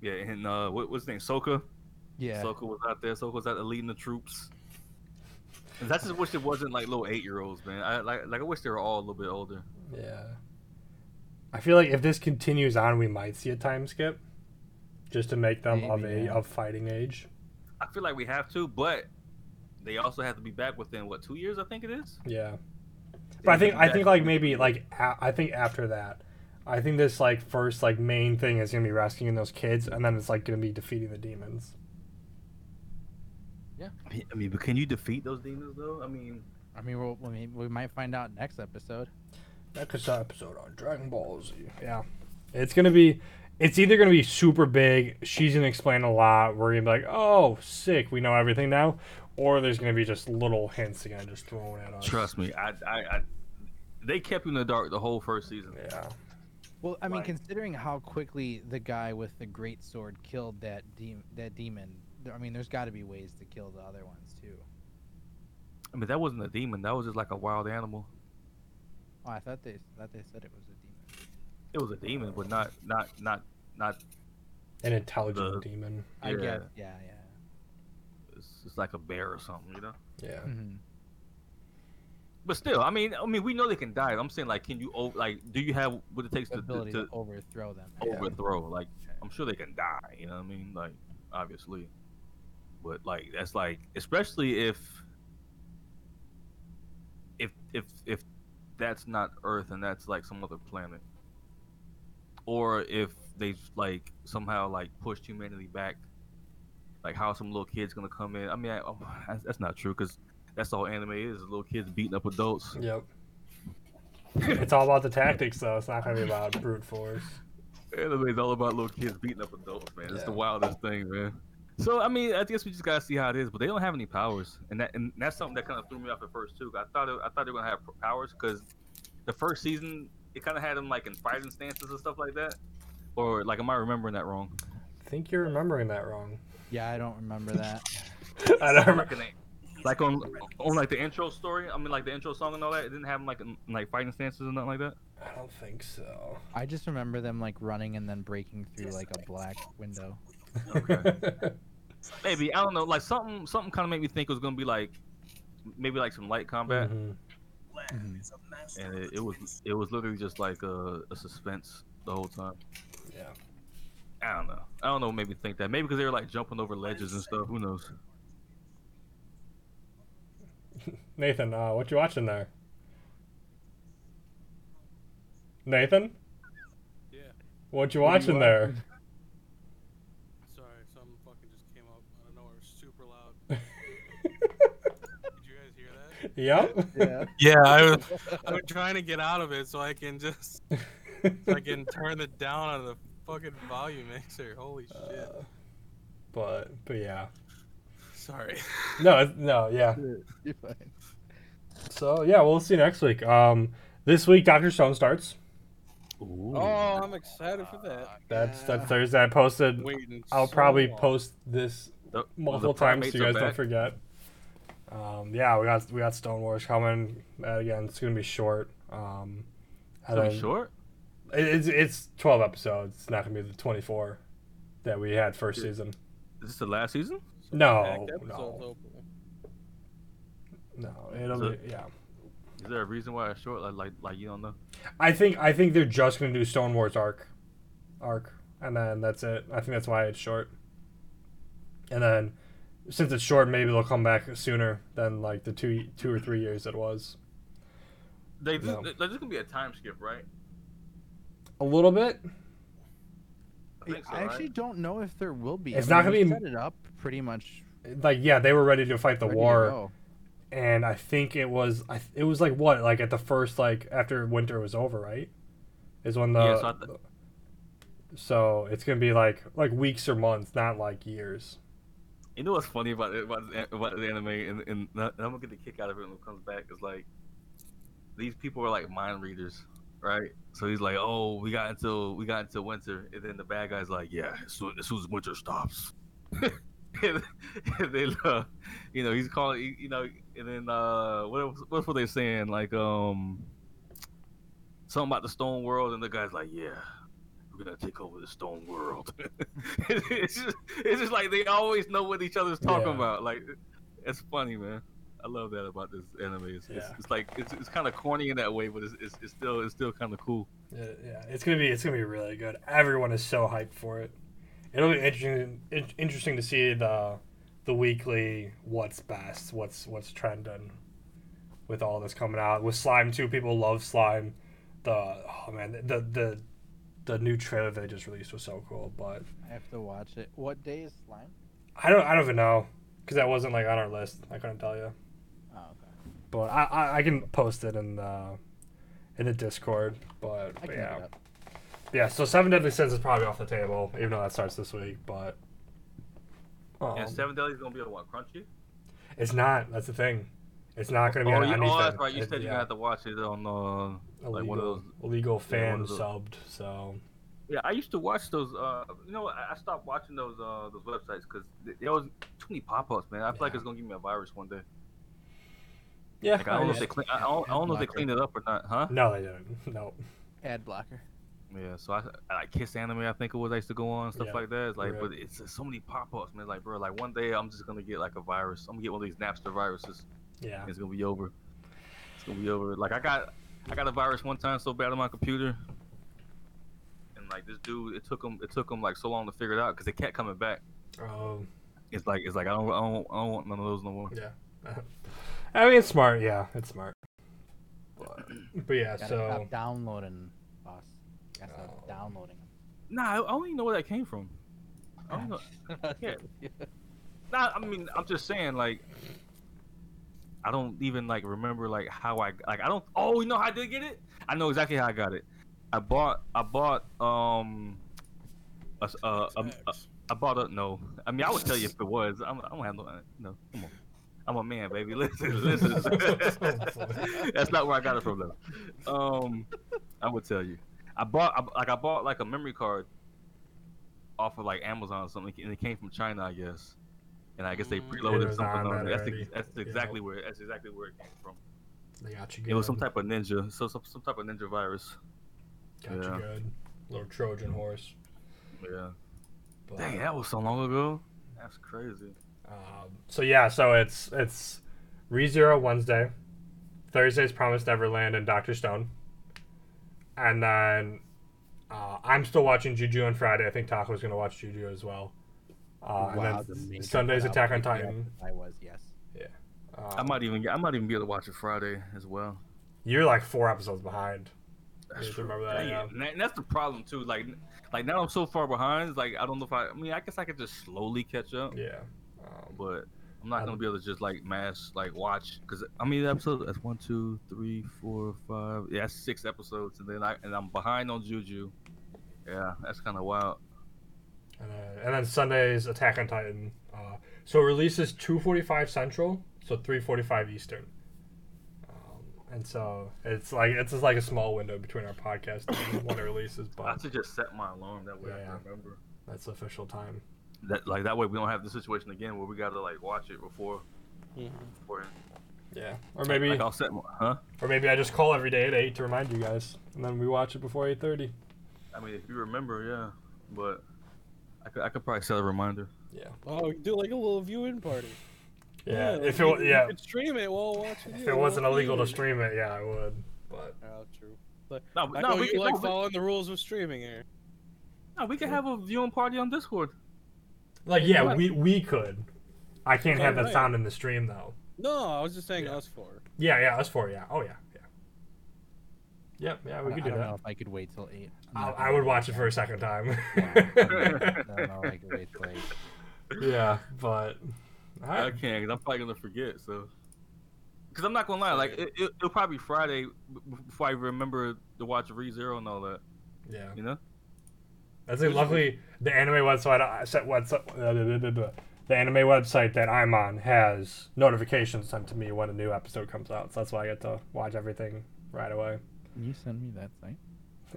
[SPEAKER 3] yeah, and uh, what was his name? Soka.
[SPEAKER 4] Yeah.
[SPEAKER 3] Soka was out there. Soka was out there leading the troops. And that's just wish it wasn't like little eight year olds, man. I like like I wish they were all a little bit older.
[SPEAKER 2] Yeah. I feel like if this continues on, we might see a time skip, just to make them of
[SPEAKER 4] Maybe,
[SPEAKER 2] a
[SPEAKER 4] yeah.
[SPEAKER 2] of fighting age.
[SPEAKER 3] I feel like we have to, but they also have to be back within what two years? I think it is.
[SPEAKER 2] Yeah. But I think I think
[SPEAKER 3] Back-
[SPEAKER 2] like maybe like a- I think after that, I think this like first like main thing is gonna be rescuing those kids, and then it's like gonna be defeating the demons.
[SPEAKER 3] I mean, but can you defeat those demons though? I mean.
[SPEAKER 4] I mean, we'll, we may- we might find out next episode.
[SPEAKER 2] Next episode on Dragon Ball Z. Yeah, it's gonna be. It's either gonna be super big. She's gonna explain a lot. We're gonna be like, oh, sick. We know everything now. Or there's gonna be just little hints again, just thrown at us.
[SPEAKER 3] Trust me, I, I, I They kept you in the dark the whole first season.
[SPEAKER 2] Yeah.
[SPEAKER 4] Well, I mean,
[SPEAKER 3] Like-
[SPEAKER 4] considering how quickly the guy with the great sword killed that de- that demon, there- I mean, there's got to be ways to kill the other ones too.
[SPEAKER 3] I mean, that wasn't a demon. That was just like a wild animal.
[SPEAKER 4] Oh, I thought they thought they said it was a demon.
[SPEAKER 3] It was a demon, but not not not not.
[SPEAKER 2] An intelligent
[SPEAKER 3] The-
[SPEAKER 2] demon.
[SPEAKER 4] I
[SPEAKER 3] yeah,
[SPEAKER 4] guess, yeah, yeah.
[SPEAKER 3] It's, it's like a bear or something, you know.
[SPEAKER 2] Yeah.
[SPEAKER 4] Mhm.
[SPEAKER 3] But still, I mean, I mean, we know they can die. I'm saying, like, can you over, like, do you have what it takes
[SPEAKER 4] The
[SPEAKER 3] to, to,
[SPEAKER 4] ability
[SPEAKER 3] to
[SPEAKER 4] to overthrow them.
[SPEAKER 2] Yeah.
[SPEAKER 3] overthrow? Like, I'm sure they can die. You know what I mean? Like, obviously, but like that's like, especially if if if if that's not Earth and that's like some other planet, or if they like somehow like pushed humanity back, like how some little kids gonna come in? I mean, I, I, that's not true because that's all anime is: is little kids beating up adults.
[SPEAKER 2] Yep. it's all about the tactics, though. It's not going to be about brute force.
[SPEAKER 3] Anime's all about little kids beating up adults, man. It's the
[SPEAKER 2] Yeah.
[SPEAKER 3] wildest thing, man. So I mean, I guess we just gotta see how it is. But they don't have any powers, and that and that's something that kind of threw me off at first too. I thought it, I thought they were gonna have powers because the first season it kind of had them like in fighting stances and stuff like that. Or like, am I remembering that wrong?
[SPEAKER 2] I think you're remembering that wrong.
[SPEAKER 4] Yeah, I don't remember that.
[SPEAKER 2] I don't remember.
[SPEAKER 3] Like, in a- like on on like the intro story. I mean, like the intro song and all that. It didn't have them like in, like fighting stances and nothing like that.
[SPEAKER 2] I don't think so.
[SPEAKER 4] I just remember them like running and then breaking through like a black window.
[SPEAKER 3] Maybe I don't know. Like something something kind of made me think it was gonna be like maybe like some light combat.
[SPEAKER 2] Mhm.
[SPEAKER 3] and it, it was it was literally just like a, a suspense the whole time.
[SPEAKER 2] Yeah.
[SPEAKER 3] I don't know. I don't know what made me think that. Maybe because they were like jumping over ledges and stuff. Who knows?
[SPEAKER 2] Nathan, uh, what you watching there? Nathan?
[SPEAKER 5] Yeah.
[SPEAKER 2] What you
[SPEAKER 5] What are you
[SPEAKER 2] watching there?
[SPEAKER 5] Sorry, something fucking just came up out of nowhere, super loud. Did you guys hear that?
[SPEAKER 2] yep.
[SPEAKER 4] Yeah.
[SPEAKER 5] Yeah, I was. I'm trying to get out of it so I can just so I can turn it down on the fucking volume mixer. Holy shit!
[SPEAKER 2] Uh, but but yeah.
[SPEAKER 5] Sorry.
[SPEAKER 2] No, it- no, yeah.
[SPEAKER 4] You're fine.
[SPEAKER 2] So yeah, we'll see you next week. Um this week Doctor Stone starts.
[SPEAKER 3] Ooh.
[SPEAKER 5] Oh, I'm excited for that.
[SPEAKER 2] That's that's
[SPEAKER 4] Yeah.
[SPEAKER 2] Thursday. I posted
[SPEAKER 5] Waiting.
[SPEAKER 2] Uh, I'll
[SPEAKER 5] so
[SPEAKER 2] probably
[SPEAKER 5] long.
[SPEAKER 2] post this
[SPEAKER 3] The-
[SPEAKER 2] multiple
[SPEAKER 3] the
[SPEAKER 2] times so
[SPEAKER 3] primates
[SPEAKER 2] you
[SPEAKER 3] are
[SPEAKER 2] guys don't
[SPEAKER 3] back.
[SPEAKER 2] forget. Um, yeah, we got we got Stone Wars coming. Uh, again, it's gonna be short. Um, and
[SPEAKER 3] Are we
[SPEAKER 2] then-
[SPEAKER 3] short?
[SPEAKER 2] It- It's it's twelve episodes. It's not gonna be the twenty four that we had first
[SPEAKER 3] Yeah.
[SPEAKER 2] season.
[SPEAKER 3] Is this the last season?
[SPEAKER 2] No,
[SPEAKER 5] Packed episodes
[SPEAKER 2] oh, no,
[SPEAKER 5] open.
[SPEAKER 2] no. It'll
[SPEAKER 3] So-
[SPEAKER 2] be yeah.
[SPEAKER 3] Is there a reason why it's short? Like like, like you don't know?
[SPEAKER 2] I think I think they're just gonna do Stone Wars arc, arc, and then that's it. I think that's why it's short. And then, since it's short, maybe they'll come back sooner than like the two two or three years it was.
[SPEAKER 3] They just,
[SPEAKER 2] No.
[SPEAKER 3] they- There's just gonna be a time skip, right?
[SPEAKER 2] A little bit.
[SPEAKER 3] I think so,
[SPEAKER 4] I actually don't know if there will be.
[SPEAKER 2] It's
[SPEAKER 4] I
[SPEAKER 2] not gonna
[SPEAKER 4] we
[SPEAKER 2] be-
[SPEAKER 4] set it up pretty much.
[SPEAKER 2] Like yeah, they were ready to fight the
[SPEAKER 4] ready to
[SPEAKER 2] war.
[SPEAKER 4] go.
[SPEAKER 2] and I think it was I th- it was like what like at the first like after winter was over right is when the
[SPEAKER 3] Yeah, so I th-
[SPEAKER 2] so it's gonna be like like weeks or months not like years
[SPEAKER 3] You know what's funny about it, about, this, about the anime, and, and and I'm gonna get the kick out of it when it comes back. Is like these people are like mind readers, right? So he's like, "Oh, we got until we got until winter," and then the bad guy's like, "Yeah, as soon as, soon as winter stops." and, and then, uh, you know, he's calling, you- you know, and then uh, what else- what were they saying? Like, um, something about the stone world, and the guy's like, "Yeah, we're gonna take over the stone world. it's, just, it's just like they always know what each other's talking
[SPEAKER 2] Yeah.
[SPEAKER 3] about. Like, it's funny, man. I love that about this anime. It's, it's,
[SPEAKER 2] Yeah.
[SPEAKER 3] it's like it's, it's kind of corny in that way, but it's, it's, it's still it's still kind of cool.
[SPEAKER 2] yeah, Uh, yeah it's gonna be it's gonna be really good everyone is so hyped for it it'll be interesting in- interesting to see the the weekly what's best what's what's trending with all this coming out with slime too people love slime the oh man the the the new trailer they just released was so cool but
[SPEAKER 4] I have to watch it. What day is slime?
[SPEAKER 2] I don't. I don't even know because that wasn't like on our list. I couldn't tell you,
[SPEAKER 4] Oh, okay.
[SPEAKER 2] but I I, I can post it in the in the Discord. But,
[SPEAKER 4] I
[SPEAKER 2] but
[SPEAKER 4] can
[SPEAKER 2] yeah,
[SPEAKER 4] look it up.
[SPEAKER 2] yeah. So Seven Deadly Sins is probably off the table, even though that starts this week. But um,
[SPEAKER 3] and Seven Deadly is gonna be on what Crunchy?
[SPEAKER 2] it's not. That's the thing. It's not going to be
[SPEAKER 3] oh,
[SPEAKER 2] on
[SPEAKER 3] you,
[SPEAKER 2] anything.
[SPEAKER 3] oh, that's right. You
[SPEAKER 2] It-
[SPEAKER 3] said you're
[SPEAKER 2] yeah,
[SPEAKER 3] gonna have to watch it on. Uh, like one of
[SPEAKER 2] illegal- illegal fan
[SPEAKER 3] those-
[SPEAKER 2] subbed. So
[SPEAKER 3] yeah, I used to watch those. Uh, you know, I I stopped watching those uh, those websites because there was too many pop-ups, man. I feel like
[SPEAKER 2] Yeah.
[SPEAKER 3] it's gonna give me a virus one day.
[SPEAKER 2] yeah,
[SPEAKER 3] Like, I don't know if
[SPEAKER 2] yeah.
[SPEAKER 3] they clean. I I don't, I don't know if they
[SPEAKER 4] Blocker.
[SPEAKER 3] cleaned it up or not, huh?
[SPEAKER 2] no, they didn't. No,
[SPEAKER 4] Ad blocker.
[SPEAKER 3] Yeah, so I, I like Kiss Anime, I think it was I used to go on stuff
[SPEAKER 2] Yeah,
[SPEAKER 3] like that. It's like,
[SPEAKER 2] right.
[SPEAKER 3] but it's just so many pop ups, man. Like, bro, like one day I'm just gonna get like a virus. I'm gonna get one of these Napster viruses.
[SPEAKER 2] yeah,
[SPEAKER 3] It's gonna be over. It's gonna be over. Like I got, I got a virus one time so bad on my computer, and like this dude, it took him, it took him like so long to figure it out because it kept coming back.
[SPEAKER 2] um,
[SPEAKER 3] It's like, it's like I don't, I don't, I don't want none of those no more.
[SPEAKER 2] yeah. I mean, it's smart. Yeah, it's smart. But, but yeah,
[SPEAKER 4] Gotta
[SPEAKER 2] so
[SPEAKER 4] stop downloading, boss. Gotta stop
[SPEAKER 2] Oh.
[SPEAKER 4] downloading. 'em.
[SPEAKER 3] Nah, I, I don't even know where that came from. I don't know. Yeah. Nah, I mean, I'm just saying, like, I don't even like remember like how I like I don't. Oh, you know how I did get it? I know exactly how I got it. I bought I bought um a, s- uh, um, uh, I bought a no. I mean, I would tell you if it was. I'm I don't have no uh, no. Come on, I'm a man, baby. Listen, listen. That's not where I got it from though. Um, I would tell you. I bought I, like I bought like a memory card off of like Amazon or something, and it came from China, I guess. And I guess they
[SPEAKER 5] Mm.
[SPEAKER 2] It
[SPEAKER 3] preloaded
[SPEAKER 2] was
[SPEAKER 3] something
[SPEAKER 2] on
[SPEAKER 3] on
[SPEAKER 2] that
[SPEAKER 3] it. That's,
[SPEAKER 2] already.
[SPEAKER 3] the, that's
[SPEAKER 2] Yeah.
[SPEAKER 3] exactly where that's exactly where it came from.
[SPEAKER 2] they got you
[SPEAKER 3] It
[SPEAKER 2] good.
[SPEAKER 3] was some type of ninja, so some, some type of ninja virus.
[SPEAKER 2] got you
[SPEAKER 3] yeah.
[SPEAKER 2] good. Little Trojan horse.
[SPEAKER 3] Yeah.
[SPEAKER 2] But,
[SPEAKER 3] Dang, that was so long ago. That's crazy.
[SPEAKER 2] Um, so yeah, so it's it's ReZero Wednesday, Thursday's Promised Neverland and Doctor Stone, and then uh, I'm still watching Juju on Friday. I think Taco's gonna watch Juju as well. Uh,
[SPEAKER 4] Wow, the
[SPEAKER 2] and then
[SPEAKER 4] major
[SPEAKER 2] Sunday's
[SPEAKER 4] cutout
[SPEAKER 2] Attack on
[SPEAKER 4] picked me up
[SPEAKER 2] Titan.
[SPEAKER 4] if I was yes.
[SPEAKER 2] Uh,
[SPEAKER 3] I might even get I might even be able to watch it Friday as well.
[SPEAKER 2] You're like four episodes behind.
[SPEAKER 3] That's
[SPEAKER 2] Yeah,
[SPEAKER 3] true.
[SPEAKER 2] remember that,
[SPEAKER 3] Dang,
[SPEAKER 2] yeah.
[SPEAKER 3] and that- and that's the problem too. Like, like now I'm so far behind. it's Like I don't know if I. I mean, I guess I could just slowly catch up,
[SPEAKER 2] Yeah. Um,
[SPEAKER 3] but I'm not
[SPEAKER 2] Um,
[SPEAKER 3] gonna be able to just like mass like watch because I mean, episode that's one, two, three, four, five. Yeah, that's six episodes, and then I and I'm behind on Juju. Yeah, that's kind of wild.
[SPEAKER 2] and, then, and then Sunday's Attack on Titan. Uh, so it releases 2:45 Central, so 3:45 Eastern. Um, and so it's like it's just like a small window between our podcast and when it releases,
[SPEAKER 3] I
[SPEAKER 2] but
[SPEAKER 3] should just set my alarm that way I
[SPEAKER 2] Yeah.
[SPEAKER 3] can remember.
[SPEAKER 2] that's the official time.
[SPEAKER 3] That like that way we don't have the situation again where we gotta like watch it before.
[SPEAKER 5] Mm-hmm.
[SPEAKER 3] before
[SPEAKER 2] Yeah. Or maybe
[SPEAKER 3] like, I'll set my, huh?
[SPEAKER 2] or maybe I just call every day at eight to remind you guys, and then we watch it before 8:30.
[SPEAKER 3] I mean, if you remember, yeah, but I could I could probably set a reminder.
[SPEAKER 6] Oh, you do like a little viewing party.
[SPEAKER 2] Yeah.
[SPEAKER 6] like
[SPEAKER 2] if it
[SPEAKER 6] you-
[SPEAKER 2] wa-
[SPEAKER 6] you
[SPEAKER 2] yeah
[SPEAKER 6] could stream it while watching.
[SPEAKER 2] if
[SPEAKER 6] you,
[SPEAKER 2] it wasn't
[SPEAKER 6] while
[SPEAKER 2] illegal to
[SPEAKER 6] viewing.
[SPEAKER 2] stream it, yeah I would. But
[SPEAKER 6] Oh, true.
[SPEAKER 3] No,
[SPEAKER 6] I
[SPEAKER 3] but-
[SPEAKER 6] know
[SPEAKER 3] no, we
[SPEAKER 6] you
[SPEAKER 3] can,
[SPEAKER 6] like
[SPEAKER 3] no, we-
[SPEAKER 6] following the rules of streaming here.
[SPEAKER 3] no, we can have a viewing party on Discord.
[SPEAKER 2] like
[SPEAKER 6] Yeah,
[SPEAKER 2] yeah
[SPEAKER 6] what?
[SPEAKER 2] we we could. I can't have that
[SPEAKER 6] Alright.
[SPEAKER 2] sound in the stream though.
[SPEAKER 6] No, I was just saying
[SPEAKER 2] Yeah.
[SPEAKER 6] us four.
[SPEAKER 2] Yeah, yeah, us four. Yeah. Oh yeah, yeah. Yep. Yeah,
[SPEAKER 4] I
[SPEAKER 2] we
[SPEAKER 4] don't-
[SPEAKER 2] could
[SPEAKER 4] I
[SPEAKER 2] do
[SPEAKER 4] don't know
[SPEAKER 2] that.
[SPEAKER 4] if I could wait till eight. I'm
[SPEAKER 2] I,
[SPEAKER 4] not
[SPEAKER 2] I
[SPEAKER 4] gonna
[SPEAKER 2] would
[SPEAKER 4] lie.
[SPEAKER 2] watch it for a second time.
[SPEAKER 4] Yeah. I don't know if I could wait till eight.
[SPEAKER 2] yeah, but all
[SPEAKER 3] I
[SPEAKER 2] right.
[SPEAKER 3] can't. i I'm probably gonna forget. So, because I'm not gonna lie, like it, it, it'll probably be Friday b- b- before I remember to watch ReZero and all that.
[SPEAKER 2] Yeah,
[SPEAKER 3] You know?
[SPEAKER 2] that's a luckily the anime website. I set website. uh, blah, blah, blah, blah. The anime website that I'm on has notifications sent to me when a new episode comes out, so that's why I get to watch everything right away.
[SPEAKER 4] Can you send me that site?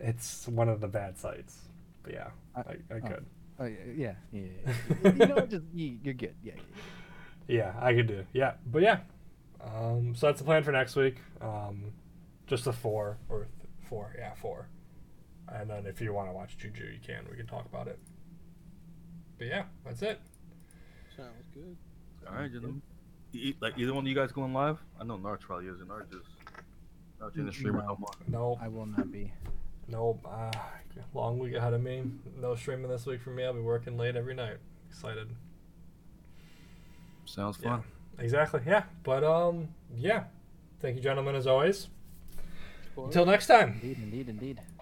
[SPEAKER 2] It's one of the bad sites, but yeah,
[SPEAKER 4] I-
[SPEAKER 2] I, I
[SPEAKER 4] oh.
[SPEAKER 2] could.
[SPEAKER 4] Oh yeah, yeah, yeah. yeah, yeah. you know, just you, you're good. Yeah, yeah, yeah.
[SPEAKER 2] Yeah, I could do. Yeah, but yeah. Um, so that's the plan for next week. Um, just the four or th- four, yeah, four. And then if you want to watch Juju, you can. We can talk about it. But yeah, that's it.
[SPEAKER 6] Sounds good.
[SPEAKER 3] All right, gentlemen. E- e- Like either one of you guys going live? I know Narch probably isn't. Narch is Narch
[SPEAKER 6] Mm-hmm.
[SPEAKER 3] in the streamer no
[SPEAKER 4] No.
[SPEAKER 3] more.
[SPEAKER 2] Nope,
[SPEAKER 4] I will not be.
[SPEAKER 2] nope. Uh, long week ahead of me. No streaming this week for me. I'll be working late every night. Excited.
[SPEAKER 3] Sounds
[SPEAKER 2] Yeah.
[SPEAKER 3] fun.
[SPEAKER 2] Exactly. Yeah. But um, yeah. Thank you, gentlemen, as always.
[SPEAKER 6] Four.
[SPEAKER 2] Until next time.
[SPEAKER 4] Indeed, indeed, indeed.